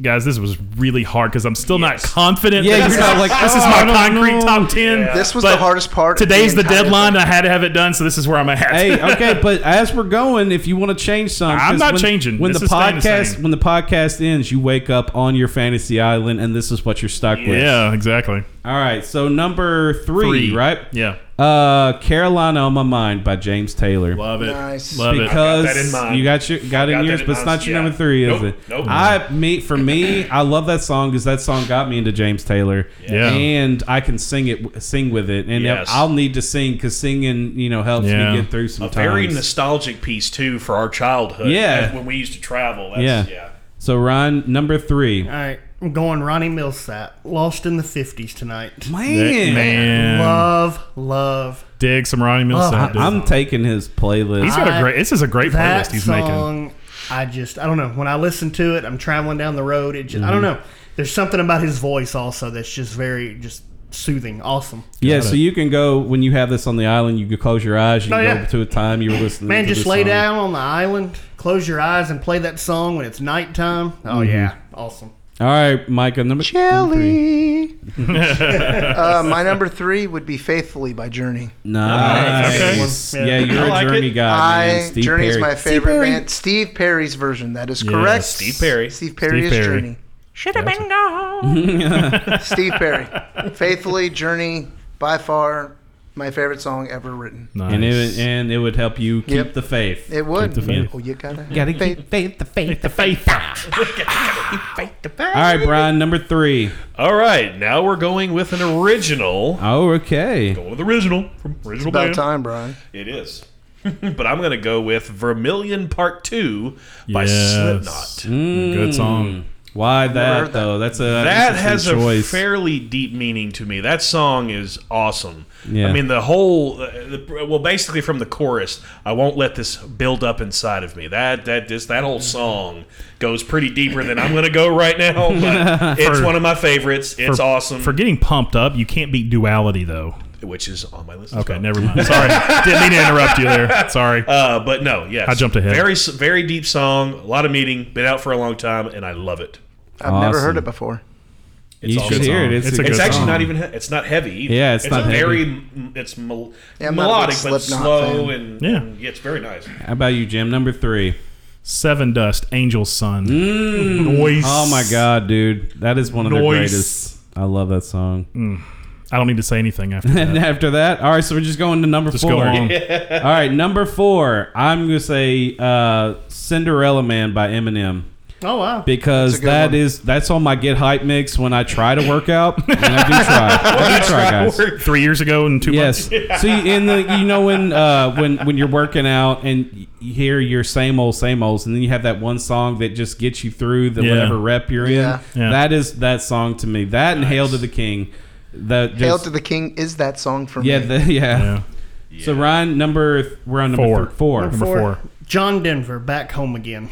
[SPEAKER 12] Guys, this was really hard because I'm still not confident.
[SPEAKER 10] Yeah,
[SPEAKER 12] that
[SPEAKER 10] you're
[SPEAKER 12] this
[SPEAKER 10] not
[SPEAKER 12] is-
[SPEAKER 10] like,
[SPEAKER 12] this is
[SPEAKER 10] "Oh, I
[SPEAKER 12] my
[SPEAKER 10] don't
[SPEAKER 12] concrete
[SPEAKER 10] know."
[SPEAKER 12] top ten.
[SPEAKER 10] Yeah.
[SPEAKER 13] This was
[SPEAKER 12] Oh. But
[SPEAKER 13] the hardest part of
[SPEAKER 12] Today's
[SPEAKER 13] the
[SPEAKER 12] the,
[SPEAKER 13] entire
[SPEAKER 12] deadline. and I had to have it done, so this is where I'm at.
[SPEAKER 10] hey, okay, but as we're going, if you want to change something,
[SPEAKER 12] I'm not changing.
[SPEAKER 10] When
[SPEAKER 12] This
[SPEAKER 10] the
[SPEAKER 12] is staying the
[SPEAKER 10] podcast
[SPEAKER 12] same.
[SPEAKER 10] when the podcast ends, you wake up on your fantasy island, and this is what you're stuck with.
[SPEAKER 12] yeah, exactly.
[SPEAKER 10] All right, so number three,
[SPEAKER 12] Three.
[SPEAKER 10] right?
[SPEAKER 12] Yeah.
[SPEAKER 10] Uh, Carolina on my mind by James Taylor.
[SPEAKER 12] Love it.
[SPEAKER 13] Nice.
[SPEAKER 12] Love it.
[SPEAKER 10] because
[SPEAKER 12] I got that in mind.
[SPEAKER 10] you got your got
[SPEAKER 12] I
[SPEAKER 10] in
[SPEAKER 12] got
[SPEAKER 10] yours,
[SPEAKER 12] that in
[SPEAKER 10] but it's
[SPEAKER 12] mind.
[SPEAKER 10] not your
[SPEAKER 12] Yeah.
[SPEAKER 10] number three, is
[SPEAKER 12] Nope.
[SPEAKER 10] it?
[SPEAKER 12] Nope.
[SPEAKER 10] I me for me, I love that song because that song got me into James Taylor,
[SPEAKER 12] Yeah.
[SPEAKER 10] and I can sing it, sing with it, and
[SPEAKER 11] Yes.
[SPEAKER 10] I'll need to sing because singing, you know, helps
[SPEAKER 12] Yeah.
[SPEAKER 10] me get through
[SPEAKER 11] a
[SPEAKER 10] some
[SPEAKER 11] very
[SPEAKER 10] times.
[SPEAKER 11] nostalgic piece too for our childhood.
[SPEAKER 10] Yeah.
[SPEAKER 11] as when we used to travel. That's,
[SPEAKER 10] yeah.
[SPEAKER 11] yeah.
[SPEAKER 10] So Ryan, number three.
[SPEAKER 6] All right, I'm going Ronnie Millsap. Lost in the 50s tonight.
[SPEAKER 10] Man. Man.
[SPEAKER 6] Love, love.
[SPEAKER 12] Dig some Ronnie
[SPEAKER 6] Love
[SPEAKER 12] Millsap.
[SPEAKER 6] that
[SPEAKER 10] I'm taking his playlist.
[SPEAKER 12] He's got a
[SPEAKER 6] I-
[SPEAKER 12] great. This is a great
[SPEAKER 6] that
[SPEAKER 12] playlist he's making.
[SPEAKER 6] song, I just, I don't know. When I listen to it, I'm traveling down the road. It just, I don't know. There's something about his voice also that's just very, just soothing, awesome.
[SPEAKER 10] Yeah,
[SPEAKER 12] Got
[SPEAKER 10] so
[SPEAKER 12] it.
[SPEAKER 10] you can go when you have this on the island. You can close your eyes. You
[SPEAKER 6] Oh,
[SPEAKER 10] can
[SPEAKER 6] yeah.
[SPEAKER 10] go to a time you were listening.
[SPEAKER 6] Man,
[SPEAKER 10] to
[SPEAKER 6] just
[SPEAKER 10] this
[SPEAKER 6] lay
[SPEAKER 10] song.
[SPEAKER 6] down on the island, close your eyes, and play that song when it's nighttime. Oh
[SPEAKER 10] Mhm.
[SPEAKER 6] yeah, awesome.
[SPEAKER 10] All right, Micah, number number three.
[SPEAKER 13] Jelly. uh, my number three would be "Faithfully" by Journey.
[SPEAKER 10] Nice.
[SPEAKER 6] Okay.
[SPEAKER 10] Yeah, you're
[SPEAKER 11] I like
[SPEAKER 10] a
[SPEAKER 11] it.
[SPEAKER 10] Journey guy. Uh, Man.
[SPEAKER 13] I
[SPEAKER 10] Steve
[SPEAKER 13] Journey is
[SPEAKER 10] Perry.
[SPEAKER 13] my favorite
[SPEAKER 10] Perry.
[SPEAKER 13] band. Steve Perry's version. That is
[SPEAKER 11] Yeah,
[SPEAKER 13] correct.
[SPEAKER 11] Steve Perry.
[SPEAKER 13] Steve Perry
[SPEAKER 11] Steve
[SPEAKER 13] is
[SPEAKER 11] Perry.
[SPEAKER 13] Journey.
[SPEAKER 17] Should have been gone.
[SPEAKER 13] Steve Perry. Faithfully, Journey, by far my favorite song ever written.
[SPEAKER 10] And it would- and it would help you keep
[SPEAKER 13] Yep.
[SPEAKER 10] the faith.
[SPEAKER 13] It would.
[SPEAKER 10] Keep the faith.
[SPEAKER 13] Oh, you gotta,
[SPEAKER 10] Gotta
[SPEAKER 13] faith.
[SPEAKER 10] keep faith, the faith, the
[SPEAKER 12] faith.
[SPEAKER 13] Ah.
[SPEAKER 10] All right, Brian, number three.
[SPEAKER 11] All right, now we're going with an original.
[SPEAKER 10] Oh, okay.
[SPEAKER 11] Going with original from
[SPEAKER 13] It's
[SPEAKER 11] original
[SPEAKER 13] about
[SPEAKER 11] band.
[SPEAKER 13] time, Brian.
[SPEAKER 11] It is. but I'm going to go with Vermilion Part 2 by
[SPEAKER 12] Yes.
[SPEAKER 11] Slipknot.
[SPEAKER 15] Hmm.
[SPEAKER 12] Good song.
[SPEAKER 10] Why that,
[SPEAKER 11] heard that.
[SPEAKER 10] though? That's a
[SPEAKER 11] that has a
[SPEAKER 10] choice.
[SPEAKER 11] fairly deep meaning to me. That song is awesome.
[SPEAKER 10] Yeah.
[SPEAKER 11] I mean, the whole, uh, the, well, basically from the chorus, I won't let this build up inside of me. That that this that whole song goes pretty deeper than I'm going to go right now. But it's
[SPEAKER 12] For-
[SPEAKER 11] one of my favorites. It's
[SPEAKER 12] for,
[SPEAKER 11] awesome,
[SPEAKER 12] For getting pumped up, you can't beat duality though.
[SPEAKER 11] which is on my list. as
[SPEAKER 12] Okay,
[SPEAKER 11] well.
[SPEAKER 12] never mind. Sorry, didn't mean to interrupt you there. Sorry.
[SPEAKER 11] Uh, but no, yes,
[SPEAKER 12] I jumped ahead.
[SPEAKER 11] Very s- very deep song. A lot of meaning. Been out for a long time, and I love it.
[SPEAKER 13] I've never heard
[SPEAKER 10] Awesome.
[SPEAKER 13] it before.
[SPEAKER 11] It's
[SPEAKER 10] you
[SPEAKER 11] all
[SPEAKER 10] should
[SPEAKER 11] good
[SPEAKER 10] hear
[SPEAKER 12] song.
[SPEAKER 10] it. It's,
[SPEAKER 12] It's
[SPEAKER 10] a
[SPEAKER 12] a
[SPEAKER 10] good
[SPEAKER 11] It's actually
[SPEAKER 10] song.
[SPEAKER 11] not even. he- It's not heavy. Either.
[SPEAKER 10] Yeah, it's not heavy.
[SPEAKER 11] very. m- It's mel-
[SPEAKER 13] Yeah, I'm not a big
[SPEAKER 11] melodic, but
[SPEAKER 13] Slipknot
[SPEAKER 11] slow
[SPEAKER 13] fan.
[SPEAKER 11] and
[SPEAKER 12] Yeah.
[SPEAKER 11] and it's very nice.
[SPEAKER 10] How about you, Jim? Number three.
[SPEAKER 12] Seven Dust, Angel Sun. Noise.
[SPEAKER 10] Oh my God, dude, that is one of the
[SPEAKER 12] Noise.
[SPEAKER 10] greatest. I love that song.
[SPEAKER 12] I don't need to say anything after
[SPEAKER 10] And
[SPEAKER 12] that.
[SPEAKER 10] after that, all right. So we're just going to number
[SPEAKER 12] Just
[SPEAKER 10] four.
[SPEAKER 12] go on.
[SPEAKER 10] All right, number four. I'm gonna say uh, "Cinderella Man" by Eminem
[SPEAKER 6] Oh wow.
[SPEAKER 10] because
[SPEAKER 13] That's a good
[SPEAKER 10] that
[SPEAKER 13] one.
[SPEAKER 10] is that's on my get hype mix when I try to work out. And I do try. I do try, guys.
[SPEAKER 12] Three years ago in two
[SPEAKER 10] Yes.
[SPEAKER 12] months.
[SPEAKER 10] See, in the you know when uh, when when you're working out and you hear your same old same olds, and then you have that one song that just gets you through the
[SPEAKER 12] Yeah.
[SPEAKER 10] whatever rep you're in.
[SPEAKER 13] Yeah.
[SPEAKER 12] Yeah.
[SPEAKER 10] That is that song to me. That and "Hail to the King." That just,
[SPEAKER 13] Hail to the King is that song for
[SPEAKER 10] yeah,
[SPEAKER 13] me.
[SPEAKER 10] the, yeah.
[SPEAKER 12] Yeah.
[SPEAKER 10] So Ryan, number th- we're on number
[SPEAKER 12] Four.
[SPEAKER 10] thir- four.
[SPEAKER 12] Number four.
[SPEAKER 6] John Denver back home again.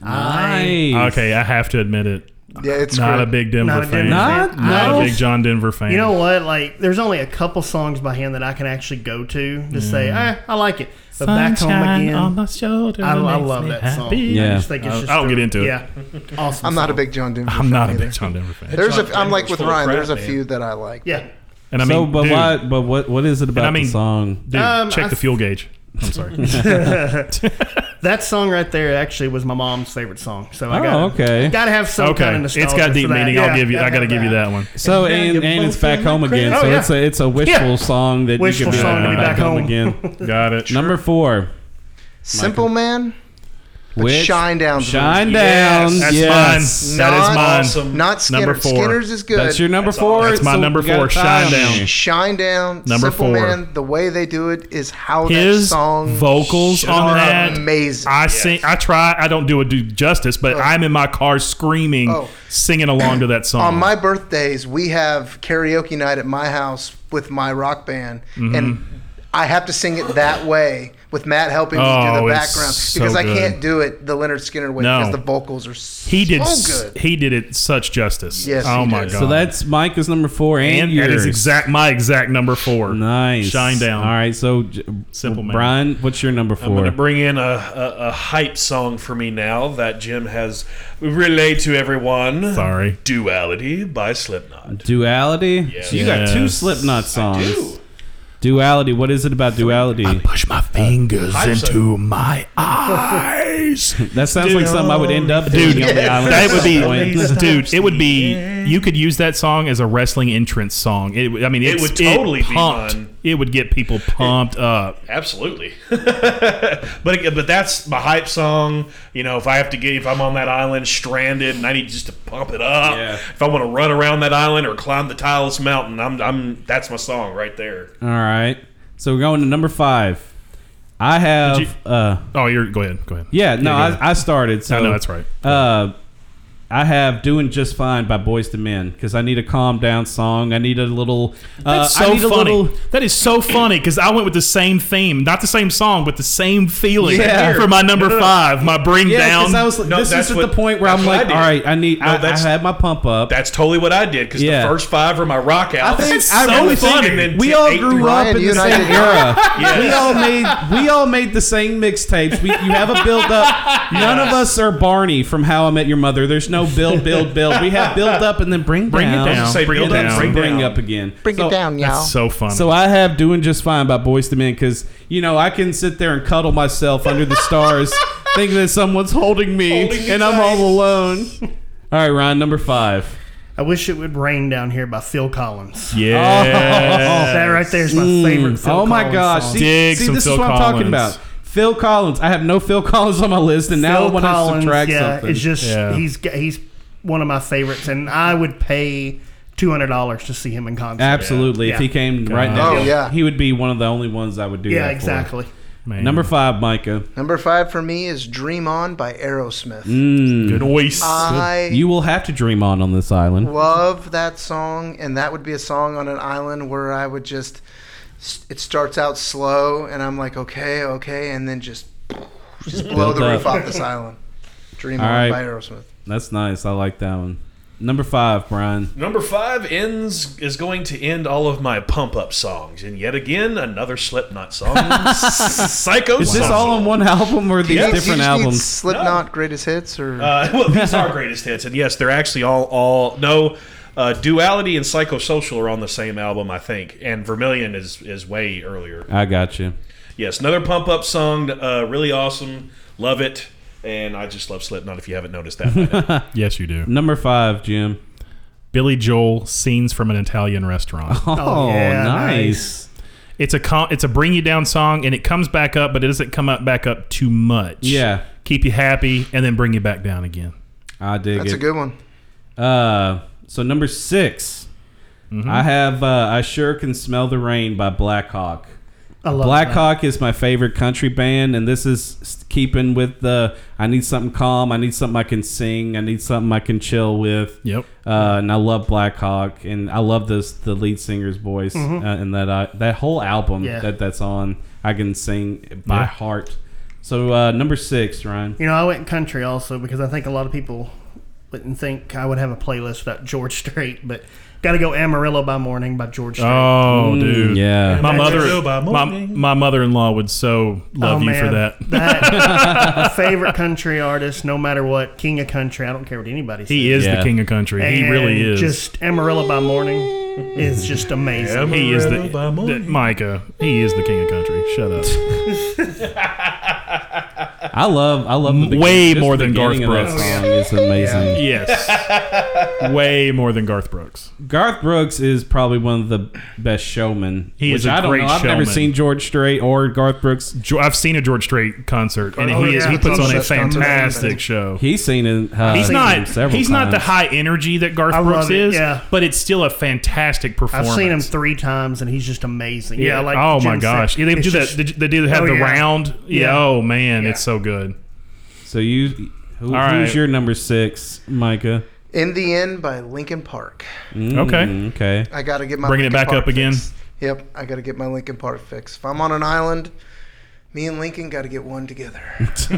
[SPEAKER 10] Nice.
[SPEAKER 12] Okay, I have to admit it.
[SPEAKER 13] yeah, it's
[SPEAKER 12] not
[SPEAKER 13] great.
[SPEAKER 12] a big Denver
[SPEAKER 6] Not a
[SPEAKER 12] fan.
[SPEAKER 6] Denver
[SPEAKER 10] Not- fan.
[SPEAKER 12] Not
[SPEAKER 10] no.
[SPEAKER 12] a big John Denver fan.
[SPEAKER 6] You know what? Like, there's only a couple songs by him that I can actually go to to say,
[SPEAKER 12] Mm.
[SPEAKER 6] eh, I like it. But back home again,
[SPEAKER 12] my shoulder.
[SPEAKER 6] I, I love that song.
[SPEAKER 10] Yeah.
[SPEAKER 6] I just think it's
[SPEAKER 12] I-
[SPEAKER 6] just.
[SPEAKER 12] I don't get into it.
[SPEAKER 6] Yeah, awesome.
[SPEAKER 13] I'm not a
[SPEAKER 6] song.
[SPEAKER 13] big John Denver.
[SPEAKER 12] I'm not a
[SPEAKER 13] fan
[SPEAKER 12] big
[SPEAKER 13] either.
[SPEAKER 12] John Denver fan.
[SPEAKER 13] There's
[SPEAKER 11] John
[SPEAKER 13] a. I'm like
[SPEAKER 11] Denver's
[SPEAKER 13] with
[SPEAKER 11] full of
[SPEAKER 13] Ryan.
[SPEAKER 11] crap,
[SPEAKER 13] There's a
[SPEAKER 11] man.
[SPEAKER 13] few that I like.
[SPEAKER 6] Yeah.
[SPEAKER 12] And I
[SPEAKER 10] so,
[SPEAKER 12] mean,
[SPEAKER 10] but
[SPEAKER 12] dude,
[SPEAKER 10] what? But what? What is it about
[SPEAKER 12] I mean-
[SPEAKER 10] the song?
[SPEAKER 12] dude,
[SPEAKER 6] Um,
[SPEAKER 12] check
[SPEAKER 6] I-
[SPEAKER 12] the fuel gauge. I'm sorry.
[SPEAKER 6] That song right there actually was my mom's favorite song. So I
[SPEAKER 10] Oh,
[SPEAKER 6] got
[SPEAKER 10] okay.
[SPEAKER 6] Got to have some
[SPEAKER 12] okay,
[SPEAKER 6] kind of nostalgia.
[SPEAKER 12] it's got deep
[SPEAKER 6] for that.
[SPEAKER 12] meaning.
[SPEAKER 6] Yeah,
[SPEAKER 12] I'll give you.
[SPEAKER 6] gotta
[SPEAKER 12] I got to
[SPEAKER 6] have
[SPEAKER 12] give you that one.
[SPEAKER 10] So and and it's back home again.
[SPEAKER 6] Oh,
[SPEAKER 10] So
[SPEAKER 6] yeah.
[SPEAKER 10] it's a it's a wishful song that
[SPEAKER 6] Wishful
[SPEAKER 10] you can be,
[SPEAKER 6] song
[SPEAKER 10] like,
[SPEAKER 6] to be
[SPEAKER 10] back
[SPEAKER 6] back
[SPEAKER 10] home
[SPEAKER 6] home.
[SPEAKER 10] again.
[SPEAKER 12] Got it.
[SPEAKER 10] Number four.
[SPEAKER 13] Simple Man. but
[SPEAKER 10] Which
[SPEAKER 13] Shine Down's
[SPEAKER 10] Shine
[SPEAKER 13] amazing.
[SPEAKER 10] down.
[SPEAKER 12] Yes, that's
[SPEAKER 10] yes.
[SPEAKER 12] mine. That is
[SPEAKER 13] Not
[SPEAKER 12] mine.
[SPEAKER 11] awesome.
[SPEAKER 13] Not
[SPEAKER 12] Number
[SPEAKER 13] Skinner.
[SPEAKER 12] four.
[SPEAKER 13] Skinner's is good.
[SPEAKER 10] That's your number four.
[SPEAKER 12] That's my
[SPEAKER 10] so
[SPEAKER 12] number
[SPEAKER 10] we got
[SPEAKER 12] four,
[SPEAKER 10] a tie
[SPEAKER 12] Shine
[SPEAKER 10] on
[SPEAKER 12] Down.
[SPEAKER 10] you.
[SPEAKER 13] Shine Down.
[SPEAKER 12] Number
[SPEAKER 13] Simple
[SPEAKER 12] four.
[SPEAKER 13] Man. The way they do it is how
[SPEAKER 12] His
[SPEAKER 13] that song
[SPEAKER 12] vocals on
[SPEAKER 13] are
[SPEAKER 12] that
[SPEAKER 13] amazing.
[SPEAKER 12] I sing. I try. I don't do it do justice, but I'm in my car screaming,
[SPEAKER 13] Oh.
[SPEAKER 12] singing along to that song.
[SPEAKER 13] on my birthdays, we have
[SPEAKER 12] Mm-hmm.
[SPEAKER 13] karaoke night at my house with my rock band, and I have to sing it that way with Matt helping me do
[SPEAKER 12] Oh,
[SPEAKER 13] the
[SPEAKER 12] it's
[SPEAKER 13] background
[SPEAKER 12] so
[SPEAKER 13] because I
[SPEAKER 12] good.
[SPEAKER 13] can't do it the Leonard Skinner way
[SPEAKER 12] No.
[SPEAKER 13] because the vocals are so
[SPEAKER 12] He did. s-
[SPEAKER 13] good.
[SPEAKER 12] He did it such justice.
[SPEAKER 13] Yes,
[SPEAKER 12] Oh
[SPEAKER 13] he
[SPEAKER 12] my
[SPEAKER 13] did.
[SPEAKER 12] god.
[SPEAKER 10] So that's Mike is number four, and,
[SPEAKER 12] and
[SPEAKER 10] yours.
[SPEAKER 12] that is exact my exact number four.
[SPEAKER 10] Nice.
[SPEAKER 12] Shine down.
[SPEAKER 10] All right. So J-
[SPEAKER 12] Simple man.
[SPEAKER 10] Brian, what's your number 4
[SPEAKER 12] I'm
[SPEAKER 11] I'm gonna bring in a, a, a hype song for me now that Jim has relayed to everyone.
[SPEAKER 12] Sorry.
[SPEAKER 11] Duality by Slipknot.
[SPEAKER 10] Duality.
[SPEAKER 11] Yes.
[SPEAKER 10] So you got two
[SPEAKER 11] Yes.
[SPEAKER 10] Slipknot songs. Duality. What is it about duality? I push my fingers
[SPEAKER 12] I'm so- into
[SPEAKER 10] my eyes. that sounds like something I would end up doing
[SPEAKER 12] dude.
[SPEAKER 10] on the island.
[SPEAKER 12] That would be,
[SPEAKER 10] Point.
[SPEAKER 12] dude. It would be. You could use that song as a wrestling entrance song. It, would- I mean,
[SPEAKER 11] It
[SPEAKER 12] it's-
[SPEAKER 11] would totally be
[SPEAKER 12] pumped.
[SPEAKER 11] fun.
[SPEAKER 12] It would get people pumped up.
[SPEAKER 11] Absolutely. but it- but that's my hype song. You know, if I have to get if I'm on that island stranded and I need just to pump it up. If I want to run around that island or climb the Tylus Mountain, I'm I'm that's my song right there.
[SPEAKER 10] All right. So we're going to number five. I have.
[SPEAKER 12] Did
[SPEAKER 10] uh,
[SPEAKER 12] Oh, you're go ahead. Go ahead.
[SPEAKER 10] Yeah, no,
[SPEAKER 12] go ahead.
[SPEAKER 10] I, I started. So
[SPEAKER 12] I know, that's right.
[SPEAKER 10] Uh, I have "Doing Just Fine" by Boys to Men because I need a calm down song. I need a little. Uh,
[SPEAKER 12] That's
[SPEAKER 10] I
[SPEAKER 12] so
[SPEAKER 10] need a
[SPEAKER 12] funny.
[SPEAKER 10] little-
[SPEAKER 12] that is so funny because I went with the same theme, not the same song, but the same feeling
[SPEAKER 10] Yeah.
[SPEAKER 12] for my number
[SPEAKER 10] No, no, no.
[SPEAKER 12] five, my bring
[SPEAKER 10] Yeah, 'cause
[SPEAKER 12] down.
[SPEAKER 10] I was like, No, this that's is at what- the point where that's I'm what I like, did. all right, I need- I- I had my pump up.
[SPEAKER 11] That's totally what I did because
[SPEAKER 10] Yeah.
[SPEAKER 11] the first five are my rock out.
[SPEAKER 10] think-
[SPEAKER 11] That's
[SPEAKER 10] I really think- we all grew up in the same era.
[SPEAKER 11] Yes.
[SPEAKER 10] We all made we all made the same mixtapes. We, you have a build up. None of us are Barney from How I Met Your Mother. There's no build, build, build. We have build up and then bring
[SPEAKER 12] Bring it
[SPEAKER 10] down,
[SPEAKER 12] down, Say
[SPEAKER 10] bring
[SPEAKER 12] bring it
[SPEAKER 10] up,
[SPEAKER 12] down,
[SPEAKER 10] so
[SPEAKER 12] bring
[SPEAKER 10] bring
[SPEAKER 12] down.
[SPEAKER 10] up again.
[SPEAKER 13] Bring it down, y'all.
[SPEAKER 12] That's so funny.
[SPEAKER 10] So I have doing just fine by Boys to Men because you know I can sit there and cuddle myself under the stars, thinking that someone's holding me and I'm all alone. All right, Ryan, number five.
[SPEAKER 6] I wish it would rain down here by Phil Collins.
[SPEAKER 10] Yeah.
[SPEAKER 6] Oh, that right there is my
[SPEAKER 10] Mm.
[SPEAKER 6] favorite. Phil
[SPEAKER 10] oh my
[SPEAKER 6] Collins
[SPEAKER 10] gosh!
[SPEAKER 6] song.
[SPEAKER 10] See, see, this is what I'm talking about. Phil Collins. I have no Phil Collins on my list, and now
[SPEAKER 6] Phil
[SPEAKER 10] I want
[SPEAKER 6] Collins,
[SPEAKER 10] to subtract
[SPEAKER 6] yeah,
[SPEAKER 10] something.
[SPEAKER 6] It's just he's g- he's one of my favorites, and I would pay two hundred dollars to see him in concert.
[SPEAKER 10] absolutely. If he came right now,
[SPEAKER 13] Oh, yeah.
[SPEAKER 10] he would be one of the only ones I would do.
[SPEAKER 13] Yeah,
[SPEAKER 10] that for.
[SPEAKER 13] exactly.
[SPEAKER 12] Man.
[SPEAKER 10] Number five, Micah.
[SPEAKER 13] Number five for me is "Dream On" by Aerosmith.
[SPEAKER 10] Mm.
[SPEAKER 12] Oh.
[SPEAKER 13] Good voice. I-
[SPEAKER 10] you will have to dream on on this island.
[SPEAKER 13] Love that song, and that would be a song on an island where I would just. It starts out slow, and I'm like, okay, okay, and then just just blow
[SPEAKER 10] Build
[SPEAKER 13] the roof
[SPEAKER 10] up.
[SPEAKER 13] off this island. Dream
[SPEAKER 10] All
[SPEAKER 13] on
[SPEAKER 10] right.
[SPEAKER 13] by Aerosmith.
[SPEAKER 10] That's nice. I like that one. Number five, Brian.
[SPEAKER 11] Number five ends is going to end all of my pump up songs, and yet again another Slipknot song. Psycho.
[SPEAKER 10] Is this
[SPEAKER 11] song.
[SPEAKER 10] all on one album or these
[SPEAKER 11] Yes.
[SPEAKER 10] different
[SPEAKER 11] You just need
[SPEAKER 10] albums?
[SPEAKER 13] Slipknot greatest hits, or
[SPEAKER 11] Uh, well, these are greatest hits, and yes, they're actually all all no. Uh, Duality and Psychosocial are on the same album, I think, and Vermilion is is way earlier.
[SPEAKER 10] I got you.
[SPEAKER 11] Yes, another pump up song, uh, really awesome, love it, and I just love Slipknot. If you haven't noticed that,
[SPEAKER 12] yes, you do.
[SPEAKER 10] Number five, Jim.
[SPEAKER 12] Billy Joel scenes from an Italian restaurant.
[SPEAKER 10] Oh, Oh, yeah, nice.
[SPEAKER 12] It's a com- it's a bring you down song, and it comes back up, but it doesn't come up back up too much.
[SPEAKER 10] Yeah.
[SPEAKER 12] keep you happy, and then bring you back down again.
[SPEAKER 10] I dig
[SPEAKER 12] That's
[SPEAKER 10] it.
[SPEAKER 12] a good
[SPEAKER 13] one.
[SPEAKER 10] Uh, so number 6
[SPEAKER 6] Mm-hmm.
[SPEAKER 10] I have uh, I sure can smell the rain by Blackhawk.
[SPEAKER 6] I love
[SPEAKER 10] Black
[SPEAKER 6] that.
[SPEAKER 10] Hawk is my favorite country band, and this is s- keeping with the. I need something calm. I need something I can sing. I need something I can chill with.
[SPEAKER 12] Yep.
[SPEAKER 10] Uh, and I love Black Hawk, and I love this the lead singer's voice,
[SPEAKER 12] Mhm.
[SPEAKER 10] uh, and that I, that whole album
[SPEAKER 6] Mm-hmm. Yeah.
[SPEAKER 10] that that's on. I can sing by
[SPEAKER 6] Yeah.
[SPEAKER 10] heart. So uh, number six, Ryan.
[SPEAKER 6] You know, I went country also because I think a lot of people wouldn't think I would have a playlist without George Strait, but got to go Amarillo by Morning by George Strait.
[SPEAKER 12] Oh,
[SPEAKER 10] Mm.
[SPEAKER 12] dude.
[SPEAKER 10] yeah.
[SPEAKER 12] My
[SPEAKER 6] And that's
[SPEAKER 12] mother,
[SPEAKER 6] just-
[SPEAKER 12] my, my mother-in-law would so love
[SPEAKER 6] Oh,
[SPEAKER 12] you for
[SPEAKER 6] man.
[SPEAKER 12] that.
[SPEAKER 6] That- favorite country artist, no matter what, king of country. I don't care what anybody says.
[SPEAKER 12] He is the Yeah. king of country. He really
[SPEAKER 6] And
[SPEAKER 12] is.
[SPEAKER 6] Just Amarillo by Morning is just amazing.
[SPEAKER 12] he is the, the- Micah. He is the king of country. Shut up.
[SPEAKER 10] I love I love the begin-
[SPEAKER 12] way
[SPEAKER 10] just
[SPEAKER 12] more
[SPEAKER 10] the
[SPEAKER 12] than Garth
[SPEAKER 10] beginning of
[SPEAKER 12] Brooks.
[SPEAKER 10] that song is amazing.
[SPEAKER 12] yes, way more than Garth Brooks.
[SPEAKER 10] Garth Brooks is probably one of the best showmen.
[SPEAKER 12] He
[SPEAKER 10] which
[SPEAKER 12] is a
[SPEAKER 10] I don't
[SPEAKER 12] great
[SPEAKER 10] know. I've never
[SPEAKER 12] showman.
[SPEAKER 10] seen George Strait or Garth Brooks.
[SPEAKER 12] I've seen a George Strait concert, and
[SPEAKER 10] Oh,
[SPEAKER 12] he is
[SPEAKER 10] yeah.
[SPEAKER 12] he puts on a
[SPEAKER 10] It's amazing.
[SPEAKER 12] fantastic show.
[SPEAKER 10] He's seen it. Uh,
[SPEAKER 12] he's not. He's
[SPEAKER 10] Several
[SPEAKER 12] not the
[SPEAKER 10] times.
[SPEAKER 12] high energy that Garth
[SPEAKER 6] I love
[SPEAKER 12] Brooks
[SPEAKER 6] it,
[SPEAKER 12] is.
[SPEAKER 6] yeah.
[SPEAKER 12] but it's still a fantastic
[SPEAKER 6] I've
[SPEAKER 12] performance.
[SPEAKER 6] seen him three times, and he's just amazing. Yeah, like
[SPEAKER 12] oh my
[SPEAKER 6] Jim said,
[SPEAKER 12] gosh, Yeah, they
[SPEAKER 6] it's
[SPEAKER 12] do
[SPEAKER 6] just-
[SPEAKER 12] that. They, they do have
[SPEAKER 6] Oh,
[SPEAKER 12] the
[SPEAKER 6] yeah.
[SPEAKER 12] round. Yeah.
[SPEAKER 6] Yeah.
[SPEAKER 12] Oh man, it's so good.
[SPEAKER 10] So you, who,
[SPEAKER 12] All
[SPEAKER 10] who's
[SPEAKER 12] right.
[SPEAKER 10] your number six, Micah?
[SPEAKER 13] "In the End" by Linkin Park.
[SPEAKER 10] Mm,
[SPEAKER 13] Mm-hmm.
[SPEAKER 12] Okay.
[SPEAKER 10] okay.
[SPEAKER 13] I got to get my
[SPEAKER 12] bringing it
[SPEAKER 13] Linkin
[SPEAKER 12] back
[SPEAKER 13] Park
[SPEAKER 12] up again.
[SPEAKER 13] Yep, I got to get my Linkin Park fix. If I'm on an island, Me and Lincoln got to get one together. yes,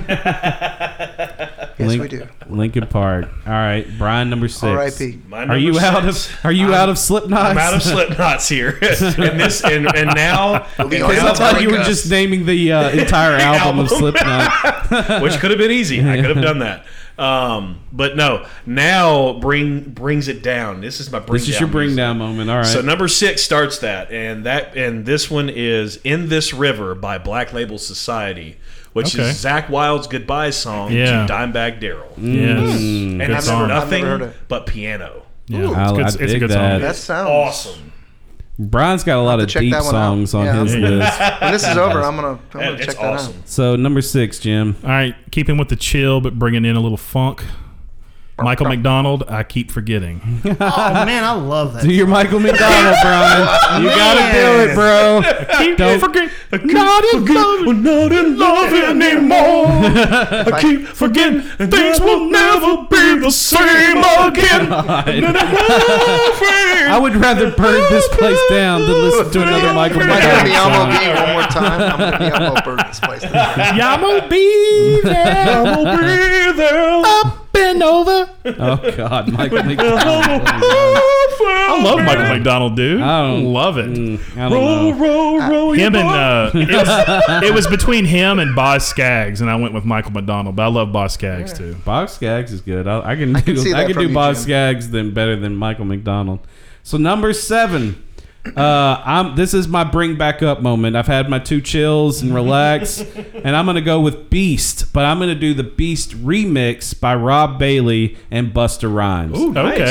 [SPEAKER 10] Link-
[SPEAKER 13] we do.
[SPEAKER 10] Lincoln Park. All right, Brian number six.
[SPEAKER 13] R.I.P..
[SPEAKER 10] Are
[SPEAKER 13] My number
[SPEAKER 10] you out
[SPEAKER 13] six.
[SPEAKER 10] of Are you
[SPEAKER 13] I'm-
[SPEAKER 10] out of Slipknot?
[SPEAKER 12] I'm out of Slipknots here, and this and, and now and
[SPEAKER 10] Because I
[SPEAKER 12] now
[SPEAKER 10] thought you were
[SPEAKER 12] breakups.
[SPEAKER 10] just naming the uh, entire album of Slipknot.
[SPEAKER 12] which could have been easy. I could have done that. Um, but no, now bring brings it down. This is my bring.
[SPEAKER 10] This is
[SPEAKER 12] down
[SPEAKER 10] your bring
[SPEAKER 12] music.
[SPEAKER 10] down moment. All right.
[SPEAKER 12] So number six starts that, and that and this one is "In This River" by Black Label Society, which
[SPEAKER 10] Okay.
[SPEAKER 12] is Zach Wilde's goodbye song
[SPEAKER 10] Yeah.
[SPEAKER 12] to Dimebag Darrell.
[SPEAKER 10] Yes. Mm.
[SPEAKER 12] and
[SPEAKER 10] Good
[SPEAKER 12] it's
[SPEAKER 10] song. I've
[SPEAKER 12] nothing
[SPEAKER 10] never heard it.
[SPEAKER 12] but piano.
[SPEAKER 10] Yeah. Ooh. I- I dig that. That
[SPEAKER 13] sounds
[SPEAKER 12] awesome.
[SPEAKER 10] Brian's got a lot of
[SPEAKER 13] check
[SPEAKER 10] deep
[SPEAKER 13] that one out.
[SPEAKER 10] songs on
[SPEAKER 13] Yeah,
[SPEAKER 10] his
[SPEAKER 13] that's-
[SPEAKER 10] list.
[SPEAKER 13] When this is over, I'm gonna, I'm
[SPEAKER 12] Yeah,
[SPEAKER 13] gonna
[SPEAKER 12] it's
[SPEAKER 13] check that
[SPEAKER 12] awesome.
[SPEAKER 13] out.
[SPEAKER 10] So number six, Jim.
[SPEAKER 12] All right,
[SPEAKER 10] keeping with the chill, but bringing in a little funk.
[SPEAKER 12] Michael McDonald, I keep forgetting.
[SPEAKER 6] Oh man, I love that.
[SPEAKER 10] Do your Michael McDonald, Brian. You gotta do it, bro. Don't-
[SPEAKER 12] Not in love, we're not in love anymore. I keep forgetting things will never be the same again.
[SPEAKER 10] I would rather burn this place down than listen to another Michael
[SPEAKER 13] Might have
[SPEAKER 10] McDonald
[SPEAKER 13] me
[SPEAKER 10] song.
[SPEAKER 13] almost one more time. I'm gonna be almost burn this place.
[SPEAKER 10] Yamo be there.
[SPEAKER 12] Yamo be there.
[SPEAKER 10] Up and over. Oh God, Michael McDonald.
[SPEAKER 12] I
[SPEAKER 10] love Michael
[SPEAKER 12] McDonald, dude.
[SPEAKER 10] I don't- Mm,
[SPEAKER 21] Love it.
[SPEAKER 10] I don't know.
[SPEAKER 12] roll, roll.
[SPEAKER 21] Him and uh, it, was, it was between him and Boz Skaggs, and I went with Michael McDonald. But I love Boz Skaggs too.
[SPEAKER 10] Bob Skaggs is good. I, I can do I
[SPEAKER 21] can see
[SPEAKER 10] can,
[SPEAKER 21] that from
[SPEAKER 10] do
[SPEAKER 21] you,
[SPEAKER 10] Bob
[SPEAKER 21] Jim.
[SPEAKER 10] Skaggs than better than Michael McDonald. So number seven. Uh, I'm. This is my bring back up moment. I've had my two chills and relax, and I'm gonna go with Beast. But I'm gonna do the Beast remix by Rob Bailey and Buster Rhymes.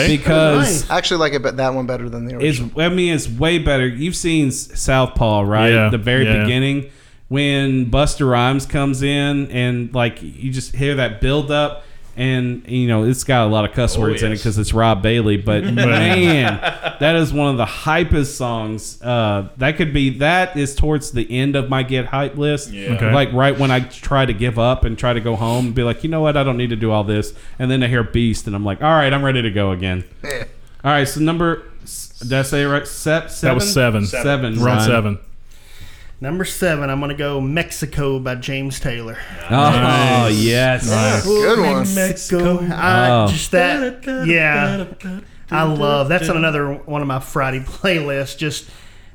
[SPEAKER 10] Because
[SPEAKER 13] I actually like it, but that one better than the original.
[SPEAKER 10] it's I mean it's way better. You've seen S- Southpaw, right?
[SPEAKER 21] Yeah,
[SPEAKER 10] the very
[SPEAKER 21] yeah.
[SPEAKER 10] beginning when Buster Rhymes comes in and like you just hear that build up and you know it's got a lot of cuss words in it because it's Rob Bailey, but man, that is one of the hypest songs. Uh, that could be that is towards the end of my get hype list.
[SPEAKER 21] Okay.
[SPEAKER 10] Like right when I try to give up and try to go home and be like, you know what, I don't need to do all this, and then I hear Beast and I'm like, all right, I'm ready to go again. All right, so number s- did I say it right? Se- seven?
[SPEAKER 21] That was seven.
[SPEAKER 10] Seven.
[SPEAKER 21] We're on
[SPEAKER 10] Ryan.
[SPEAKER 21] seven.
[SPEAKER 6] Number seven, I'm gonna go Mexico by James Taylor.
[SPEAKER 10] Oh yes,
[SPEAKER 6] Good
[SPEAKER 13] one.
[SPEAKER 6] Mexico. I,
[SPEAKER 10] Oh.
[SPEAKER 6] Just that. Yeah. I love. That's on another one of my Friday playlists. Just,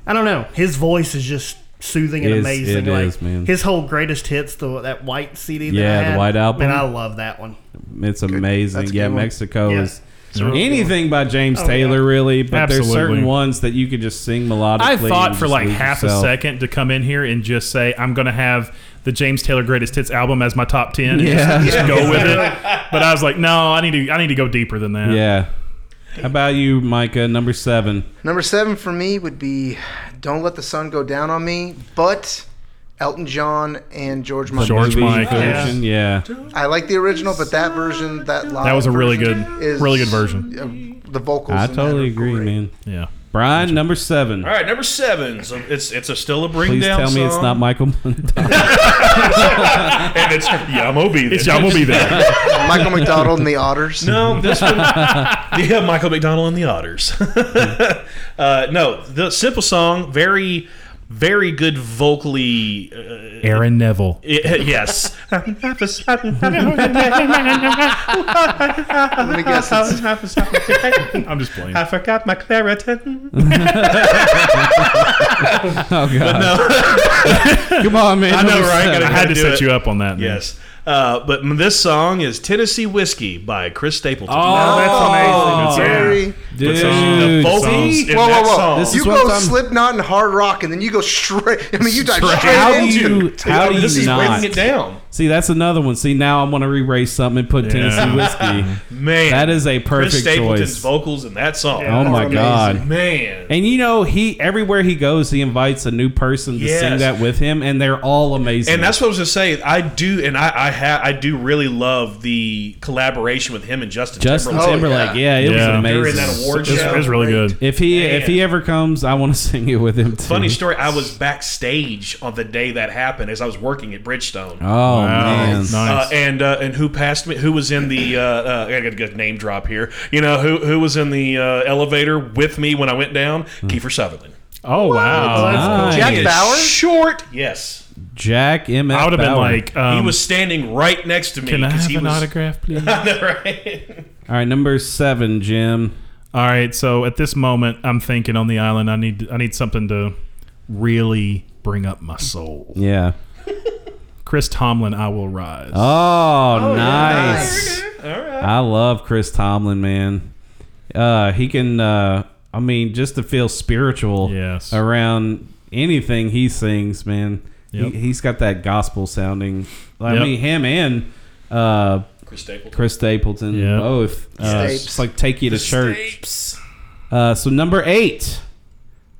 [SPEAKER 6] I don't know. His voice is just soothing and
[SPEAKER 10] It is-
[SPEAKER 6] amazing.
[SPEAKER 10] it
[SPEAKER 6] like
[SPEAKER 10] is, man.
[SPEAKER 6] his whole greatest hits, the that white CD. That
[SPEAKER 10] Yeah,
[SPEAKER 6] I
[SPEAKER 10] the
[SPEAKER 6] had,
[SPEAKER 10] White Album.
[SPEAKER 6] Man, I love that one.
[SPEAKER 10] It's amazing.
[SPEAKER 6] That's a
[SPEAKER 10] Yeah,
[SPEAKER 6] good one.
[SPEAKER 10] Mexico
[SPEAKER 6] Yeah.
[SPEAKER 10] is
[SPEAKER 6] It's a real good
[SPEAKER 10] anything by James
[SPEAKER 6] Oh,
[SPEAKER 10] Taylor, really. But there's
[SPEAKER 21] Absolutely.
[SPEAKER 10] certain ones that you can just sing melodically.
[SPEAKER 21] I
[SPEAKER 10] and
[SPEAKER 21] thought for
[SPEAKER 10] just
[SPEAKER 21] like
[SPEAKER 10] lose
[SPEAKER 21] half
[SPEAKER 10] yourself.
[SPEAKER 21] a second to come in here and just say I'm going to have the James Taylor Greatest Hits album as my top ten. And
[SPEAKER 10] Yeah.
[SPEAKER 21] just, just
[SPEAKER 10] Yeah.
[SPEAKER 21] go with it. But I was like, no, I need to. I need to go deeper than that.
[SPEAKER 10] Yeah. How about you, Micah? Number seven.
[SPEAKER 13] Number seven for me would be "Don't Let the Sun Go Down on Me," but Elton John and George
[SPEAKER 10] The
[SPEAKER 13] Michael.
[SPEAKER 21] George
[SPEAKER 10] movie
[SPEAKER 21] Michael.
[SPEAKER 10] version, yeah.
[SPEAKER 13] I like the original, but that version, that live
[SPEAKER 21] That was a really
[SPEAKER 13] version
[SPEAKER 21] good-
[SPEAKER 13] is-
[SPEAKER 21] really good version.
[SPEAKER 13] uh, The vocals.
[SPEAKER 10] I
[SPEAKER 13] in that
[SPEAKER 10] totally
[SPEAKER 13] are
[SPEAKER 10] agree, man.
[SPEAKER 21] Yeah.
[SPEAKER 10] Brian, number seven.
[SPEAKER 11] All right, number seven. So it's it's a still a bring
[SPEAKER 10] Please
[SPEAKER 11] down.
[SPEAKER 10] tell me it's
[SPEAKER 11] song.
[SPEAKER 10] not Michael.
[SPEAKER 11] and it's Yamo be there.
[SPEAKER 21] It's Yamo be there.
[SPEAKER 13] Michael McDonald and the Otters.
[SPEAKER 11] No, this one. yeah, Michael McDonald and the Otters. uh, no, the simple song, very, very good vocally. Uh,
[SPEAKER 21] Aaron Neville.
[SPEAKER 11] i- yes.
[SPEAKER 13] Let me guess. It's,
[SPEAKER 21] I'm just playing.
[SPEAKER 11] I forgot my Claritin.
[SPEAKER 10] oh god. Come on, man.
[SPEAKER 11] I know,
[SPEAKER 10] number
[SPEAKER 11] right?
[SPEAKER 10] seven.
[SPEAKER 11] Gotta-
[SPEAKER 21] I had
[SPEAKER 11] gotta
[SPEAKER 21] to
[SPEAKER 11] do
[SPEAKER 21] set
[SPEAKER 11] it.
[SPEAKER 21] you up on that. man.
[SPEAKER 11] Yes. Uh, but m- this song is Tennessee Whiskey by Chris Stapleton.
[SPEAKER 21] Oh, that's amazing. That's-
[SPEAKER 13] very.
[SPEAKER 10] Dude,
[SPEAKER 11] The vocals
[SPEAKER 10] songs.
[SPEAKER 11] in
[SPEAKER 13] Whoa, whoa,
[SPEAKER 11] that
[SPEAKER 13] whoa!
[SPEAKER 11] song.
[SPEAKER 10] This
[SPEAKER 13] you
[SPEAKER 10] is what
[SPEAKER 13] go
[SPEAKER 10] I'm-
[SPEAKER 13] Slipknot and hard rock, and then you go straight. I mean, you dive straight,
[SPEAKER 10] How do
[SPEAKER 13] into.
[SPEAKER 10] you? How do you
[SPEAKER 11] this is
[SPEAKER 10] not?
[SPEAKER 11] breaking it down.
[SPEAKER 10] See, that's another one. See, now I want to erase something and put Tennessee whiskey.
[SPEAKER 11] Man,
[SPEAKER 10] that is a
[SPEAKER 11] Chris
[SPEAKER 10] perfect
[SPEAKER 11] Stapleton's
[SPEAKER 10] choice.
[SPEAKER 11] vocals in that song.
[SPEAKER 10] oh my god,
[SPEAKER 11] man!
[SPEAKER 10] And you know, he everywhere he goes, he invites a new person to sing
[SPEAKER 11] Yes.
[SPEAKER 10] that with him, and they're all amazing.
[SPEAKER 11] And that's what I was gonna say. I do, and I I, ha- I do really love the collaboration with him and Justin,
[SPEAKER 10] Justin
[SPEAKER 11] Timberlake.
[SPEAKER 10] Timberlake. yeah. it was
[SPEAKER 21] Yeah.
[SPEAKER 10] amazing.
[SPEAKER 11] During that award
[SPEAKER 21] It's,
[SPEAKER 11] show.
[SPEAKER 21] it's really good.
[SPEAKER 10] If he
[SPEAKER 11] Man.
[SPEAKER 10] if he ever comes, I want to sing it with him. Too.
[SPEAKER 11] Funny story. I was backstage on the day that happened as I was working at Bridgestone.
[SPEAKER 10] Oh man,
[SPEAKER 11] Uh, and uh, and who passed me? Who was in the? Uh, uh, I got to get a name drop here. You know who who was in the uh, elevator with me
[SPEAKER 12] Hmm.
[SPEAKER 11] when I went down? Kiefer Sutherland.
[SPEAKER 21] Oh wow.
[SPEAKER 10] Nice.
[SPEAKER 11] He is Short. Yes.
[SPEAKER 10] Jack M.
[SPEAKER 12] I would have been like, um,
[SPEAKER 11] he was standing right next to me.
[SPEAKER 12] Can I
[SPEAKER 11] 'cause
[SPEAKER 12] have
[SPEAKER 11] he
[SPEAKER 12] an
[SPEAKER 11] was,
[SPEAKER 12] autograph, please?
[SPEAKER 11] I know, right?
[SPEAKER 10] All right, number seven, Jim.
[SPEAKER 12] All right, so at this moment, I'm thinking on the island. I need I need something to really bring up my soul.
[SPEAKER 10] Yeah.
[SPEAKER 12] Chris Tomlin, I will rise.
[SPEAKER 10] Oh, nice. I love Chris Tomlin, man. Uh, he can, uh, I mean, just to feel spiritual
[SPEAKER 12] Yes.
[SPEAKER 10] around anything he sings, man.
[SPEAKER 12] Yep.
[SPEAKER 10] He, he's got that gospel sounding. I
[SPEAKER 12] Yep.
[SPEAKER 10] mean, him and uh,
[SPEAKER 11] Chris Stapleton.
[SPEAKER 10] Chris Stapleton
[SPEAKER 12] Yep.
[SPEAKER 10] both. Uh,
[SPEAKER 11] Stapes.
[SPEAKER 10] it's like take you to
[SPEAKER 11] The
[SPEAKER 10] church. Uh, so number eight,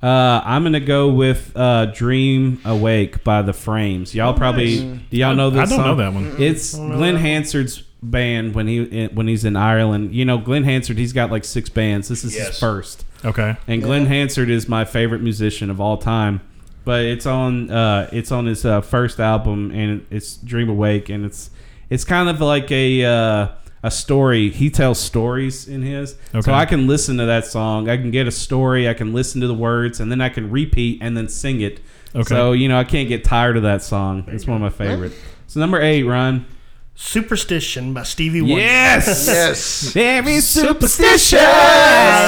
[SPEAKER 10] uh, I'm gonna go with uh, "Dream Awake" by the Frames. Y'all probably
[SPEAKER 12] nice.
[SPEAKER 10] do y'all know this?
[SPEAKER 12] I- I don't
[SPEAKER 10] song?
[SPEAKER 12] know that one. Mm-mm.
[SPEAKER 10] It's
[SPEAKER 12] Don't know
[SPEAKER 10] Glenn
[SPEAKER 12] that one.
[SPEAKER 10] Hansard's band when he when he's in Ireland. You know, Glenn Hansard. He's got like six bands. This is his
[SPEAKER 12] Yes.
[SPEAKER 10] first.
[SPEAKER 12] Okay.
[SPEAKER 10] And Glenn Hansard is my favorite musician of all time. But it's on uh, it's on his uh, first album, and it's Dream Awake, and it's it's kind of like a uh, a story. He tells stories in his,
[SPEAKER 12] Okay.
[SPEAKER 10] so I can listen to that song. I can get a story. I can listen to the words, and then I can repeat and then sing it.
[SPEAKER 12] Okay.
[SPEAKER 10] So you know, I can't get tired of that song. It's one of my favorite. So number eight, Ryan.
[SPEAKER 6] Superstition by Stevie Wonder.
[SPEAKER 10] Yes. Every superstition.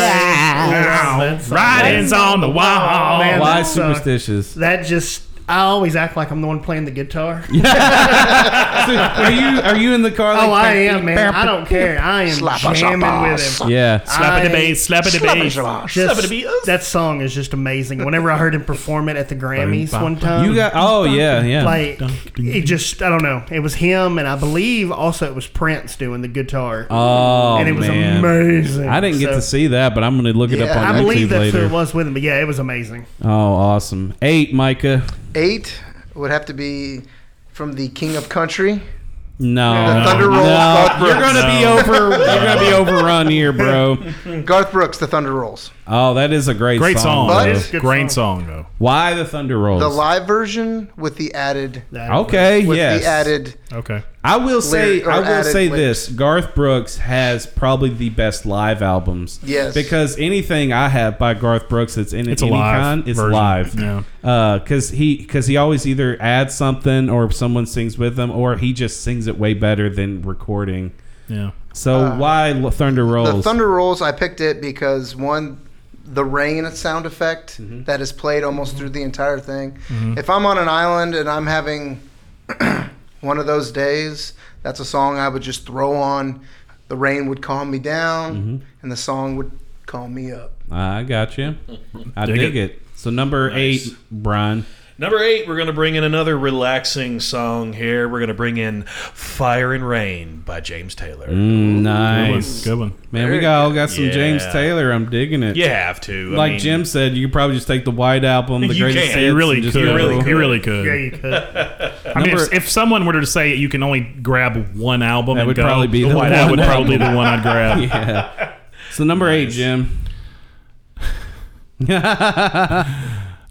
[SPEAKER 6] Wow.
[SPEAKER 12] Writings on the wall.
[SPEAKER 6] Man,
[SPEAKER 10] Why
[SPEAKER 6] that sucked.
[SPEAKER 10] superstitious?
[SPEAKER 6] That just. I always act like I'm the one playing the guitar.
[SPEAKER 10] are you are you in the car?
[SPEAKER 6] oh, I am, man. I don't care. I am jamming with him.
[SPEAKER 10] Yeah.
[SPEAKER 12] Slap it
[SPEAKER 6] I-
[SPEAKER 12] the bass, slap it the bass.
[SPEAKER 6] Just- That song is just amazing. Whenever I heard him perform it at the Grammys one time,
[SPEAKER 10] You got oh yeah yeah.
[SPEAKER 6] like it just I don't know. It was him, and I believe also it was Prince doing the guitar.
[SPEAKER 10] oh
[SPEAKER 6] and it was
[SPEAKER 10] man.
[SPEAKER 6] amazing.
[SPEAKER 10] I didn't get
[SPEAKER 6] So-
[SPEAKER 10] to see that, but I'm gonna look it up
[SPEAKER 6] Yeah,
[SPEAKER 10] on
[SPEAKER 6] I
[SPEAKER 10] YouTube
[SPEAKER 6] believe that's
[SPEAKER 10] later.
[SPEAKER 6] who it was with him, but yeah, it was amazing.
[SPEAKER 10] Oh, awesome. Eight, Micah.
[SPEAKER 13] Eight would have to be from the King of Country.
[SPEAKER 10] No,
[SPEAKER 13] The Thunder
[SPEAKER 10] no.
[SPEAKER 13] Roll. Garth
[SPEAKER 10] You're
[SPEAKER 13] Brooks.
[SPEAKER 10] gonna be over. You're gonna be overrun here, bro.
[SPEAKER 13] Garth Brooks, the Thunder Rolls.
[SPEAKER 10] Oh, that is a great
[SPEAKER 12] Great song.
[SPEAKER 13] But-
[SPEAKER 12] though.
[SPEAKER 13] It's a good
[SPEAKER 12] Great song. though.
[SPEAKER 10] Why the thunder rolls?
[SPEAKER 13] The live version with the added.
[SPEAKER 10] Okay,
[SPEAKER 13] With
[SPEAKER 10] yes.
[SPEAKER 13] the added.
[SPEAKER 12] Okay.
[SPEAKER 10] I will say
[SPEAKER 13] Lyric- or
[SPEAKER 10] I will
[SPEAKER 13] added
[SPEAKER 10] say
[SPEAKER 13] lyrics.
[SPEAKER 10] this: Garth Brooks has probably the best live albums.
[SPEAKER 13] Yes.
[SPEAKER 10] because anything I have by Garth Brooks that's in
[SPEAKER 12] It's a
[SPEAKER 10] any
[SPEAKER 12] live
[SPEAKER 10] kind, it's
[SPEAKER 12] version.
[SPEAKER 10] live.
[SPEAKER 12] Yeah.
[SPEAKER 10] because he because he always either adds something or someone sings with him, or he just sings it way better than recording.
[SPEAKER 12] Yeah.
[SPEAKER 10] So why L- Thunder Rolls?
[SPEAKER 13] Uh, The Thunder Rolls, I picked it because one, the rain sound effect that is played almost through the entire thing.
[SPEAKER 10] Mhm.
[SPEAKER 13] If I'm on an island and I'm having one of those days, that's a song I would just throw on. The rain would calm me down, and the song would calm me up.
[SPEAKER 10] I got you. I dig,
[SPEAKER 12] Dig
[SPEAKER 10] it. So number eight, Brian.
[SPEAKER 11] Number eight, we're going to bring in another relaxing song here. We're going to bring in Fire and Rain by James Taylor.
[SPEAKER 10] Mm, nice,
[SPEAKER 12] Good one.
[SPEAKER 10] man. We
[SPEAKER 11] Very
[SPEAKER 10] got all
[SPEAKER 11] good.
[SPEAKER 10] got some James
[SPEAKER 11] Yeah.
[SPEAKER 10] Taylor. I'm digging it.
[SPEAKER 11] You have to. I
[SPEAKER 10] like
[SPEAKER 11] mean-
[SPEAKER 10] Jim said, you could probably just take the White Album, the
[SPEAKER 11] You
[SPEAKER 10] greatest.
[SPEAKER 11] can.
[SPEAKER 10] hits,
[SPEAKER 12] You really
[SPEAKER 10] and just
[SPEAKER 12] could.
[SPEAKER 10] go.
[SPEAKER 12] You really could. You really could.
[SPEAKER 6] Yeah, you could.
[SPEAKER 12] I mean, if,
[SPEAKER 10] Number-
[SPEAKER 12] if someone were to say you can only grab one album,
[SPEAKER 10] That
[SPEAKER 12] and
[SPEAKER 10] would
[SPEAKER 12] go,
[SPEAKER 10] probably be the
[SPEAKER 12] that
[SPEAKER 10] one.
[SPEAKER 12] would probably be the one I'd grab.
[SPEAKER 10] yeah. So number eight, Jim.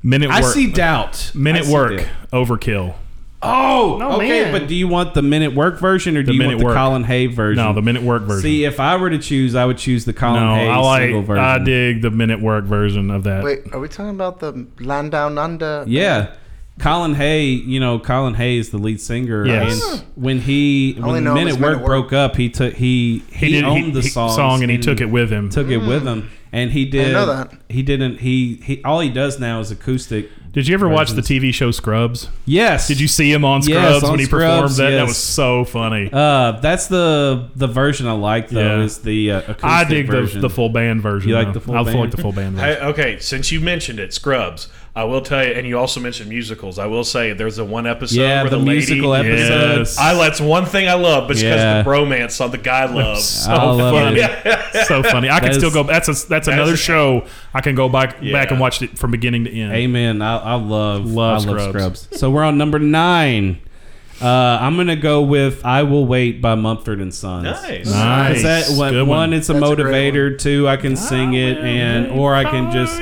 [SPEAKER 12] Minute
[SPEAKER 10] I
[SPEAKER 12] work.
[SPEAKER 10] see doubt. I
[SPEAKER 12] Minute
[SPEAKER 10] see
[SPEAKER 12] work.
[SPEAKER 10] doubt.
[SPEAKER 12] Overkill.
[SPEAKER 10] Oh,
[SPEAKER 6] No,
[SPEAKER 10] okay.
[SPEAKER 6] man.
[SPEAKER 10] But do you want the minute work version or do
[SPEAKER 12] The
[SPEAKER 10] you
[SPEAKER 12] minute
[SPEAKER 10] want the
[SPEAKER 12] work.
[SPEAKER 10] Colin Hay version?
[SPEAKER 12] No, the minute work version.
[SPEAKER 10] See, if I were to choose, I would choose the Colin
[SPEAKER 12] no,
[SPEAKER 10] Hay
[SPEAKER 12] I
[SPEAKER 10] single
[SPEAKER 12] like.
[SPEAKER 10] version.
[SPEAKER 12] I dig the minute work version of that.
[SPEAKER 13] Wait, are we talking about the Land Down Under?
[SPEAKER 10] Yeah. Colin Hay, you know, Colin Hay is the lead singer.
[SPEAKER 12] Yes.
[SPEAKER 10] And when he
[SPEAKER 13] only
[SPEAKER 10] when
[SPEAKER 13] know him
[SPEAKER 10] Minute
[SPEAKER 13] as
[SPEAKER 10] Work,
[SPEAKER 13] Minute Work.
[SPEAKER 10] broke up, he took he he,
[SPEAKER 12] did- he-
[SPEAKER 10] owned the
[SPEAKER 12] he-
[SPEAKER 10] songs
[SPEAKER 12] song and he took it with him.
[SPEAKER 10] Took it with him. And he did
[SPEAKER 13] Mm. didn't know that.
[SPEAKER 10] he didn't he, he all he does now is acoustic.
[SPEAKER 12] Did you ever watch the
[SPEAKER 10] versions.
[SPEAKER 12] TV show Scrubs?
[SPEAKER 10] Yes.
[SPEAKER 12] Did you see him on
[SPEAKER 10] Yes,
[SPEAKER 12] Scrubs
[SPEAKER 10] on
[SPEAKER 12] when he
[SPEAKER 10] Scrubs,
[SPEAKER 12] performed that? That
[SPEAKER 10] yes.
[SPEAKER 12] was so funny.
[SPEAKER 10] Uh, that's the the version I like though
[SPEAKER 12] Yeah.
[SPEAKER 10] is the uh, acoustic
[SPEAKER 12] I dig the,
[SPEAKER 10] version.
[SPEAKER 12] the full band version.
[SPEAKER 10] You like
[SPEAKER 12] though.
[SPEAKER 10] the full
[SPEAKER 12] I
[SPEAKER 10] band?
[SPEAKER 12] like the full band version.
[SPEAKER 11] I, okay, since you mentioned it, Scrubs, I will tell you, and you also mentioned musicals. I will say there's a one episode
[SPEAKER 10] Yeah,
[SPEAKER 11] where
[SPEAKER 10] the
[SPEAKER 11] the, lady-
[SPEAKER 10] musical episode.
[SPEAKER 12] Yes.
[SPEAKER 11] I that's one thing I love, but it's because
[SPEAKER 10] Yeah.
[SPEAKER 11] of the bromance song the guy loves.
[SPEAKER 12] So
[SPEAKER 10] I love
[SPEAKER 12] funny.
[SPEAKER 11] it.
[SPEAKER 12] so funny. I can
[SPEAKER 10] That
[SPEAKER 12] still
[SPEAKER 10] is-
[SPEAKER 12] go. That's a, that's, another show I can go back back and watch it from beginning to end.
[SPEAKER 10] Amen. I, I love
[SPEAKER 12] Love
[SPEAKER 10] I love
[SPEAKER 12] Scrubs.
[SPEAKER 10] Scrubs. So we're on number nine. Uh, I'm gonna go with "I Will Wait" by Mumford and Sons.
[SPEAKER 11] Nice.
[SPEAKER 12] Nice.
[SPEAKER 10] Is that one,
[SPEAKER 12] Good
[SPEAKER 10] one,
[SPEAKER 12] one.
[SPEAKER 10] it's a
[SPEAKER 13] That's a great
[SPEAKER 10] motivator. Two, I can sing it, and or I can just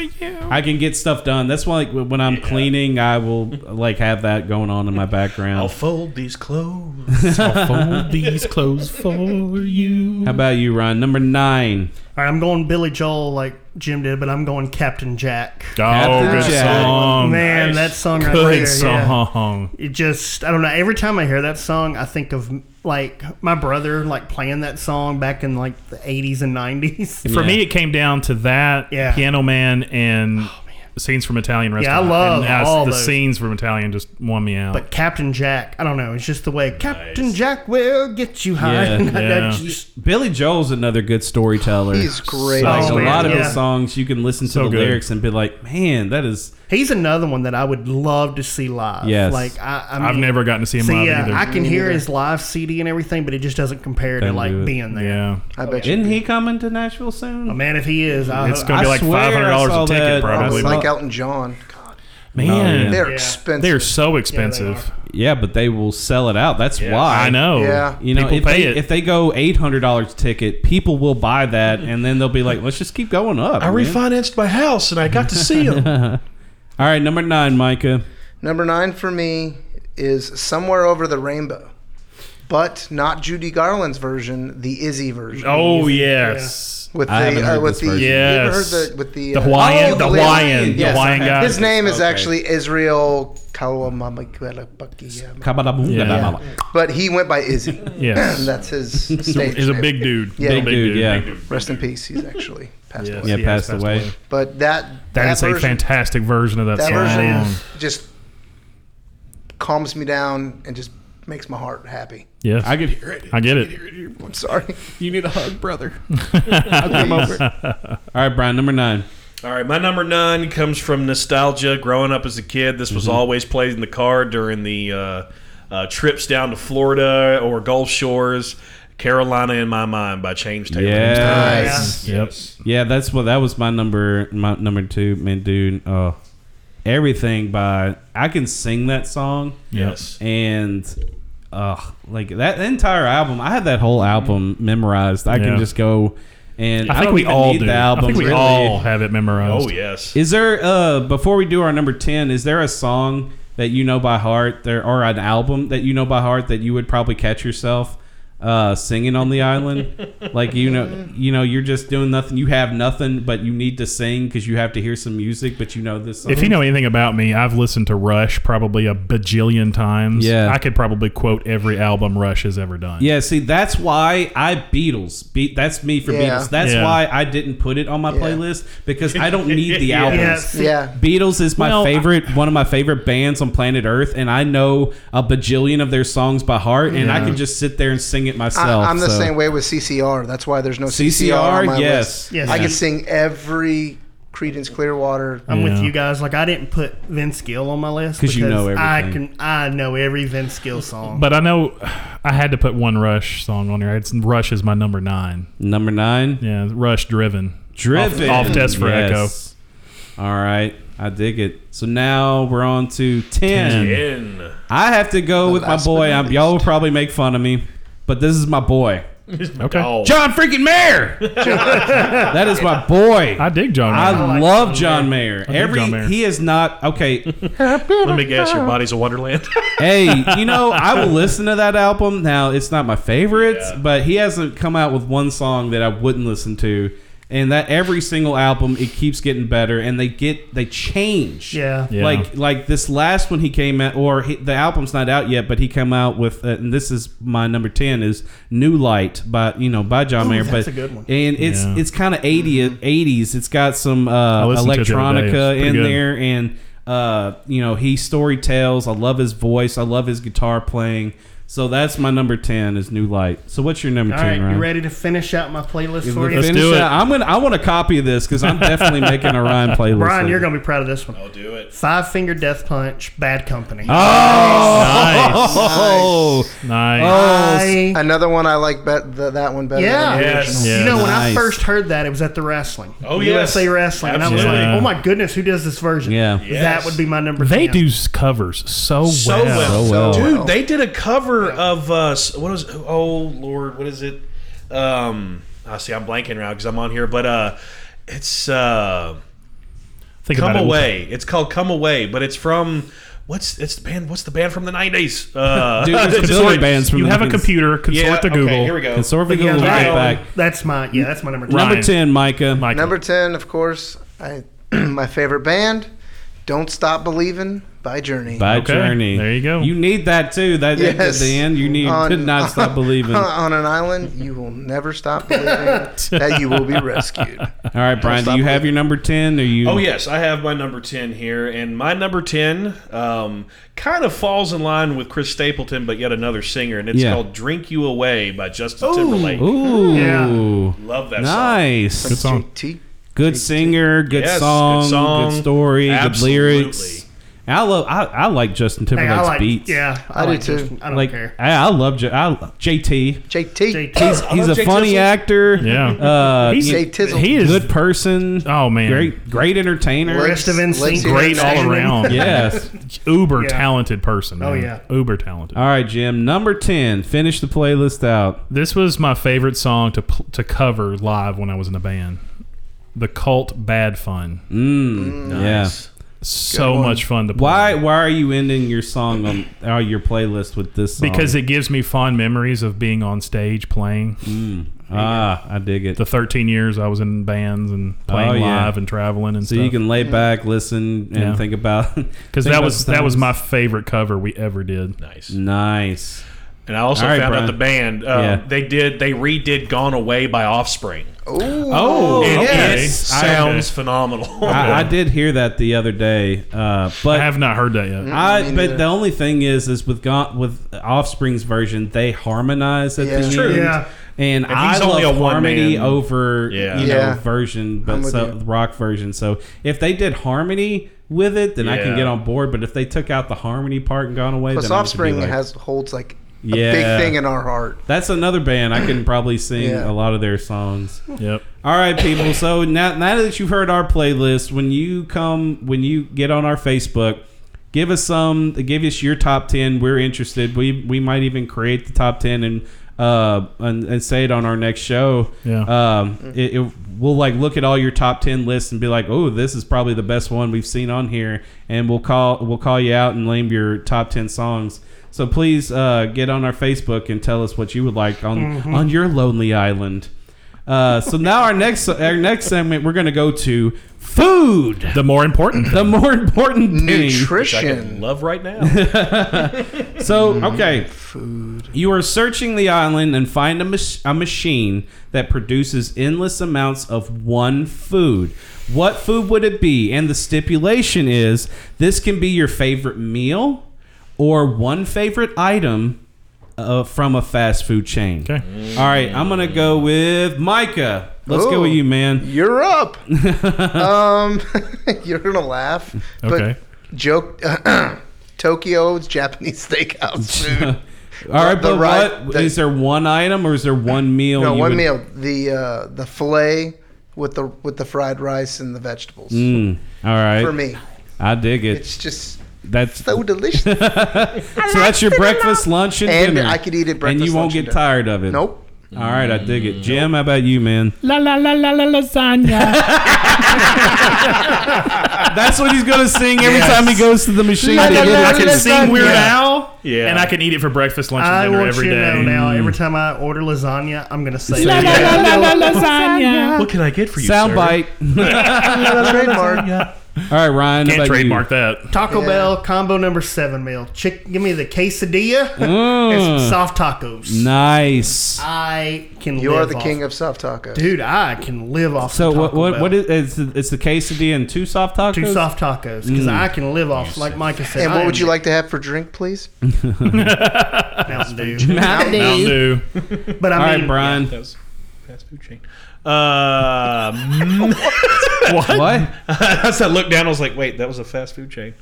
[SPEAKER 10] I can get stuff done. That's why, like when I'm cleaning, I will like have that going on in my
[SPEAKER 11] I'll
[SPEAKER 10] background.
[SPEAKER 11] fold these clothes.
[SPEAKER 12] Fold these clothes for you.
[SPEAKER 10] How about you, Ron? Number nine.
[SPEAKER 6] All right, I'm going Billy Joel like Jim did, but I'm going Captain Jack.
[SPEAKER 12] Oh, good
[SPEAKER 6] Jack.
[SPEAKER 12] song.
[SPEAKER 6] Man,
[SPEAKER 12] Nice.
[SPEAKER 6] that song right
[SPEAKER 12] Good
[SPEAKER 6] there, yeah.
[SPEAKER 12] song.
[SPEAKER 6] It just, I don't know. Every time I hear that song, I think of like my brother like playing that song back in like the 80s and 90s.
[SPEAKER 12] For me, it came down to that Piano Man and scenes from Italian
[SPEAKER 6] Yeah, I
[SPEAKER 12] Restaurant.
[SPEAKER 6] love
[SPEAKER 12] And as
[SPEAKER 6] all
[SPEAKER 12] the
[SPEAKER 6] those.
[SPEAKER 12] scenes from Italian just won me out.
[SPEAKER 6] But Captain Jack, I don't know. It's just the way Captain Jack will get you high.
[SPEAKER 10] Yeah,
[SPEAKER 6] That
[SPEAKER 10] yeah.
[SPEAKER 6] just-
[SPEAKER 10] Billy Joel's another good storyteller.
[SPEAKER 6] He's great.
[SPEAKER 10] Like
[SPEAKER 6] Oh,
[SPEAKER 10] a
[SPEAKER 6] man,
[SPEAKER 10] lot of
[SPEAKER 6] yeah.
[SPEAKER 10] his songs, you can listen to
[SPEAKER 6] So
[SPEAKER 10] the
[SPEAKER 6] good.
[SPEAKER 10] lyrics and be like, "Man, that is."
[SPEAKER 6] He's another one that I would love to see live.
[SPEAKER 10] Yes.
[SPEAKER 6] like I, I mean,
[SPEAKER 12] I've never gotten to see him
[SPEAKER 6] See,
[SPEAKER 12] live
[SPEAKER 6] yeah,
[SPEAKER 12] either.
[SPEAKER 6] I can
[SPEAKER 12] Me
[SPEAKER 6] hear
[SPEAKER 12] neither.
[SPEAKER 6] his live CD and everything, but it just doesn't compare to
[SPEAKER 12] Doesn't
[SPEAKER 6] like
[SPEAKER 12] do it.
[SPEAKER 6] being there.
[SPEAKER 12] Yeah.
[SPEAKER 6] I
[SPEAKER 10] bet you. Isn't he coming to Nashville soon?
[SPEAKER 6] Oh, man, if he is, I,
[SPEAKER 12] It's gonna be
[SPEAKER 6] I
[SPEAKER 12] like
[SPEAKER 6] swear I
[SPEAKER 12] $500 a
[SPEAKER 6] saw
[SPEAKER 12] ticket,
[SPEAKER 6] that.
[SPEAKER 12] probably.
[SPEAKER 13] It's
[SPEAKER 12] Well-
[SPEAKER 13] like Elton John.
[SPEAKER 12] Man,
[SPEAKER 10] Oh, yeah.
[SPEAKER 13] They're expensive.
[SPEAKER 12] They're so expensive.
[SPEAKER 10] Yeah, but they will sell it out. That's why
[SPEAKER 12] I know.
[SPEAKER 13] Yeah.
[SPEAKER 10] You know,
[SPEAKER 12] People
[SPEAKER 10] if,
[SPEAKER 12] pay
[SPEAKER 10] they,
[SPEAKER 12] it.
[SPEAKER 10] if they go eight hundred dollars ticket, people will buy that, and then they'll be like, "Let's just keep going up."
[SPEAKER 13] I
[SPEAKER 15] refinanced my house and I got to see
[SPEAKER 10] them. All right, number nine, Micah.
[SPEAKER 13] Number nine for me is Somewhere Over the Rainbow, but not Judy Garland's version, the Izzy version.
[SPEAKER 12] Oh, yes.
[SPEAKER 13] With the,
[SPEAKER 12] I haven't
[SPEAKER 13] uh,
[SPEAKER 12] heard
[SPEAKER 13] with
[SPEAKER 12] this
[SPEAKER 13] the,
[SPEAKER 12] version.
[SPEAKER 13] you ever
[SPEAKER 12] Yes.
[SPEAKER 13] heard the, with the,
[SPEAKER 12] The
[SPEAKER 13] uh,
[SPEAKER 12] Hawaiian- the Hawaiian- the Hawaiian guy.
[SPEAKER 13] His name is
[SPEAKER 12] Okay.
[SPEAKER 13] actually Israel Kawamamakuelabaki.
[SPEAKER 10] Yeah.
[SPEAKER 13] But he went by Izzy.
[SPEAKER 12] Yes.
[SPEAKER 13] That's his
[SPEAKER 12] He's a-
[SPEAKER 13] stage
[SPEAKER 12] he's a
[SPEAKER 13] name.
[SPEAKER 12] big dude.
[SPEAKER 13] Yeah.
[SPEAKER 12] Big Big dude, dude, yeah. big dude,
[SPEAKER 13] Rest in peace. He's actually passed
[SPEAKER 12] Yes,
[SPEAKER 13] away.
[SPEAKER 12] he has
[SPEAKER 10] passed away.
[SPEAKER 13] But that
[SPEAKER 12] That is a
[SPEAKER 13] version-
[SPEAKER 12] fantastic version of that,
[SPEAKER 13] that
[SPEAKER 12] song.
[SPEAKER 13] version is just calms me down and just makes my heart happy.
[SPEAKER 12] Yes. I
[SPEAKER 10] could
[SPEAKER 12] hear it. I get it.
[SPEAKER 13] I'm sorry.
[SPEAKER 10] You need a hug, brother.
[SPEAKER 13] I'll come over.
[SPEAKER 10] All right, Brian, number nine.
[SPEAKER 15] All right, my number nine comes from nostalgia. Growing up as a kid, this
[SPEAKER 10] Mm-hmm.
[SPEAKER 15] was always played in the car during the uh, uh, trips down to Florida or Gulf Shores. Carolina in my mind by James Taylor.
[SPEAKER 10] Yes.
[SPEAKER 15] Yep.
[SPEAKER 10] Yeah, that's what that was my number my number two, man dude. Oh. Everything by I can sing that song.
[SPEAKER 15] Yes.
[SPEAKER 10] And uh like that entire album, I had that whole album memorized. I
[SPEAKER 12] Yeah.
[SPEAKER 10] can just go and
[SPEAKER 12] I think
[SPEAKER 10] don't
[SPEAKER 12] we
[SPEAKER 10] even
[SPEAKER 12] all
[SPEAKER 10] need
[SPEAKER 12] do.
[SPEAKER 10] the album.
[SPEAKER 12] I think we
[SPEAKER 10] really.
[SPEAKER 12] all have it memorized.
[SPEAKER 15] Oh yes.
[SPEAKER 10] Is there uh before we do our number ten, is there a song that you know by heart there or an album that you know by heart that you would probably catch yourself uh singing on the island? like you know you know, you're just doing nothing, you have nothing, but you need to sing because you have to hear some music, but you know this song.
[SPEAKER 12] If you know anything about me, I've listened to Rush probably a bajillion times.
[SPEAKER 10] Yeah.
[SPEAKER 12] I could probably quote every album Rush has ever done.
[SPEAKER 10] Yeah, see, that's why I Beatles. Be- that's me for
[SPEAKER 12] Yeah.
[SPEAKER 10] Beatles. That's
[SPEAKER 12] Yeah.
[SPEAKER 10] why I didn't put it on my playlist because I don't need the
[SPEAKER 12] Yeah.
[SPEAKER 10] albums.
[SPEAKER 13] Yeah.
[SPEAKER 10] Beatles is my
[SPEAKER 12] Well, I-
[SPEAKER 10] favorite, one of my favorite bands on planet Earth, and I know a bajillion of their songs by heart, and I
[SPEAKER 13] Yeah.
[SPEAKER 10] can just sit there and sing it myself.
[SPEAKER 13] I, am the
[SPEAKER 10] so.
[SPEAKER 13] same way with CCR. That's why there's no CCR,
[SPEAKER 10] CCR,
[SPEAKER 13] on my
[SPEAKER 10] yes.
[SPEAKER 13] list.
[SPEAKER 10] Yes.
[SPEAKER 13] I
[SPEAKER 10] Yeah.
[SPEAKER 13] could sing every Credence Clearwater.
[SPEAKER 6] I'm with you guys. Like I didn't put Vince Gill on my list
[SPEAKER 12] 'Cause you know
[SPEAKER 6] I
[SPEAKER 12] everything.
[SPEAKER 6] can I know every Vince Gill song.
[SPEAKER 12] But I know I had to put one Rush song on here. It's Rush is my number nine.
[SPEAKER 10] Number nine?
[SPEAKER 12] Yeah, Rush Driven.
[SPEAKER 10] Driven.
[SPEAKER 12] Off, off Test for
[SPEAKER 10] Yes. All right. I dig it. So now we're on to 10.
[SPEAKER 15] 10.
[SPEAKER 10] I have to go with my boy. I'm, y'all will probably make fun of me, but this is my boy.
[SPEAKER 12] Okay.
[SPEAKER 15] Oh,
[SPEAKER 10] John freaking Mayer. that is my boy. I
[SPEAKER 12] dig John
[SPEAKER 10] I,
[SPEAKER 12] Mayer. I like
[SPEAKER 10] love
[SPEAKER 12] John
[SPEAKER 10] John
[SPEAKER 12] Mayer.
[SPEAKER 10] Mayer.
[SPEAKER 12] I dig
[SPEAKER 10] Every
[SPEAKER 12] John Mayer.
[SPEAKER 10] he is not okay.
[SPEAKER 15] Let me guess, your body's a wonderland.
[SPEAKER 10] hey, you know, I will listen to that album. Now, it's not my favorite, but he hasn't come out with one song that I wouldn't listen to. And that every single album, it keeps getting better, and they get they change.
[SPEAKER 6] Yeah. Yeah.
[SPEAKER 10] Like like this last one he came out, or he, the album's not out yet, but he come out with, uh, and this is my number ten is New Light by you know by John
[SPEAKER 12] Ooh,
[SPEAKER 10] Mayer,
[SPEAKER 12] that's
[SPEAKER 10] but
[SPEAKER 12] a good one.
[SPEAKER 10] and it's
[SPEAKER 12] Yeah.
[SPEAKER 10] it's kind of 80,
[SPEAKER 6] Mm-hmm.
[SPEAKER 10] 80s. It's got some uh,
[SPEAKER 12] listened to it the other day. It's
[SPEAKER 10] electronica
[SPEAKER 12] pretty
[SPEAKER 10] in
[SPEAKER 12] good.
[SPEAKER 10] there there, and uh, you know he story tells. I love his voice. I love his guitar playing. So that's my number ten is New Light. So what's your number
[SPEAKER 6] All right,
[SPEAKER 10] ten? Ryan?
[SPEAKER 6] you ready to finish out my playlist
[SPEAKER 10] If
[SPEAKER 6] for
[SPEAKER 10] we
[SPEAKER 6] you?
[SPEAKER 10] finish that- I'm gonna. I want a copy of this because I'm definitely making a Ryan playlist.
[SPEAKER 6] Brian,
[SPEAKER 10] later.
[SPEAKER 6] you're gonna be proud of this one. I'll
[SPEAKER 15] do it.
[SPEAKER 6] Five Finger Death Punch, Bad Company.
[SPEAKER 10] Oh, nice,
[SPEAKER 13] I- another one I like bet th- that one better.
[SPEAKER 6] Yeah.
[SPEAKER 13] than the
[SPEAKER 6] Yes.
[SPEAKER 13] original.
[SPEAKER 6] You know, when I first heard that, it was at the wrestling.
[SPEAKER 13] Oh, yes.
[SPEAKER 6] USA Wrestling. And I was
[SPEAKER 12] Absolutely.
[SPEAKER 6] like, oh my goodness, who does this version?
[SPEAKER 12] Yeah.
[SPEAKER 6] That would be my number
[SPEAKER 12] They
[SPEAKER 6] 10.
[SPEAKER 12] do s- covers so,
[SPEAKER 15] Oh, so
[SPEAKER 12] well.
[SPEAKER 15] well. dude. They did a cover of uh, s- what was oh lord, what is it? Um,
[SPEAKER 11] ah,
[SPEAKER 15] I see, I'm blanking now because I'm on here, but uh, it's uh,
[SPEAKER 12] Think
[SPEAKER 15] come
[SPEAKER 12] about it.
[SPEAKER 15] away. It's called Come Away, but it's from.
[SPEAKER 11] What's it's the band? What's the band from the nineties? Uh,
[SPEAKER 10] Dude, there's a
[SPEAKER 11] just
[SPEAKER 10] billion
[SPEAKER 11] like-
[SPEAKER 10] bands from
[SPEAKER 15] you
[SPEAKER 10] the
[SPEAKER 15] have a
[SPEAKER 10] 90s.
[SPEAKER 15] computer, consort
[SPEAKER 11] Yeah,
[SPEAKER 15] to
[SPEAKER 11] okay,
[SPEAKER 15] Google.
[SPEAKER 11] here we go.
[SPEAKER 10] Consort to
[SPEAKER 11] But yeah,
[SPEAKER 10] Google.
[SPEAKER 11] that-
[SPEAKER 10] get back.
[SPEAKER 6] That's my yeah. That's my number. Two.
[SPEAKER 10] Number ten, Micah. Micah.
[SPEAKER 13] Number ten, of course, I my favorite band, "Don't Stop Believing" by Journey.
[SPEAKER 10] By
[SPEAKER 13] Okay.
[SPEAKER 10] Journey. There you go. You need that too. That that-
[SPEAKER 13] Yes.
[SPEAKER 10] at the end, you need to
[SPEAKER 13] On-
[SPEAKER 10] not stop believing. All
[SPEAKER 13] on an island, you will never stop believing that you will be rescued.
[SPEAKER 10] right, Brian. Do you have your number ten? Or you?
[SPEAKER 11] Oh yes, I have my number ten here, and my number ten um, kind of falls in line with Chris Stapleton, but yet another singer, and it's
[SPEAKER 10] Yeah.
[SPEAKER 11] called "Drink You Away" by Justin Timberlake.
[SPEAKER 10] Ooh.
[SPEAKER 11] love that.
[SPEAKER 10] Nice.
[SPEAKER 11] song.
[SPEAKER 10] Good song. Good singer. Good,
[SPEAKER 11] Yes, good
[SPEAKER 10] song, good
[SPEAKER 11] song.
[SPEAKER 10] story.
[SPEAKER 11] Absolutely.
[SPEAKER 10] Good lyrics. I love. I, I like Justin
[SPEAKER 6] Hey,
[SPEAKER 10] Timberlake's
[SPEAKER 6] I like,
[SPEAKER 10] beats.
[SPEAKER 6] Yeah, I,
[SPEAKER 13] I do
[SPEAKER 6] like
[SPEAKER 13] too.
[SPEAKER 6] Justin. I don't
[SPEAKER 10] like,
[SPEAKER 6] care.
[SPEAKER 10] I, I love J- I, love- JT.
[SPEAKER 13] JT.
[SPEAKER 10] He's, he's a funny actor.
[SPEAKER 15] Yeah.
[SPEAKER 10] Uh,
[SPEAKER 15] He's-
[SPEAKER 10] you-
[SPEAKER 15] Tizzle.
[SPEAKER 10] He
[SPEAKER 15] he
[SPEAKER 10] is
[SPEAKER 15] is-
[SPEAKER 10] good person.
[SPEAKER 15] Oh man,
[SPEAKER 10] Great, great entertainer.
[SPEAKER 6] Rest of NSYNC.
[SPEAKER 15] great all around.
[SPEAKER 10] Yes.
[SPEAKER 15] uber
[SPEAKER 6] Yeah.
[SPEAKER 15] talented person.
[SPEAKER 6] Oh,
[SPEAKER 15] man.
[SPEAKER 6] yeah.
[SPEAKER 15] uber talented.
[SPEAKER 10] All right, Jim. Number ten. Finish the playlist out.
[SPEAKER 15] This was my favorite song to pl- to cover live when I was in a band. The Cult Bad Fun.
[SPEAKER 10] Mm,
[SPEAKER 15] Nice.
[SPEAKER 10] Yeah.
[SPEAKER 15] So much fun to play.
[SPEAKER 10] Why? Why are you ending your song on uh, your playlist with this? Song?
[SPEAKER 15] Because it gives me fond memories of being on stage playing.
[SPEAKER 10] ah, I dig it.
[SPEAKER 15] The 13 years I was in bands and playing
[SPEAKER 10] Oh, yeah.
[SPEAKER 15] live and traveling and
[SPEAKER 10] so
[SPEAKER 15] stuff.
[SPEAKER 10] you can lay back, listen, and
[SPEAKER 15] Yeah.
[SPEAKER 10] think about
[SPEAKER 15] because that was that was my favorite cover we ever did.
[SPEAKER 11] Nice.
[SPEAKER 10] nice.
[SPEAKER 11] And I also
[SPEAKER 10] All right,
[SPEAKER 11] found
[SPEAKER 10] Brian.
[SPEAKER 11] out the band um,
[SPEAKER 10] Yeah.
[SPEAKER 11] they did they redid "Gone Away" by Offspring.
[SPEAKER 10] Oh,
[SPEAKER 11] and
[SPEAKER 10] okay.
[SPEAKER 11] it
[SPEAKER 10] Okay.
[SPEAKER 11] sounds phenomenal.
[SPEAKER 10] I, I did hear that the other day, uh, but
[SPEAKER 15] I have not heard that yet.
[SPEAKER 10] I,
[SPEAKER 11] Me
[SPEAKER 10] but
[SPEAKER 13] uh,
[SPEAKER 11] neither.
[SPEAKER 10] the only thing is, is with Gaunt, with Offspring's version, they harmonize at
[SPEAKER 13] Yeah.
[SPEAKER 10] the
[SPEAKER 13] It's true.
[SPEAKER 10] end.
[SPEAKER 13] Yeah.
[SPEAKER 10] And,
[SPEAKER 11] And
[SPEAKER 10] I
[SPEAKER 11] he's only
[SPEAKER 10] love
[SPEAKER 11] a one
[SPEAKER 10] harmony
[SPEAKER 11] man.
[SPEAKER 10] over
[SPEAKER 11] Yeah.
[SPEAKER 10] you know
[SPEAKER 13] Yeah.
[SPEAKER 10] version,
[SPEAKER 13] I'm
[SPEAKER 10] but
[SPEAKER 13] with
[SPEAKER 10] so
[SPEAKER 13] you.
[SPEAKER 10] rock version. So if they did harmony with it, then I can
[SPEAKER 11] Yeah.
[SPEAKER 10] get on board. But if they took out the harmony part and gone away,
[SPEAKER 13] Plus,
[SPEAKER 10] then I would just be
[SPEAKER 13] Offspring
[SPEAKER 10] like,
[SPEAKER 13] has holds like a
[SPEAKER 10] Yeah.
[SPEAKER 13] big thing in our heart.
[SPEAKER 10] That's another band I can probably sing
[SPEAKER 13] Yeah.
[SPEAKER 10] a lot of their songs.
[SPEAKER 15] Yep.
[SPEAKER 10] All right, people. So now, now that you've heard our playlist, when you come, when you get on our Facebook, give us some, give us your top ten. We're interested. We we might even create the top ten and uh and, and say it on our next show.
[SPEAKER 15] Yeah.
[SPEAKER 10] Um, it, it, we'll like look at all your top ten lists and be like, oh, this is probably the best one we've seen on here, and we'll call we'll call you out and name your top ten songs. So please uh, get on our Facebook and tell us what you would like on
[SPEAKER 15] Mhm.
[SPEAKER 10] on your lonely island. Uh, so now our next our next segment we're gonna go to food.
[SPEAKER 15] The more important,
[SPEAKER 10] the more important thing.
[SPEAKER 11] Nutrition. Love right now.
[SPEAKER 10] So okay, food. You are searching the island and find a, mach- a machine that produces endless amounts of one food. What food would it be? And the stipulation is this can be your favorite meal or one favorite item uh, from a fast food chain. Okay. All right, I'm gonna go with Micah. Let's go
[SPEAKER 13] Ooh.
[SPEAKER 10] with you, man.
[SPEAKER 13] You're up. um, you're gonna laugh. But
[SPEAKER 10] Okay.
[SPEAKER 13] Joke. Tokyo's Japanese steakhouse food.
[SPEAKER 10] All right,
[SPEAKER 13] The
[SPEAKER 10] but
[SPEAKER 13] right-
[SPEAKER 10] what is
[SPEAKER 13] the-
[SPEAKER 10] there one item or is there one meal?
[SPEAKER 13] no,
[SPEAKER 10] Oh, you
[SPEAKER 13] one
[SPEAKER 10] would-
[SPEAKER 13] meal. The uh, the fillet with the with the fried rice and the vegetables.
[SPEAKER 10] Mm, all right.
[SPEAKER 13] For me,
[SPEAKER 10] I dig it.
[SPEAKER 13] it's just
[SPEAKER 10] That's
[SPEAKER 13] so delicious.
[SPEAKER 10] so that's your breakfast, lunch, and,
[SPEAKER 13] And
[SPEAKER 10] dinner.
[SPEAKER 13] I could eat it breakfast,
[SPEAKER 10] and you won't
[SPEAKER 13] lunch,
[SPEAKER 10] get
[SPEAKER 13] and dinner.
[SPEAKER 10] tired of it.
[SPEAKER 13] Nope.
[SPEAKER 10] All right, I dig it. Jim, how about you, man?
[SPEAKER 22] La la la la la lasagna.
[SPEAKER 10] That's what he's gonna sing every time he goes to the machine.
[SPEAKER 15] I
[SPEAKER 10] to
[SPEAKER 15] can,
[SPEAKER 10] get
[SPEAKER 15] I
[SPEAKER 10] it.
[SPEAKER 15] can sing Weird
[SPEAKER 6] Yeah.
[SPEAKER 15] Al,
[SPEAKER 11] Yeah.
[SPEAKER 15] and I can eat it for breakfast, lunch,
[SPEAKER 6] I
[SPEAKER 15] and dinner
[SPEAKER 6] want
[SPEAKER 15] every
[SPEAKER 6] you to
[SPEAKER 15] day.
[SPEAKER 6] know now. Every time I order lasagna, I'm gonna say
[SPEAKER 22] La la la la la lasagna.
[SPEAKER 11] What can I get for you? sir?
[SPEAKER 10] Soundbite.
[SPEAKER 13] Trademark.
[SPEAKER 10] All right, Ryan. how
[SPEAKER 15] Can't
[SPEAKER 10] about you?
[SPEAKER 15] trademark that.
[SPEAKER 6] Taco
[SPEAKER 13] Yeah.
[SPEAKER 6] Bell combo number seven meal. Chick, give me the quesadilla and some
[SPEAKER 10] Mm,
[SPEAKER 6] soft tacos.
[SPEAKER 10] nice.
[SPEAKER 6] I can.
[SPEAKER 13] You are
[SPEAKER 6] live
[SPEAKER 13] the
[SPEAKER 6] off-
[SPEAKER 13] king of soft tacos.
[SPEAKER 6] Dude, I can live off.
[SPEAKER 10] So
[SPEAKER 6] of
[SPEAKER 10] what?
[SPEAKER 6] Taco
[SPEAKER 10] What?
[SPEAKER 6] Bell.
[SPEAKER 10] What is? It's, it's the quesadilla and two soft tacos.
[SPEAKER 6] two soft tacos? Because
[SPEAKER 10] Mm.
[SPEAKER 6] I can live off, like Micah said.
[SPEAKER 13] and
[SPEAKER 6] I
[SPEAKER 13] what would
[SPEAKER 6] am
[SPEAKER 13] you like to have for drink, please?
[SPEAKER 6] Mountain Dew.
[SPEAKER 10] Mountain
[SPEAKER 15] Mountain Dew.
[SPEAKER 6] But I
[SPEAKER 10] All right,
[SPEAKER 6] mean,
[SPEAKER 10] Brian.
[SPEAKER 11] That was fast food chain. Um,
[SPEAKER 10] What?
[SPEAKER 11] that's that look down. I was like, wait, that was a fast food chain.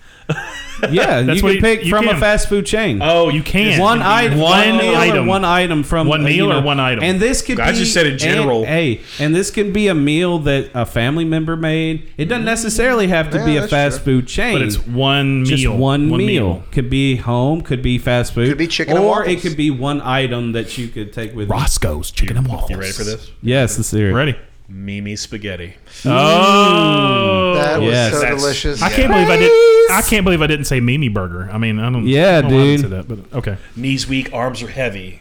[SPEAKER 10] Yeah, you
[SPEAKER 15] That's
[SPEAKER 10] can
[SPEAKER 15] what you-
[SPEAKER 10] pick
[SPEAKER 15] you
[SPEAKER 10] from a
[SPEAKER 15] can. Uh,
[SPEAKER 10] fast food chain.
[SPEAKER 11] Oh,
[SPEAKER 15] You can
[SPEAKER 10] one item, one, meal item,
[SPEAKER 15] item.
[SPEAKER 10] one item from
[SPEAKER 15] One
[SPEAKER 10] uh,
[SPEAKER 15] meal or one item?
[SPEAKER 10] And this could
[SPEAKER 11] I
[SPEAKER 10] be,
[SPEAKER 11] just said in general.
[SPEAKER 10] And, hey, and this can be a meal that a family member made. It doesn't necessarily have to
[SPEAKER 13] Yeah,
[SPEAKER 10] be a
[SPEAKER 13] that's
[SPEAKER 10] fast food chain.
[SPEAKER 15] but it's one meal.
[SPEAKER 10] just one, meal. Could be home, could be fast food,
[SPEAKER 13] Could be chicken and
[SPEAKER 10] or it
[SPEAKER 13] waffles.
[SPEAKER 10] could be one item that you could take with. you.
[SPEAKER 15] Roscoe's chicken and waffles.
[SPEAKER 11] You ready for this?
[SPEAKER 10] Yes, let's hear it.
[SPEAKER 15] Ready?
[SPEAKER 11] Mimi spaghetti.
[SPEAKER 12] Oh,
[SPEAKER 13] That was Yes. so delicious.
[SPEAKER 12] I can't believe I did. I can't believe I didn't say Mimi Burger. I mean, I don't.
[SPEAKER 10] Yeah,
[SPEAKER 12] I don't know why I
[SPEAKER 10] dude.
[SPEAKER 12] said that, but okay.
[SPEAKER 11] Knees weak, arms are heavy.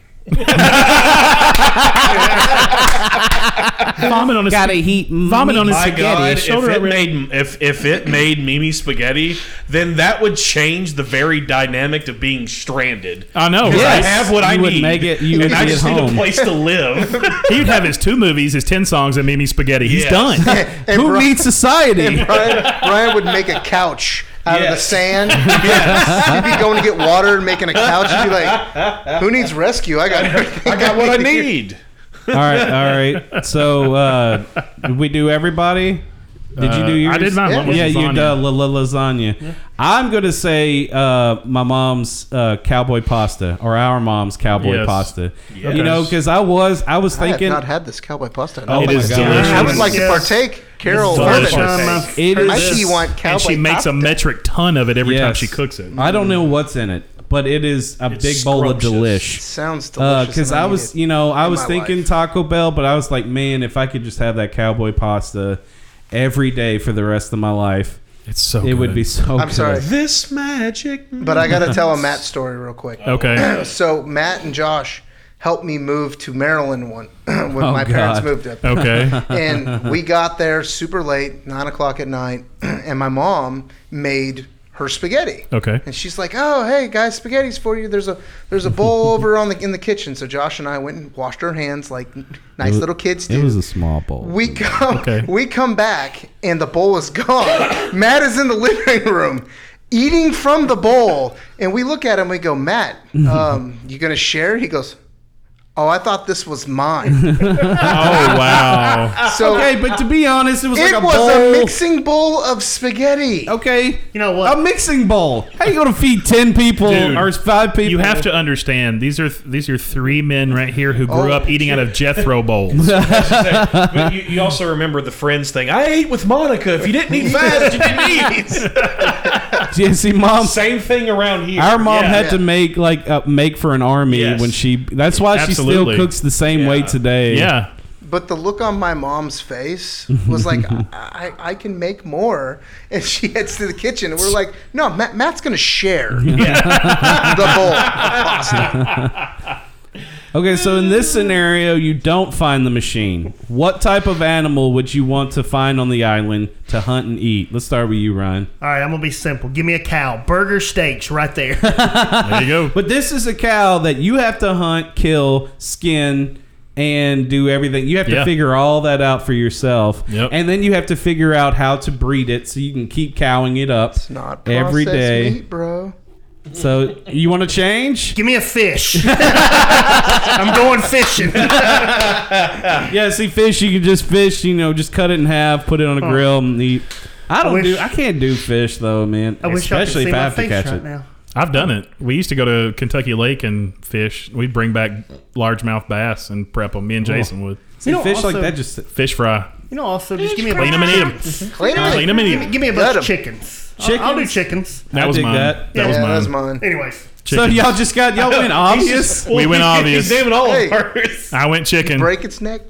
[SPEAKER 12] Vomit on his
[SPEAKER 10] Gotta heat
[SPEAKER 12] vomit on his
[SPEAKER 11] My
[SPEAKER 12] spaghetti.
[SPEAKER 11] God, if
[SPEAKER 12] Shoulder
[SPEAKER 11] it
[SPEAKER 12] up-
[SPEAKER 11] made if if it made Mimi spaghetti, then that would change the very dynamic to being stranded.
[SPEAKER 12] I know.
[SPEAKER 11] Because
[SPEAKER 12] right?
[SPEAKER 11] I have what I
[SPEAKER 10] Ah, You would
[SPEAKER 11] need.
[SPEAKER 10] make it- you
[SPEAKER 11] and
[SPEAKER 10] would
[SPEAKER 11] I
[SPEAKER 10] be
[SPEAKER 11] just
[SPEAKER 10] at
[SPEAKER 11] need a
[SPEAKER 10] home.
[SPEAKER 11] place to live.
[SPEAKER 12] He'd have his two movies, his ten songs, and Mimi Spaghetti. He's
[SPEAKER 11] Yes.
[SPEAKER 12] done.
[SPEAKER 13] And
[SPEAKER 10] Who
[SPEAKER 13] Bri-
[SPEAKER 10] needs society?
[SPEAKER 13] And Brian, Brian would make a couch out of the
[SPEAKER 11] Yes.
[SPEAKER 13] sand. He'd be going to get water and making a couch. He'd be like, "Who needs rescue? I got everything.
[SPEAKER 11] I got what I need.
[SPEAKER 10] all right, all right. So uh, did we do everybody. Did you
[SPEAKER 12] Uh,
[SPEAKER 10] do yours?
[SPEAKER 12] I did mine. Mine was
[SPEAKER 10] Yeah, you
[SPEAKER 12] lasagna.
[SPEAKER 10] did uh, la, la, lasagna. I'm gonna say uh, my mom's uh, cowboy pasta or our mom's cowboy
[SPEAKER 12] Yes.
[SPEAKER 10] pasta.
[SPEAKER 12] Yes.
[SPEAKER 10] You know, because I was I was
[SPEAKER 13] I have
[SPEAKER 10] thinking
[SPEAKER 13] not had this cowboy pasta.
[SPEAKER 10] Oh my God.
[SPEAKER 13] I would
[SPEAKER 12] Yes.
[SPEAKER 13] like to partake. Carol,
[SPEAKER 12] Delicious.
[SPEAKER 13] Irvin.
[SPEAKER 10] It
[SPEAKER 13] I
[SPEAKER 10] is-
[SPEAKER 13] see you want cowboy
[SPEAKER 12] and she makes
[SPEAKER 13] pasta.
[SPEAKER 12] a metric ton of it every time
[SPEAKER 10] Yes.
[SPEAKER 12] she cooks it.
[SPEAKER 10] I don't know what's in it, but it is a
[SPEAKER 12] It's
[SPEAKER 10] big bowl of
[SPEAKER 12] scrumptious.
[SPEAKER 10] delish.
[SPEAKER 13] Sounds delicious.
[SPEAKER 10] Because
[SPEAKER 13] and
[SPEAKER 10] Uh, I
[SPEAKER 13] need
[SPEAKER 10] was,
[SPEAKER 13] it.
[SPEAKER 10] you know, I
[SPEAKER 13] in
[SPEAKER 10] was
[SPEAKER 13] my
[SPEAKER 10] thinking
[SPEAKER 13] life.
[SPEAKER 10] Taco Bell, but I was like, man, if I could just have that cowboy pasta every day for the rest of my life,
[SPEAKER 12] It's so.
[SPEAKER 10] it would
[SPEAKER 12] good.
[SPEAKER 10] be so.
[SPEAKER 13] I'm
[SPEAKER 10] good.
[SPEAKER 13] sorry.
[SPEAKER 11] This magic.
[SPEAKER 13] But I got to tell a Matt story real quick.
[SPEAKER 12] Okay.
[SPEAKER 13] so Matt and Josh helped me move to Maryland one when
[SPEAKER 10] Oh,
[SPEAKER 13] my parents
[SPEAKER 10] God.
[SPEAKER 13] moved up.
[SPEAKER 12] Okay.
[SPEAKER 13] and we got there super late, nine o'clock at night, and my mom made her spaghetti.
[SPEAKER 12] Okay.
[SPEAKER 13] And she's like, "Oh, hey guys, spaghetti's for you. There's a there's a bowl over on the in the kitchen." So Josh and I went and washed our hands like nice little kids do.
[SPEAKER 10] It was a small bowl.
[SPEAKER 13] We come,
[SPEAKER 12] Okay.
[SPEAKER 13] we come back, and the bowl is gone. Matt is in the living room, eating from the bowl, and we look at him. We go, Matt, um, you gonna share? He goes, Oh, I thought this was mine.
[SPEAKER 12] Oh wow.
[SPEAKER 13] So
[SPEAKER 10] okay, but to be honest, it was
[SPEAKER 13] it
[SPEAKER 10] like a
[SPEAKER 13] was
[SPEAKER 10] bowl. Oh.
[SPEAKER 13] a mixing bowl of spaghetti.
[SPEAKER 10] okay,
[SPEAKER 6] You know
[SPEAKER 10] a
[SPEAKER 13] Um,
[SPEAKER 6] what?
[SPEAKER 10] mixing bowl. How you gonna feed ten people
[SPEAKER 12] Dude,
[SPEAKER 10] or five people?
[SPEAKER 12] You have to understand these are these are three men right here who grew
[SPEAKER 13] Oh,
[SPEAKER 12] up eating out of Jethro bowls.
[SPEAKER 11] But you, you also remember the Friends thing. I ate with Monica. If you didn't eat fast, you didn't eat.
[SPEAKER 10] Yeah, see, mom.
[SPEAKER 11] Same thing around here.
[SPEAKER 10] Our mom
[SPEAKER 11] Yeah.
[SPEAKER 10] had
[SPEAKER 13] yeah.
[SPEAKER 10] to make like uh, make for an army
[SPEAKER 11] Yes.
[SPEAKER 10] when she. That's why she
[SPEAKER 12] Absolutely.
[SPEAKER 10] still cooks the same way
[SPEAKER 11] Yeah.
[SPEAKER 10] today.
[SPEAKER 12] yeah.
[SPEAKER 13] But the look on my mom's face was like, I, I, I can make more. And she heads to the kitchen, and we're like, No, Matt, Matt's gonna share the bowl. of pasta."
[SPEAKER 10] Okay, so in this scenario, you don't find the machine. What type of animal would you want to find on the island to hunt and eat? Let's start with you, Ryan.
[SPEAKER 6] All right, I'm gonna be simple. Give me a cow. Burger steaks right there.
[SPEAKER 12] There you go.
[SPEAKER 10] But this is a cow that you have to hunt, kill, skin, and do everything. You have to
[SPEAKER 12] Yeah.
[SPEAKER 10] figure all that out for yourself.
[SPEAKER 12] Yep.
[SPEAKER 10] And then you have to figure out how to breed it so you can keep cowing it up
[SPEAKER 13] It's not
[SPEAKER 10] every
[SPEAKER 13] processed
[SPEAKER 10] day.
[SPEAKER 13] meat, bro.
[SPEAKER 10] So you want to change?
[SPEAKER 6] Give me a fish. I'm going fishing.
[SPEAKER 10] Yeah, see, fish, you can just fish, you know, just cut it in half, put it on a grill, and eat. I don't
[SPEAKER 6] wish-
[SPEAKER 10] do. I can't do fish though, man.
[SPEAKER 6] I wish
[SPEAKER 10] Especially
[SPEAKER 6] I could see
[SPEAKER 10] if I
[SPEAKER 6] my
[SPEAKER 10] have to
[SPEAKER 6] face
[SPEAKER 10] catch
[SPEAKER 6] right
[SPEAKER 10] it.
[SPEAKER 6] now.
[SPEAKER 12] I've done it. We used to go to Kentucky Lake and fish. We'd bring back largemouth bass and prep them. Me
[SPEAKER 10] Oh.
[SPEAKER 12] and Jason would
[SPEAKER 10] See,
[SPEAKER 6] You know,
[SPEAKER 10] fish like
[SPEAKER 6] also-
[SPEAKER 10] that just
[SPEAKER 12] fish fry,
[SPEAKER 6] You know, also just give me a
[SPEAKER 12] clean them and eat them.
[SPEAKER 13] Clean 'em and
[SPEAKER 12] Clean 'em and eat 'em.
[SPEAKER 6] Give me, give me a bunch
[SPEAKER 13] Let 'em.
[SPEAKER 6] of chickens. I'll- I'll, do
[SPEAKER 10] Chickens?
[SPEAKER 6] chickens.
[SPEAKER 12] That
[SPEAKER 10] I
[SPEAKER 12] was
[SPEAKER 10] dig
[SPEAKER 12] mine.
[SPEAKER 10] that.
[SPEAKER 12] That,
[SPEAKER 13] Yeah,
[SPEAKER 12] was mine.
[SPEAKER 13] that was mine.
[SPEAKER 6] Anyways,
[SPEAKER 10] So
[SPEAKER 12] Chicken.
[SPEAKER 10] y'all just got y'all went obvious.
[SPEAKER 12] we went obvious.
[SPEAKER 11] David all
[SPEAKER 13] Hey.
[SPEAKER 11] ours.
[SPEAKER 12] I went chicken.
[SPEAKER 13] Break its neck.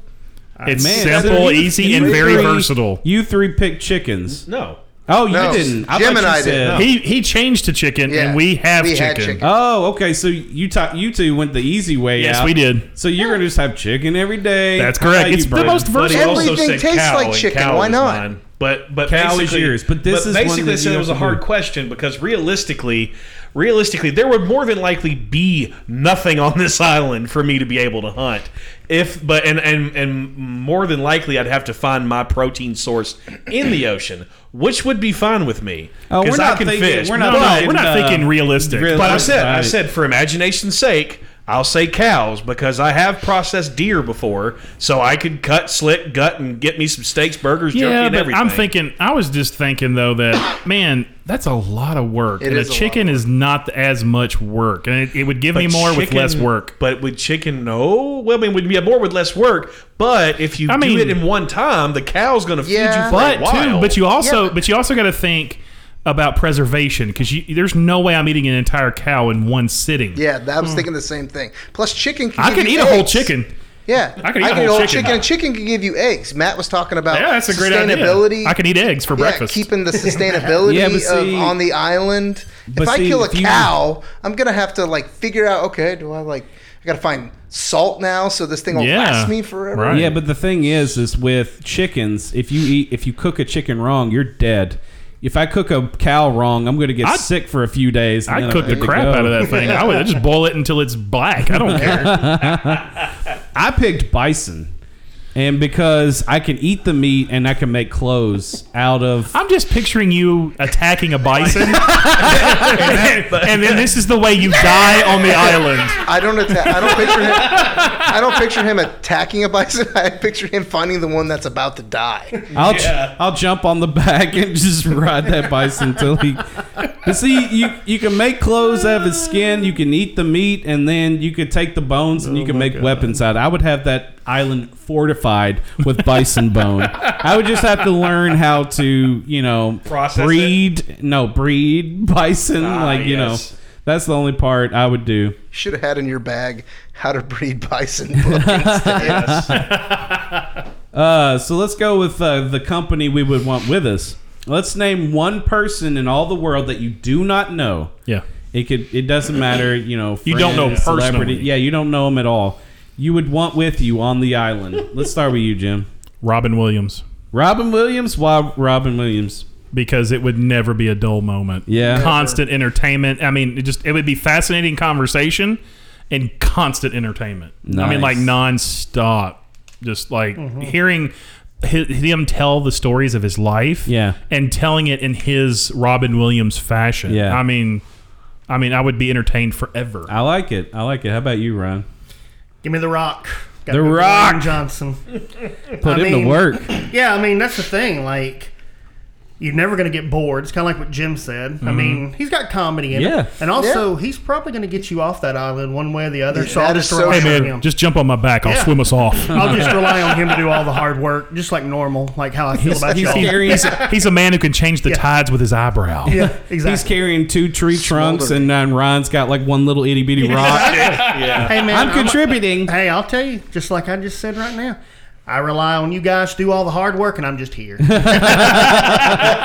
[SPEAKER 13] Uh,
[SPEAKER 12] It's
[SPEAKER 10] Man,
[SPEAKER 12] simple,
[SPEAKER 10] so you-
[SPEAKER 12] easy,
[SPEAKER 10] you
[SPEAKER 12] and very
[SPEAKER 10] three-
[SPEAKER 12] versatile.
[SPEAKER 10] You three picked chickens.
[SPEAKER 11] No.
[SPEAKER 10] Oh, you
[SPEAKER 13] No,
[SPEAKER 10] didn't. I
[SPEAKER 13] Jim
[SPEAKER 10] thought
[SPEAKER 13] and
[SPEAKER 10] you
[SPEAKER 13] I did.
[SPEAKER 10] said-
[SPEAKER 13] No.
[SPEAKER 12] He he changed to chicken,
[SPEAKER 13] Yeah,
[SPEAKER 12] and we have
[SPEAKER 13] we had
[SPEAKER 12] chicken.
[SPEAKER 13] chicken.
[SPEAKER 10] Oh, okay. So you ta- you two went the easy way.
[SPEAKER 12] Yes,
[SPEAKER 10] out.
[SPEAKER 12] we did.
[SPEAKER 10] So you're gonna just have chicken every day.
[SPEAKER 12] That's
[SPEAKER 10] How about
[SPEAKER 12] correct.
[SPEAKER 10] you,
[SPEAKER 12] It's the
[SPEAKER 10] Brandon?
[SPEAKER 12] most
[SPEAKER 11] But he
[SPEAKER 12] versatile.
[SPEAKER 11] also said
[SPEAKER 13] Everything tastes
[SPEAKER 11] cow,
[SPEAKER 13] like
[SPEAKER 11] and
[SPEAKER 13] chicken.
[SPEAKER 11] cow
[SPEAKER 13] Why
[SPEAKER 11] is
[SPEAKER 13] not?
[SPEAKER 11] mine. But but
[SPEAKER 10] Cow is
[SPEAKER 11] basically-
[SPEAKER 10] yours, but this is one
[SPEAKER 11] basically
[SPEAKER 10] that
[SPEAKER 11] said
[SPEAKER 10] you
[SPEAKER 11] it
[SPEAKER 10] have
[SPEAKER 11] was
[SPEAKER 10] to
[SPEAKER 11] a hard
[SPEAKER 10] do.
[SPEAKER 11] question because realistically, realistically, there would more than likely be nothing on this island for me to be able to hunt. If but and and and more than likely, I'd have to find my protein source in the ocean, which would be fine with me
[SPEAKER 10] Oh, we're
[SPEAKER 11] because I
[SPEAKER 10] not
[SPEAKER 11] can
[SPEAKER 10] thinking-
[SPEAKER 11] fish.
[SPEAKER 10] we're not
[SPEAKER 11] But-
[SPEAKER 10] thinking,
[SPEAKER 12] we're not
[SPEAKER 10] uh,
[SPEAKER 12] thinking realistic.
[SPEAKER 10] real-
[SPEAKER 11] but I said, I
[SPEAKER 10] Right.
[SPEAKER 11] said, for imagination's sake, I'll say cows because I have processed deer before, so I could cut, slit, gut, and get me some steaks, burgers, jerky,
[SPEAKER 12] Yeah,
[SPEAKER 11] and
[SPEAKER 12] but
[SPEAKER 11] everything.
[SPEAKER 12] I'm thinking. I was just thinking though that man, that's a lot of work,
[SPEAKER 13] It
[SPEAKER 12] and
[SPEAKER 13] is
[SPEAKER 12] a
[SPEAKER 13] a lot
[SPEAKER 12] chicken
[SPEAKER 13] of
[SPEAKER 12] is not as much work, and it, it would give me
[SPEAKER 11] But
[SPEAKER 12] more with
[SPEAKER 11] chicken-
[SPEAKER 12] less work.
[SPEAKER 11] But with chicken, no. Well, I mean, would be more with less work. But if you
[SPEAKER 12] I mean-
[SPEAKER 11] do it in one time, the cow's going to feed
[SPEAKER 13] Yeah.
[SPEAKER 11] you for
[SPEAKER 12] but
[SPEAKER 11] a while.
[SPEAKER 12] too, but you also,
[SPEAKER 13] Yeah.
[SPEAKER 12] but you also got to think about preservation because there's no way I'm eating an entire cow in one sitting.
[SPEAKER 13] Yeah, that, I was thinking the same thing. Plus, chicken. Can
[SPEAKER 12] Hmm. I
[SPEAKER 13] give
[SPEAKER 12] can
[SPEAKER 13] you
[SPEAKER 12] eat a whole
[SPEAKER 13] eggs.
[SPEAKER 12] chicken.
[SPEAKER 13] Yeah,
[SPEAKER 12] I could eat a whole chicken.
[SPEAKER 13] And chicken can give you eggs. Matt was talking about
[SPEAKER 12] Yeah, that's a great idea.
[SPEAKER 13] sustainability.
[SPEAKER 12] I could eat eggs for
[SPEAKER 13] Yeah,
[SPEAKER 12] breakfast.
[SPEAKER 13] Keeping the sustainability
[SPEAKER 12] Yeah, but see-
[SPEAKER 13] of on the island.
[SPEAKER 12] but
[SPEAKER 13] If I
[SPEAKER 12] see,
[SPEAKER 13] kill a
[SPEAKER 12] if you-
[SPEAKER 13] cow, I'm gonna have to like figure out. Okay, do I like? I gotta find salt now, so this thing will last me forever.
[SPEAKER 10] Yeah, but the thing is, is with chickens, if you eat, if you cook a chicken wrong, you're dead. If I cook a cow wrong, I'm going to get
[SPEAKER 12] I'd-
[SPEAKER 10] sick for a few days. and then
[SPEAKER 12] I'd
[SPEAKER 10] I'm
[SPEAKER 12] cook the
[SPEAKER 10] good to
[SPEAKER 12] crap
[SPEAKER 10] go.
[SPEAKER 12] out of that thing. I would I'd just boil it until it's black. I don't
[SPEAKER 10] care. I picked bison, and because I can eat the meat and I can make clothes out of.
[SPEAKER 12] I'm just picturing you attacking a bison, and then this is the way you die on the island.
[SPEAKER 13] I don't attack. I don't picture him. I don't picture him attacking a bison. I picture him finding the one that's about to die.
[SPEAKER 10] I'll j- I'll jump on the back and just ride that bison until he. But see, you you can make clothes out of his skin. You can eat the meat, and then you could take the bones and you can make weapons out. I would have that island fortified with bison bone. I would just have to learn how to you know
[SPEAKER 12] Process it.
[SPEAKER 10] breed no breed bison
[SPEAKER 13] Ah,
[SPEAKER 10] like you
[SPEAKER 13] yes.
[SPEAKER 10] know. That's the only part I would do.
[SPEAKER 13] Should have had in your bag how to breed bison book instead.
[SPEAKER 10] Uh, so let's go with uh, the company we would want with us. Let's name one person in all the world that you do not know.
[SPEAKER 12] Yeah.
[SPEAKER 10] It could. It doesn't matter. You know.
[SPEAKER 12] You don't know personally.
[SPEAKER 10] Yeah, you don't know him at all. You would want with you on the island. let's start with you, Jim.
[SPEAKER 12] Robin Williams.
[SPEAKER 10] Robin Williams. Why Robin Williams?
[SPEAKER 12] Because it would never be a dull moment.
[SPEAKER 10] Yeah.
[SPEAKER 12] Constant entertainment. I mean, it just it would be fascinating conversation and constant entertainment. I mean,
[SPEAKER 10] Nice.
[SPEAKER 12] like nonstop. Just like hearing hi- him tell the stories of his life. Yeah. And telling it in his Robin Williams fashion.
[SPEAKER 10] Yeah.
[SPEAKER 12] I mean, I mean, I would be entertained forever.
[SPEAKER 10] I like it. I like it. How about you, Ryan?
[SPEAKER 6] Give me The Rock. Gotta
[SPEAKER 10] The
[SPEAKER 6] go with Dwayne
[SPEAKER 10] Rock.
[SPEAKER 6] Johnson.
[SPEAKER 10] Put him to work.
[SPEAKER 6] Yeah, I mean that's the thing. Like, you're never gonna get bored. It's kind of like what Jim said. I
[SPEAKER 10] Mhm.
[SPEAKER 6] mean, he's got comedy in
[SPEAKER 12] Yeah.
[SPEAKER 6] it, and also he's probably gonna get you off that island one way or the other. So I'll just rely
[SPEAKER 12] hey,
[SPEAKER 6] on
[SPEAKER 12] man,
[SPEAKER 6] him.
[SPEAKER 12] just jump on my back. I'll
[SPEAKER 6] Yeah.
[SPEAKER 12] swim us off.
[SPEAKER 6] I'll just rely on him to do all the hard work, just like normal, like how I feel
[SPEAKER 12] He's,
[SPEAKER 6] about
[SPEAKER 12] he's,
[SPEAKER 6] y'all.
[SPEAKER 12] he's, he's a man who can change the tides with his eyebrow.
[SPEAKER 6] Yeah,
[SPEAKER 10] He's carrying two tree trunks, and then Ryan's got like one little itty bitty rock.
[SPEAKER 6] Hey man,
[SPEAKER 10] I'm contributing.
[SPEAKER 6] hey, I'll tell you, just like I just said right now, I rely on you guys to do all the hard work, and I'm just here.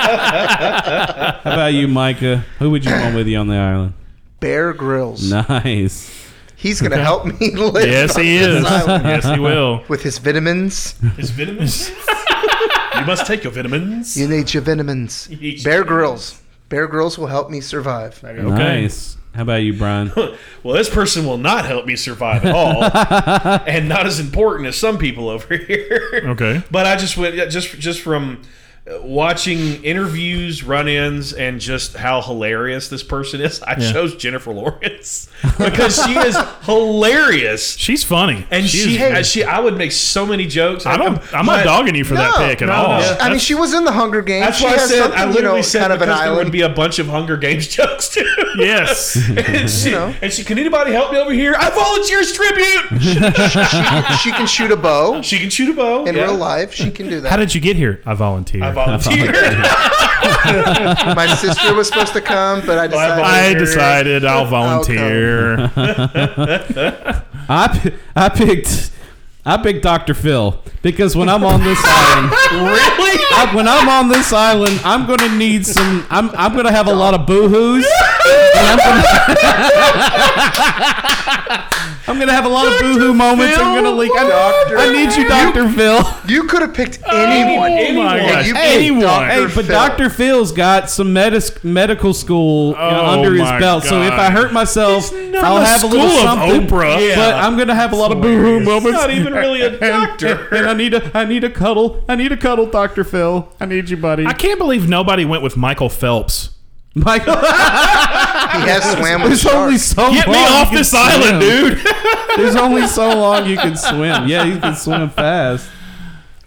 [SPEAKER 10] How about you, Micah? Who would you want with you on the island?
[SPEAKER 13] Bear Grylls.
[SPEAKER 10] Nice.
[SPEAKER 13] He's gonna help me live.
[SPEAKER 12] Yes,
[SPEAKER 13] on
[SPEAKER 12] he
[SPEAKER 13] this
[SPEAKER 12] is.
[SPEAKER 13] island.
[SPEAKER 12] Yes, he will.
[SPEAKER 13] With his vitamins.
[SPEAKER 11] His vitamins? you must take your vitamins.
[SPEAKER 13] You need your vitamins.
[SPEAKER 11] need your
[SPEAKER 13] Bear Grylls. Bear Grylls will help me survive.
[SPEAKER 10] Nice. How about you, Brian?
[SPEAKER 11] Well, this person will not help me survive at all, and not as important as some people over here.
[SPEAKER 12] Okay.
[SPEAKER 11] But I just went yeah, just just from uh, watching interviews, run-ins, and just how hilarious this person is. I
[SPEAKER 12] Yeah.
[SPEAKER 11] chose Jennifer Lawrence because she is hilarious.
[SPEAKER 12] She's funny,
[SPEAKER 11] and
[SPEAKER 12] She
[SPEAKER 11] she,
[SPEAKER 12] is good.
[SPEAKER 11] uh, she. I would make so many jokes.
[SPEAKER 12] I don't- I'm not dogging you for that No, pick at no, all. no.
[SPEAKER 13] I mean, she was in the Hunger Games.
[SPEAKER 11] That's
[SPEAKER 13] she
[SPEAKER 11] why I
[SPEAKER 13] has
[SPEAKER 11] said
[SPEAKER 13] something,
[SPEAKER 11] I
[SPEAKER 13] you
[SPEAKER 11] literally
[SPEAKER 13] know,
[SPEAKER 11] said
[SPEAKER 13] kind of an
[SPEAKER 11] because there would
[SPEAKER 13] island.
[SPEAKER 11] be a bunch of Hunger Games jokes too.
[SPEAKER 12] Yes.
[SPEAKER 11] and, she,
[SPEAKER 13] You know.
[SPEAKER 11] and she can anybody help me over here? I volunteers tribute.
[SPEAKER 13] she can shoot a bow.
[SPEAKER 11] She can shoot a bow
[SPEAKER 13] in
[SPEAKER 12] yeah.
[SPEAKER 13] real life. She can do that.
[SPEAKER 12] How did you get here? I volunteered. I
[SPEAKER 11] volunteered.
[SPEAKER 13] My sister was supposed to come,
[SPEAKER 11] Oh,
[SPEAKER 13] but I decided.
[SPEAKER 12] I decided I'll volunteer.
[SPEAKER 10] I, p- I picked I picked Dr. Phil because when I'm on this island,
[SPEAKER 11] really,
[SPEAKER 10] I, when I'm on this island, I'm gonna need some. I'm I'm gonna have a lot of boohoos. and I'm, gonna, I'm gonna have a lot of boohoo moments. I'm gonna leak. I, I need you, Dr. Phil.
[SPEAKER 13] You could have picked anyone.
[SPEAKER 11] anyone.
[SPEAKER 13] And
[SPEAKER 10] Hey,
[SPEAKER 13] you picked
[SPEAKER 10] Oh. anyone.
[SPEAKER 13] Dr.
[SPEAKER 10] Hey, but
[SPEAKER 13] Phil.
[SPEAKER 10] Dr. Phil's got some medis- medical school you know,
[SPEAKER 12] Oh,
[SPEAKER 10] under his
[SPEAKER 12] my
[SPEAKER 10] belt, so if I
[SPEAKER 12] God.
[SPEAKER 10] hurt myself, I'll
[SPEAKER 12] the
[SPEAKER 10] have a little
[SPEAKER 12] school of
[SPEAKER 10] something.
[SPEAKER 12] Oprah.
[SPEAKER 10] But
[SPEAKER 12] Yeah.
[SPEAKER 10] I'm gonna have a lot of boo-hoo moments.
[SPEAKER 12] not even really a
[SPEAKER 10] doctor. And, and I need a, I need a cuddle. I need a cuddle, Doctor Phil. I need you, buddy.
[SPEAKER 12] I can't believe nobody went with Michael Phelps.
[SPEAKER 10] Michael,
[SPEAKER 13] He has swam with
[SPEAKER 10] there's only
[SPEAKER 13] sharks.
[SPEAKER 10] so
[SPEAKER 12] Get me
[SPEAKER 10] long you
[SPEAKER 12] off
[SPEAKER 10] can
[SPEAKER 12] this island,
[SPEAKER 10] swim.
[SPEAKER 12] dude.
[SPEAKER 10] There's only so long you can swim. Yeah, you can swim fast.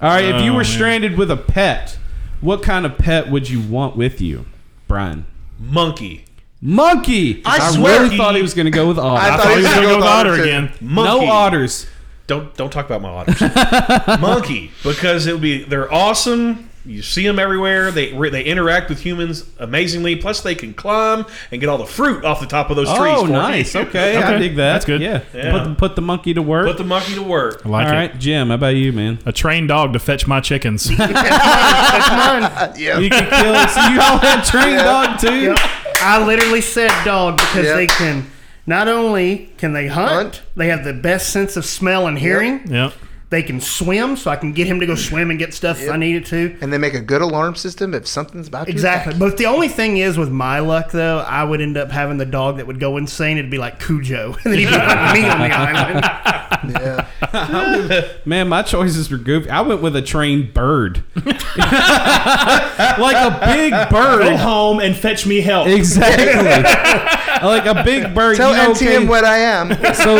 [SPEAKER 10] All right, if you
[SPEAKER 12] Oh,
[SPEAKER 10] were
[SPEAKER 12] man.
[SPEAKER 10] stranded with a pet, what kind of pet would you want with you, Brian?
[SPEAKER 11] Monkey.
[SPEAKER 10] Monkey.
[SPEAKER 11] I swear
[SPEAKER 10] really
[SPEAKER 11] he-
[SPEAKER 10] thought he was going to go with otter.
[SPEAKER 11] I I thought thought he he was was gonna gonna go go with with otter otter too. again. Monkey.
[SPEAKER 10] No otters.
[SPEAKER 11] Don't don't talk about my otters. Monkey, because it would be they're awesome. You see them everywhere. They re- they interact with humans amazingly. Plus, they can climb and get all the fruit off the top of those trees.
[SPEAKER 10] Oh,
[SPEAKER 11] for you.
[SPEAKER 10] nice. Okay, I dig that.
[SPEAKER 12] That's good.
[SPEAKER 10] Yeah.
[SPEAKER 11] Yeah.
[SPEAKER 10] Put, the, put the monkey to work.
[SPEAKER 11] Put the monkey to work.
[SPEAKER 12] I like
[SPEAKER 10] All
[SPEAKER 12] it.
[SPEAKER 10] right, Jim. How about you, man?
[SPEAKER 12] A trained dog to fetch my chickens.
[SPEAKER 10] You can kill it. So you all had trained dog too.
[SPEAKER 6] Yep. I literally said dog because they can not only can they hunt, they have the best sense of smell and hearing.
[SPEAKER 12] Yep.
[SPEAKER 6] They can swim, so I can get him to go swim and get stuff if I needed to.
[SPEAKER 13] And they make a good alarm system if something's about to
[SPEAKER 6] Exactly. But the only thing is, with my luck, though, I would end up having the dog that would go insane. It'd be like Cujo. and then he'd be like me on the island.
[SPEAKER 10] Man, my choices were goofy. I went with a trained bird, like a big bird.
[SPEAKER 23] Go home and fetch me help.
[SPEAKER 10] Exactly. like a big bird.
[SPEAKER 13] Tell
[SPEAKER 10] you know,
[SPEAKER 13] NTM
[SPEAKER 10] okay,
[SPEAKER 13] what I am.
[SPEAKER 10] So,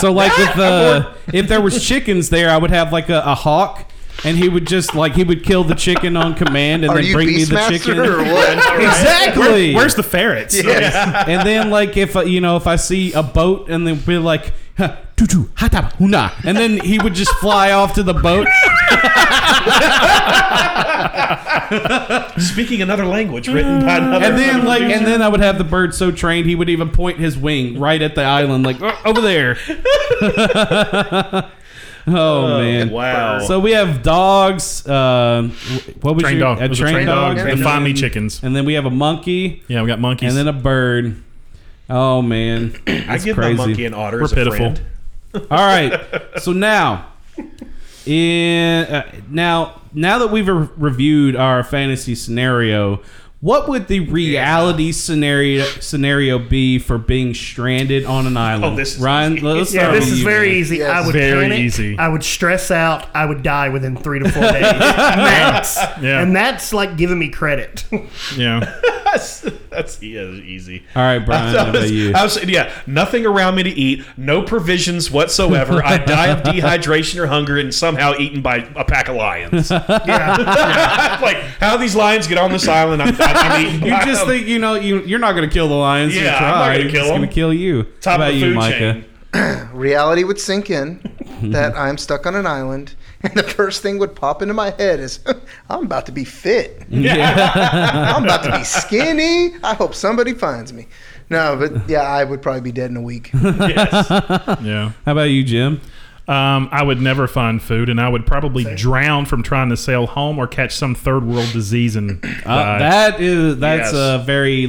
[SPEAKER 10] so like with the if there was chickens there, I would have like a, a hawk. And he would just like he would kill the chicken on command, and
[SPEAKER 13] Are
[SPEAKER 10] then
[SPEAKER 13] you
[SPEAKER 10] bring me the
[SPEAKER 13] Beastmaster
[SPEAKER 10] chicken.
[SPEAKER 13] or what?
[SPEAKER 10] exactly.
[SPEAKER 12] Where- where's the ferrets? Yes.
[SPEAKER 10] and then like if uh, you know if I see a boat and then be like "Ha, tutu hataba huna, and then he would just fly off to the boat.
[SPEAKER 11] Speaking another language written by another.
[SPEAKER 10] and then like and then I would have the bird so trained he would even point his wing right at the island like "Oh, over there. oh,
[SPEAKER 12] Uh,
[SPEAKER 10] man!
[SPEAKER 11] Oh, wow.
[SPEAKER 10] So we have dogs. um what was
[SPEAKER 12] Trained
[SPEAKER 10] your,
[SPEAKER 12] dog.
[SPEAKER 10] A
[SPEAKER 12] It was a
[SPEAKER 10] trained,
[SPEAKER 12] trained
[SPEAKER 10] dog.
[SPEAKER 12] dog. And
[SPEAKER 10] then-
[SPEAKER 12] finally chickens.
[SPEAKER 10] And then we have a monkey.
[SPEAKER 12] Yeah, we got monkeys.
[SPEAKER 10] And then a bird. Oh man,
[SPEAKER 11] I
[SPEAKER 10] That's
[SPEAKER 11] give
[SPEAKER 10] crazy.
[SPEAKER 11] my monkey an otter.
[SPEAKER 12] We're
[SPEAKER 11] as a
[SPEAKER 12] pitiful.
[SPEAKER 11] friend.
[SPEAKER 10] All right. So now, in uh, now now that we've re- reviewed our fantasy scenario, what would the reality scenario scenario be for being stranded on an island?
[SPEAKER 11] Oh, this is
[SPEAKER 10] Ryan,
[SPEAKER 11] easy.
[SPEAKER 10] let's
[SPEAKER 6] Yeah,
[SPEAKER 10] start
[SPEAKER 6] this
[SPEAKER 10] with
[SPEAKER 6] is
[SPEAKER 10] you,
[SPEAKER 6] very
[SPEAKER 10] man.
[SPEAKER 6] easy. I would
[SPEAKER 12] Very
[SPEAKER 6] panic.
[SPEAKER 12] easy.
[SPEAKER 6] I would stress out. I would die within three to four days max.
[SPEAKER 12] Yeah.
[SPEAKER 6] And that's like giving me credit.
[SPEAKER 12] yeah.
[SPEAKER 11] that's that's yeah, easy.
[SPEAKER 10] All right, Brian,
[SPEAKER 11] I
[SPEAKER 10] how
[SPEAKER 11] was-
[SPEAKER 10] about you?
[SPEAKER 11] I was- yeah, nothing around me to eat, no provisions whatsoever. I die of dehydration or hunger, and somehow eaten by a pack of lions. like how these lions get on this island? I'm, I'm eaten.
[SPEAKER 10] You
[SPEAKER 11] by
[SPEAKER 10] just
[SPEAKER 11] them.
[SPEAKER 10] think you know you you're not gonna kill the lions. you
[SPEAKER 11] Yeah, I'm
[SPEAKER 10] try.
[SPEAKER 11] not gonna
[SPEAKER 10] It's
[SPEAKER 11] kill
[SPEAKER 10] just gonna
[SPEAKER 11] 'em.
[SPEAKER 10] kill you.
[SPEAKER 11] Top
[SPEAKER 10] how about
[SPEAKER 11] of the
[SPEAKER 10] you,
[SPEAKER 11] food
[SPEAKER 10] Micah?
[SPEAKER 11] chain.
[SPEAKER 13] reality would sink in that I'm stuck on an island, and the first thing would pop into my head is, I'm about to be fit.
[SPEAKER 10] Yeah.
[SPEAKER 13] I'm about to be skinny. I hope somebody finds me. No, but yeah, I would probably be dead in a week.
[SPEAKER 12] Yeah.
[SPEAKER 10] How about you, Jim?
[SPEAKER 12] Um, I would never find food, and I would probably drown from trying to sail home or catch some third world disease and
[SPEAKER 10] Uh,
[SPEAKER 12] die.
[SPEAKER 10] that is that's
[SPEAKER 12] Yes.
[SPEAKER 10] a very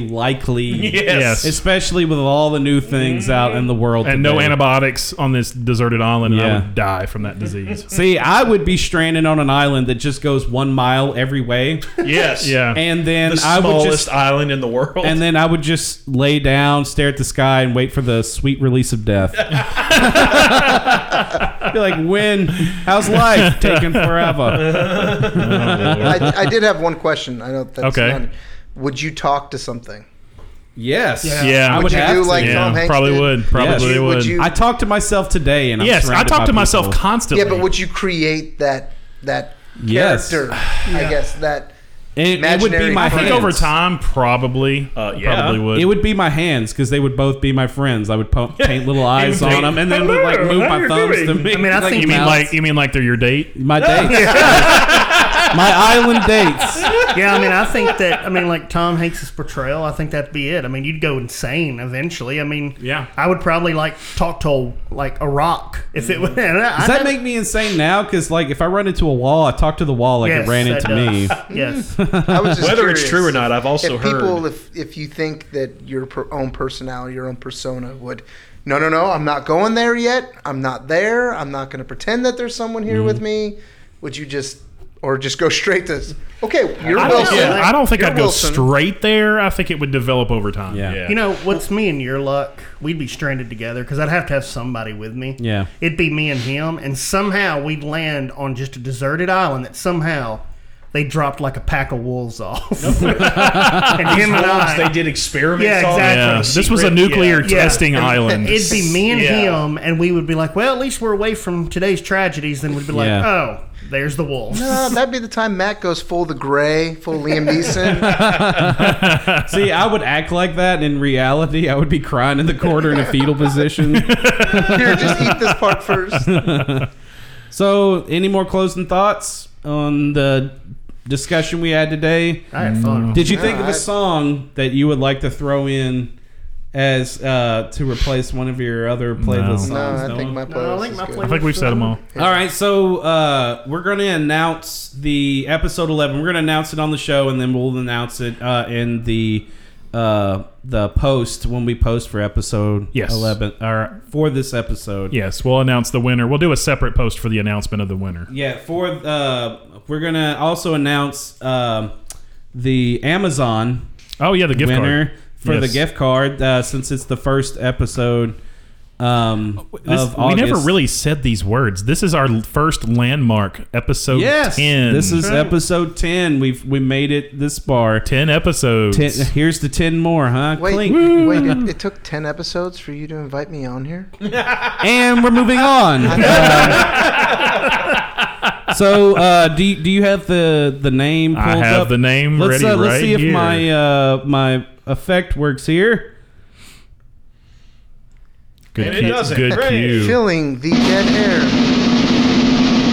[SPEAKER 10] likely,
[SPEAKER 12] Yes.
[SPEAKER 10] especially with all the new things out in the world
[SPEAKER 12] and no
[SPEAKER 10] today.
[SPEAKER 12] antibiotics on this deserted island, and
[SPEAKER 10] Yeah.
[SPEAKER 12] I would die from that disease.
[SPEAKER 10] See, I would be stranded on an island that just goes one mile every way,
[SPEAKER 11] Yes.
[SPEAKER 12] Yeah.
[SPEAKER 10] and then
[SPEAKER 11] The
[SPEAKER 10] I would
[SPEAKER 11] smallest
[SPEAKER 10] just
[SPEAKER 11] island in the world.
[SPEAKER 10] and then I would just lay down, stare at the sky, and wait for the sweet release of death. Be like, when? How's life taking forever?
[SPEAKER 13] I, I did have one question. I know that's
[SPEAKER 12] Okay.
[SPEAKER 13] not- Would you talk to something?
[SPEAKER 10] yes,
[SPEAKER 13] Yeah.
[SPEAKER 12] Yeah.
[SPEAKER 10] I would
[SPEAKER 12] Would you
[SPEAKER 10] have
[SPEAKER 13] do
[SPEAKER 10] to.
[SPEAKER 13] like
[SPEAKER 12] Yeah,
[SPEAKER 13] Tom Hanks
[SPEAKER 12] probably
[SPEAKER 13] did?
[SPEAKER 12] would. Probably
[SPEAKER 13] Would you-
[SPEAKER 12] would.
[SPEAKER 13] would you-
[SPEAKER 10] I talk to myself today, and I'm
[SPEAKER 12] yes, I
[SPEAKER 10] surrounded
[SPEAKER 12] talk
[SPEAKER 10] by
[SPEAKER 12] to myself
[SPEAKER 10] people.
[SPEAKER 12] constantly.
[SPEAKER 13] Yeah, but would you create that that
[SPEAKER 10] Yes.
[SPEAKER 13] character? I guess that.
[SPEAKER 10] It, it would be
[SPEAKER 13] Imaginary
[SPEAKER 10] my
[SPEAKER 12] I think
[SPEAKER 10] hands.
[SPEAKER 12] over time, probably,
[SPEAKER 11] Uh, yeah.
[SPEAKER 12] probably would.
[SPEAKER 10] It would be my hands because they would both be my friends. I would po- paint little eyes on
[SPEAKER 12] paint-
[SPEAKER 10] them and then would, like move my thumbs to me.
[SPEAKER 6] I mean, I
[SPEAKER 10] like,
[SPEAKER 6] think
[SPEAKER 12] you mean
[SPEAKER 10] mouths.
[SPEAKER 12] like you mean like they're your date?
[SPEAKER 10] my dates, my island dates.
[SPEAKER 6] yeah, I mean, I think that I mean, like Tom Hanks's portrayal, I think that'd be it. I mean, you'd go insane eventually. I mean,
[SPEAKER 12] Yeah.
[SPEAKER 6] I would probably like talk to a, like a rock if it
[SPEAKER 12] Mm.
[SPEAKER 6] would.
[SPEAKER 10] Does that make me insane now? Because like if I run into a wall, I talk to the wall like it ran into me.
[SPEAKER 6] Yes.
[SPEAKER 13] I was just
[SPEAKER 11] Whether it's
[SPEAKER 13] curious
[SPEAKER 11] true or not, I've also
[SPEAKER 13] if people,
[SPEAKER 11] heard.
[SPEAKER 13] If if you think that your per- own personality, your own persona would, no, no, no, I'm not going there yet. I'm not there. I'm not going to pretend that there's someone here with me. Would you just, or just go straight to, okay, you're
[SPEAKER 12] I don't,
[SPEAKER 13] Wilson.
[SPEAKER 12] yeah, I don't think
[SPEAKER 13] You're
[SPEAKER 12] I'd go
[SPEAKER 13] Wilson.
[SPEAKER 12] straight there. I think it would develop over time.
[SPEAKER 10] Yeah.
[SPEAKER 6] You know, what's me and your luck? We'd be stranded together because I'd have to have somebody with me.
[SPEAKER 10] Yeah.
[SPEAKER 6] It'd be me and him, and somehow we'd land on just a deserted island that somehow they dropped like a pack of wolves off. and him and I.
[SPEAKER 11] they did experiments.
[SPEAKER 6] Yeah,
[SPEAKER 11] on
[SPEAKER 6] exactly.
[SPEAKER 12] Yeah, This was a
[SPEAKER 11] Secret-
[SPEAKER 12] nuclear
[SPEAKER 6] Yeah.
[SPEAKER 12] testing
[SPEAKER 6] And
[SPEAKER 12] island.
[SPEAKER 6] It'd be me and
[SPEAKER 11] Yeah.
[SPEAKER 6] him, and we would be like, well, at least we're away from today's tragedies. Then we'd be like,
[SPEAKER 10] Yeah.
[SPEAKER 6] oh, there's the wolves.
[SPEAKER 13] No, that'd be the time Matt goes full the gray, full Liam Neeson.
[SPEAKER 10] See, I would act like that, and in reality, I would be crying in the corner in a fetal position.
[SPEAKER 13] Here, just eat this part first.
[SPEAKER 10] so, any more closing thoughts on the discussion we had today.
[SPEAKER 6] I had fun.
[SPEAKER 10] Did you
[SPEAKER 6] Yeah,
[SPEAKER 10] think of
[SPEAKER 6] I-
[SPEAKER 10] a song that you would like to throw in as uh, to replace one of your other playlist songs? Noah?
[SPEAKER 6] No, I think my playlist
[SPEAKER 12] I think we've said them all.
[SPEAKER 10] All right, so uh, we're going to announce the episode eleven. We're going to announce it on the show, and then we'll announce it uh, in the uh, the post when we post for episode
[SPEAKER 12] Yes.
[SPEAKER 10] eleven or for this episode.
[SPEAKER 12] Yes, we'll announce the winner. We'll do a separate post for the announcement of the winner.
[SPEAKER 10] Yeah, for uh, we're gonna also announce um the Amazon.
[SPEAKER 12] Oh yeah, the gift
[SPEAKER 10] winner
[SPEAKER 12] card.
[SPEAKER 10] for the
[SPEAKER 12] Yes.
[SPEAKER 10] gift card uh, since it's the first episode um,
[SPEAKER 12] Uh, This-
[SPEAKER 10] of
[SPEAKER 12] we
[SPEAKER 10] August.
[SPEAKER 12] never really said these words. This is our l- first landmark episode.
[SPEAKER 10] yes,
[SPEAKER 12] 10.
[SPEAKER 10] this is episode ten. We've we made it this far.
[SPEAKER 12] Ten episodes.
[SPEAKER 10] Ten, here's the ten more, huh?
[SPEAKER 13] Wait,
[SPEAKER 10] Clink.
[SPEAKER 13] wait! It, it took ten episodes for you to invite me on here.
[SPEAKER 10] and we're moving on. Uh, so, uh, do you, do you have the the name?
[SPEAKER 12] I
[SPEAKER 10] Pulled
[SPEAKER 12] have
[SPEAKER 10] up?
[SPEAKER 12] the name
[SPEAKER 10] Let's,
[SPEAKER 12] ready
[SPEAKER 10] uh, let's
[SPEAKER 12] right
[SPEAKER 10] see if
[SPEAKER 12] here.
[SPEAKER 10] my uh, my effect works here.
[SPEAKER 12] Good
[SPEAKER 13] And it
[SPEAKER 12] cue.
[SPEAKER 13] doesn't.
[SPEAKER 12] Good
[SPEAKER 13] Great.
[SPEAKER 12] cue.
[SPEAKER 13] Filling the dead air.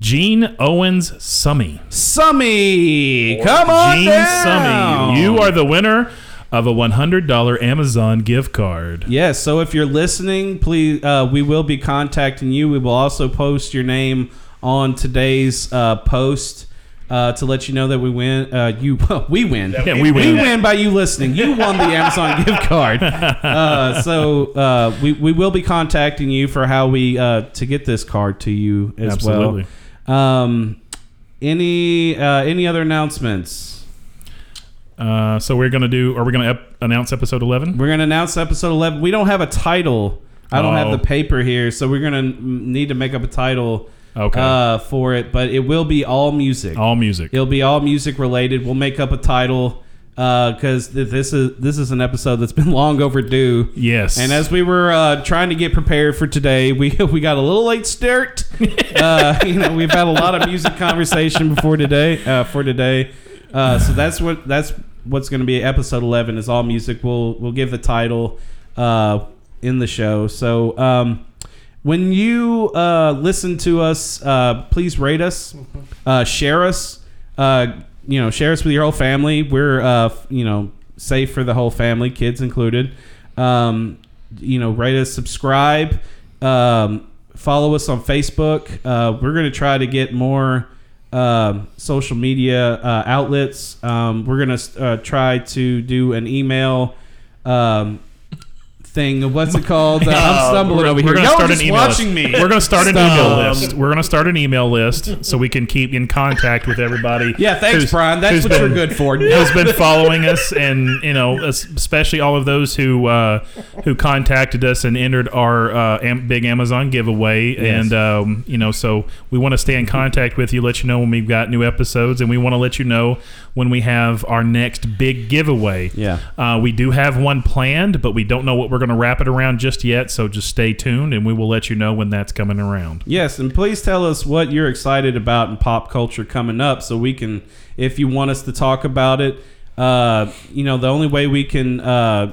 [SPEAKER 12] Gene Owens Summy.
[SPEAKER 10] Summy, come on
[SPEAKER 12] Gene
[SPEAKER 10] down.
[SPEAKER 12] Summy, you are the winner of a $100 Amazon gift card.
[SPEAKER 10] Yes. So if you're listening, please, uh, we will be contacting you. We will also post your name on today's uh, post uh, to let you know that we win. Uh, you, we win.
[SPEAKER 12] Yeah, we win.
[SPEAKER 10] We win by you listening. You won the Amazon gift card. Uh, so uh, we we will be contacting you for how we uh, to get this card to you as
[SPEAKER 12] Absolutely.
[SPEAKER 10] well. Um, any uh, any other announcements?
[SPEAKER 12] Uh, so we're going to do, are we going to ep- announce episode 11?
[SPEAKER 10] We're gonna announce episode eleven. We don't have a title. I don't
[SPEAKER 12] Oh.
[SPEAKER 10] have the paper here, so we're gonna m- need to make up a title.
[SPEAKER 12] Okay.
[SPEAKER 10] Uh, for it, but it will be all music.
[SPEAKER 12] All music.
[SPEAKER 10] It'll be all music related. We'll make up a title because th- this is this is an episode that's been long overdue.
[SPEAKER 12] Yes.
[SPEAKER 10] And as we were uh, trying to get prepared for today, we we got a little late start. uh, you know, we've had a lot of music conversation before today. Uh, for today, uh, so that's what that's what's going to be episode eleven is all music. We'll we'll give the title uh, in the show. So. Um, when you uh, listen to us, uh, please rate us, uh, share us, uh, you know, share us with your whole family. We're, uh, f- you know, safe for the whole family, kids included. Um, you know, rate us, subscribe, um, follow us on Facebook. Uh, we're going to try to get more um social media uh, outlets. Um, we're going to uh, try to do an email. Um, Thing, what's it called? Uh, I'm
[SPEAKER 12] Uh,
[SPEAKER 10] stumbling
[SPEAKER 12] we're-
[SPEAKER 10] over
[SPEAKER 12] we're
[SPEAKER 10] here.
[SPEAKER 12] gonna
[SPEAKER 10] Y'all
[SPEAKER 12] start
[SPEAKER 10] just
[SPEAKER 12] an email
[SPEAKER 10] watching
[SPEAKER 12] list.
[SPEAKER 10] me.
[SPEAKER 12] We're gonna start an
[SPEAKER 10] Stop.
[SPEAKER 12] email list. We're gonna start an email list so we can keep in contact with everybody.
[SPEAKER 10] Yeah, thanks,
[SPEAKER 12] who's-
[SPEAKER 10] Brian. That's
[SPEAKER 12] who's
[SPEAKER 10] what
[SPEAKER 12] been-
[SPEAKER 10] you're good for.
[SPEAKER 12] Who's been following us, and you know, es- especially all of those who uh, who contacted us and entered our uh, Am- big Amazon giveaway, and um, you know, so we want to stay in contact with you, let you know when we've got new episodes, and we want to let you know when we have our next big giveaway.
[SPEAKER 10] Yeah.
[SPEAKER 12] Uh, we do have one planned, but we don't know what we're going to wrap it around just yet. So just stay tuned, and we will let you know when that's coming around.
[SPEAKER 10] Yes, and please tell us what you're excited about in pop culture coming up, so we can, if you want us to talk about it, uh, you know, the only way we can, uh,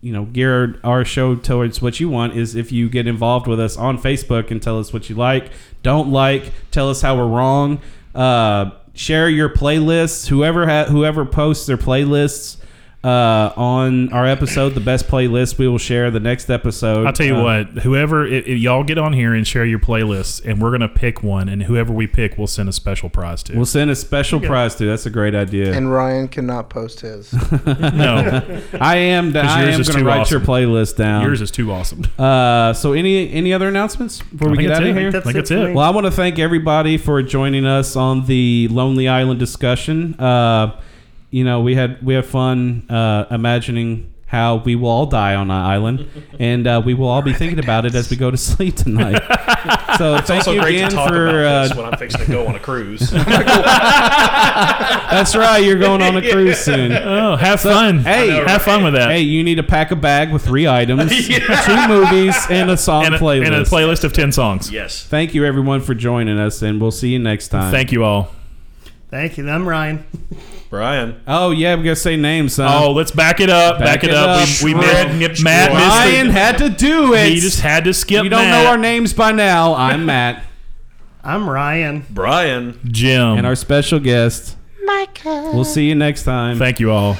[SPEAKER 10] you know, gear our show towards what you want is if you get involved with us on Facebook and tell us what you like, don't like, tell us how we're wrong, uh, share your playlists. Whoever ha- whoever posts their playlists. Uh, on our episode, the best playlist we will share the next episode.
[SPEAKER 12] I'll tell you
[SPEAKER 10] Uh,
[SPEAKER 12] what, whoever, i i- y'all get on here and share your playlists, and we're going to pick one, and whoever we pick, we'll send a special prize to.
[SPEAKER 10] We'll send a special prize to. That's a great idea.
[SPEAKER 13] And Ryan cannot post his.
[SPEAKER 12] No.
[SPEAKER 10] I am.
[SPEAKER 12] 'Cause
[SPEAKER 10] I
[SPEAKER 12] yours
[SPEAKER 10] am
[SPEAKER 12] is
[SPEAKER 10] going to
[SPEAKER 12] too
[SPEAKER 10] write
[SPEAKER 12] awesome.
[SPEAKER 10] your playlist down.
[SPEAKER 12] Yours is too awesome.
[SPEAKER 10] Uh, so any any other announcements before
[SPEAKER 12] I
[SPEAKER 10] we
[SPEAKER 12] think
[SPEAKER 10] get
[SPEAKER 12] that's
[SPEAKER 10] out
[SPEAKER 12] it. I
[SPEAKER 10] of
[SPEAKER 12] think
[SPEAKER 10] here?
[SPEAKER 12] that's I think it that's for it. me.
[SPEAKER 10] Well, I want to thank everybody for joining us on the Lonely Island discussion. Uh, you know, we had we had fun uh, imagining how we will all die on an island, and uh, we will all be thinking about it as we go to sleep tonight. so
[SPEAKER 11] It's
[SPEAKER 10] thank
[SPEAKER 11] also
[SPEAKER 10] you
[SPEAKER 11] great
[SPEAKER 10] again
[SPEAKER 11] to talk
[SPEAKER 10] for
[SPEAKER 11] about
[SPEAKER 10] uh,
[SPEAKER 11] this when I'm fixing to go on a cruise.
[SPEAKER 10] That's right. You're going on a cruise soon.
[SPEAKER 12] Oh, have fun.
[SPEAKER 10] Hey,
[SPEAKER 12] I know, have fun with that.
[SPEAKER 10] Hey, you need to pack a bag with three items, two movies, and a song
[SPEAKER 12] and, a,
[SPEAKER 10] playlist.
[SPEAKER 12] and a playlist of 10 songs.
[SPEAKER 11] Yes.
[SPEAKER 10] Thank you, everyone, for joining us, and we'll see you next time.
[SPEAKER 12] Thank you all.
[SPEAKER 6] Thank you. I'm Ryan.
[SPEAKER 11] Brian.
[SPEAKER 10] Oh yeah, we gotta say names. Son.
[SPEAKER 12] Oh, let's back it up. Back, it, up. We, we
[SPEAKER 10] Shred-
[SPEAKER 12] missed Matt.
[SPEAKER 10] Ryan had to do it.
[SPEAKER 12] He just had to skip.
[SPEAKER 10] You don't
[SPEAKER 12] Matt.
[SPEAKER 10] know our names by now. I'm Matt.
[SPEAKER 6] I'm Ryan.
[SPEAKER 11] Brian.
[SPEAKER 12] Jim
[SPEAKER 10] and our special guest.
[SPEAKER 24] Michael.
[SPEAKER 10] We'll see you next time.
[SPEAKER 12] Thank you all.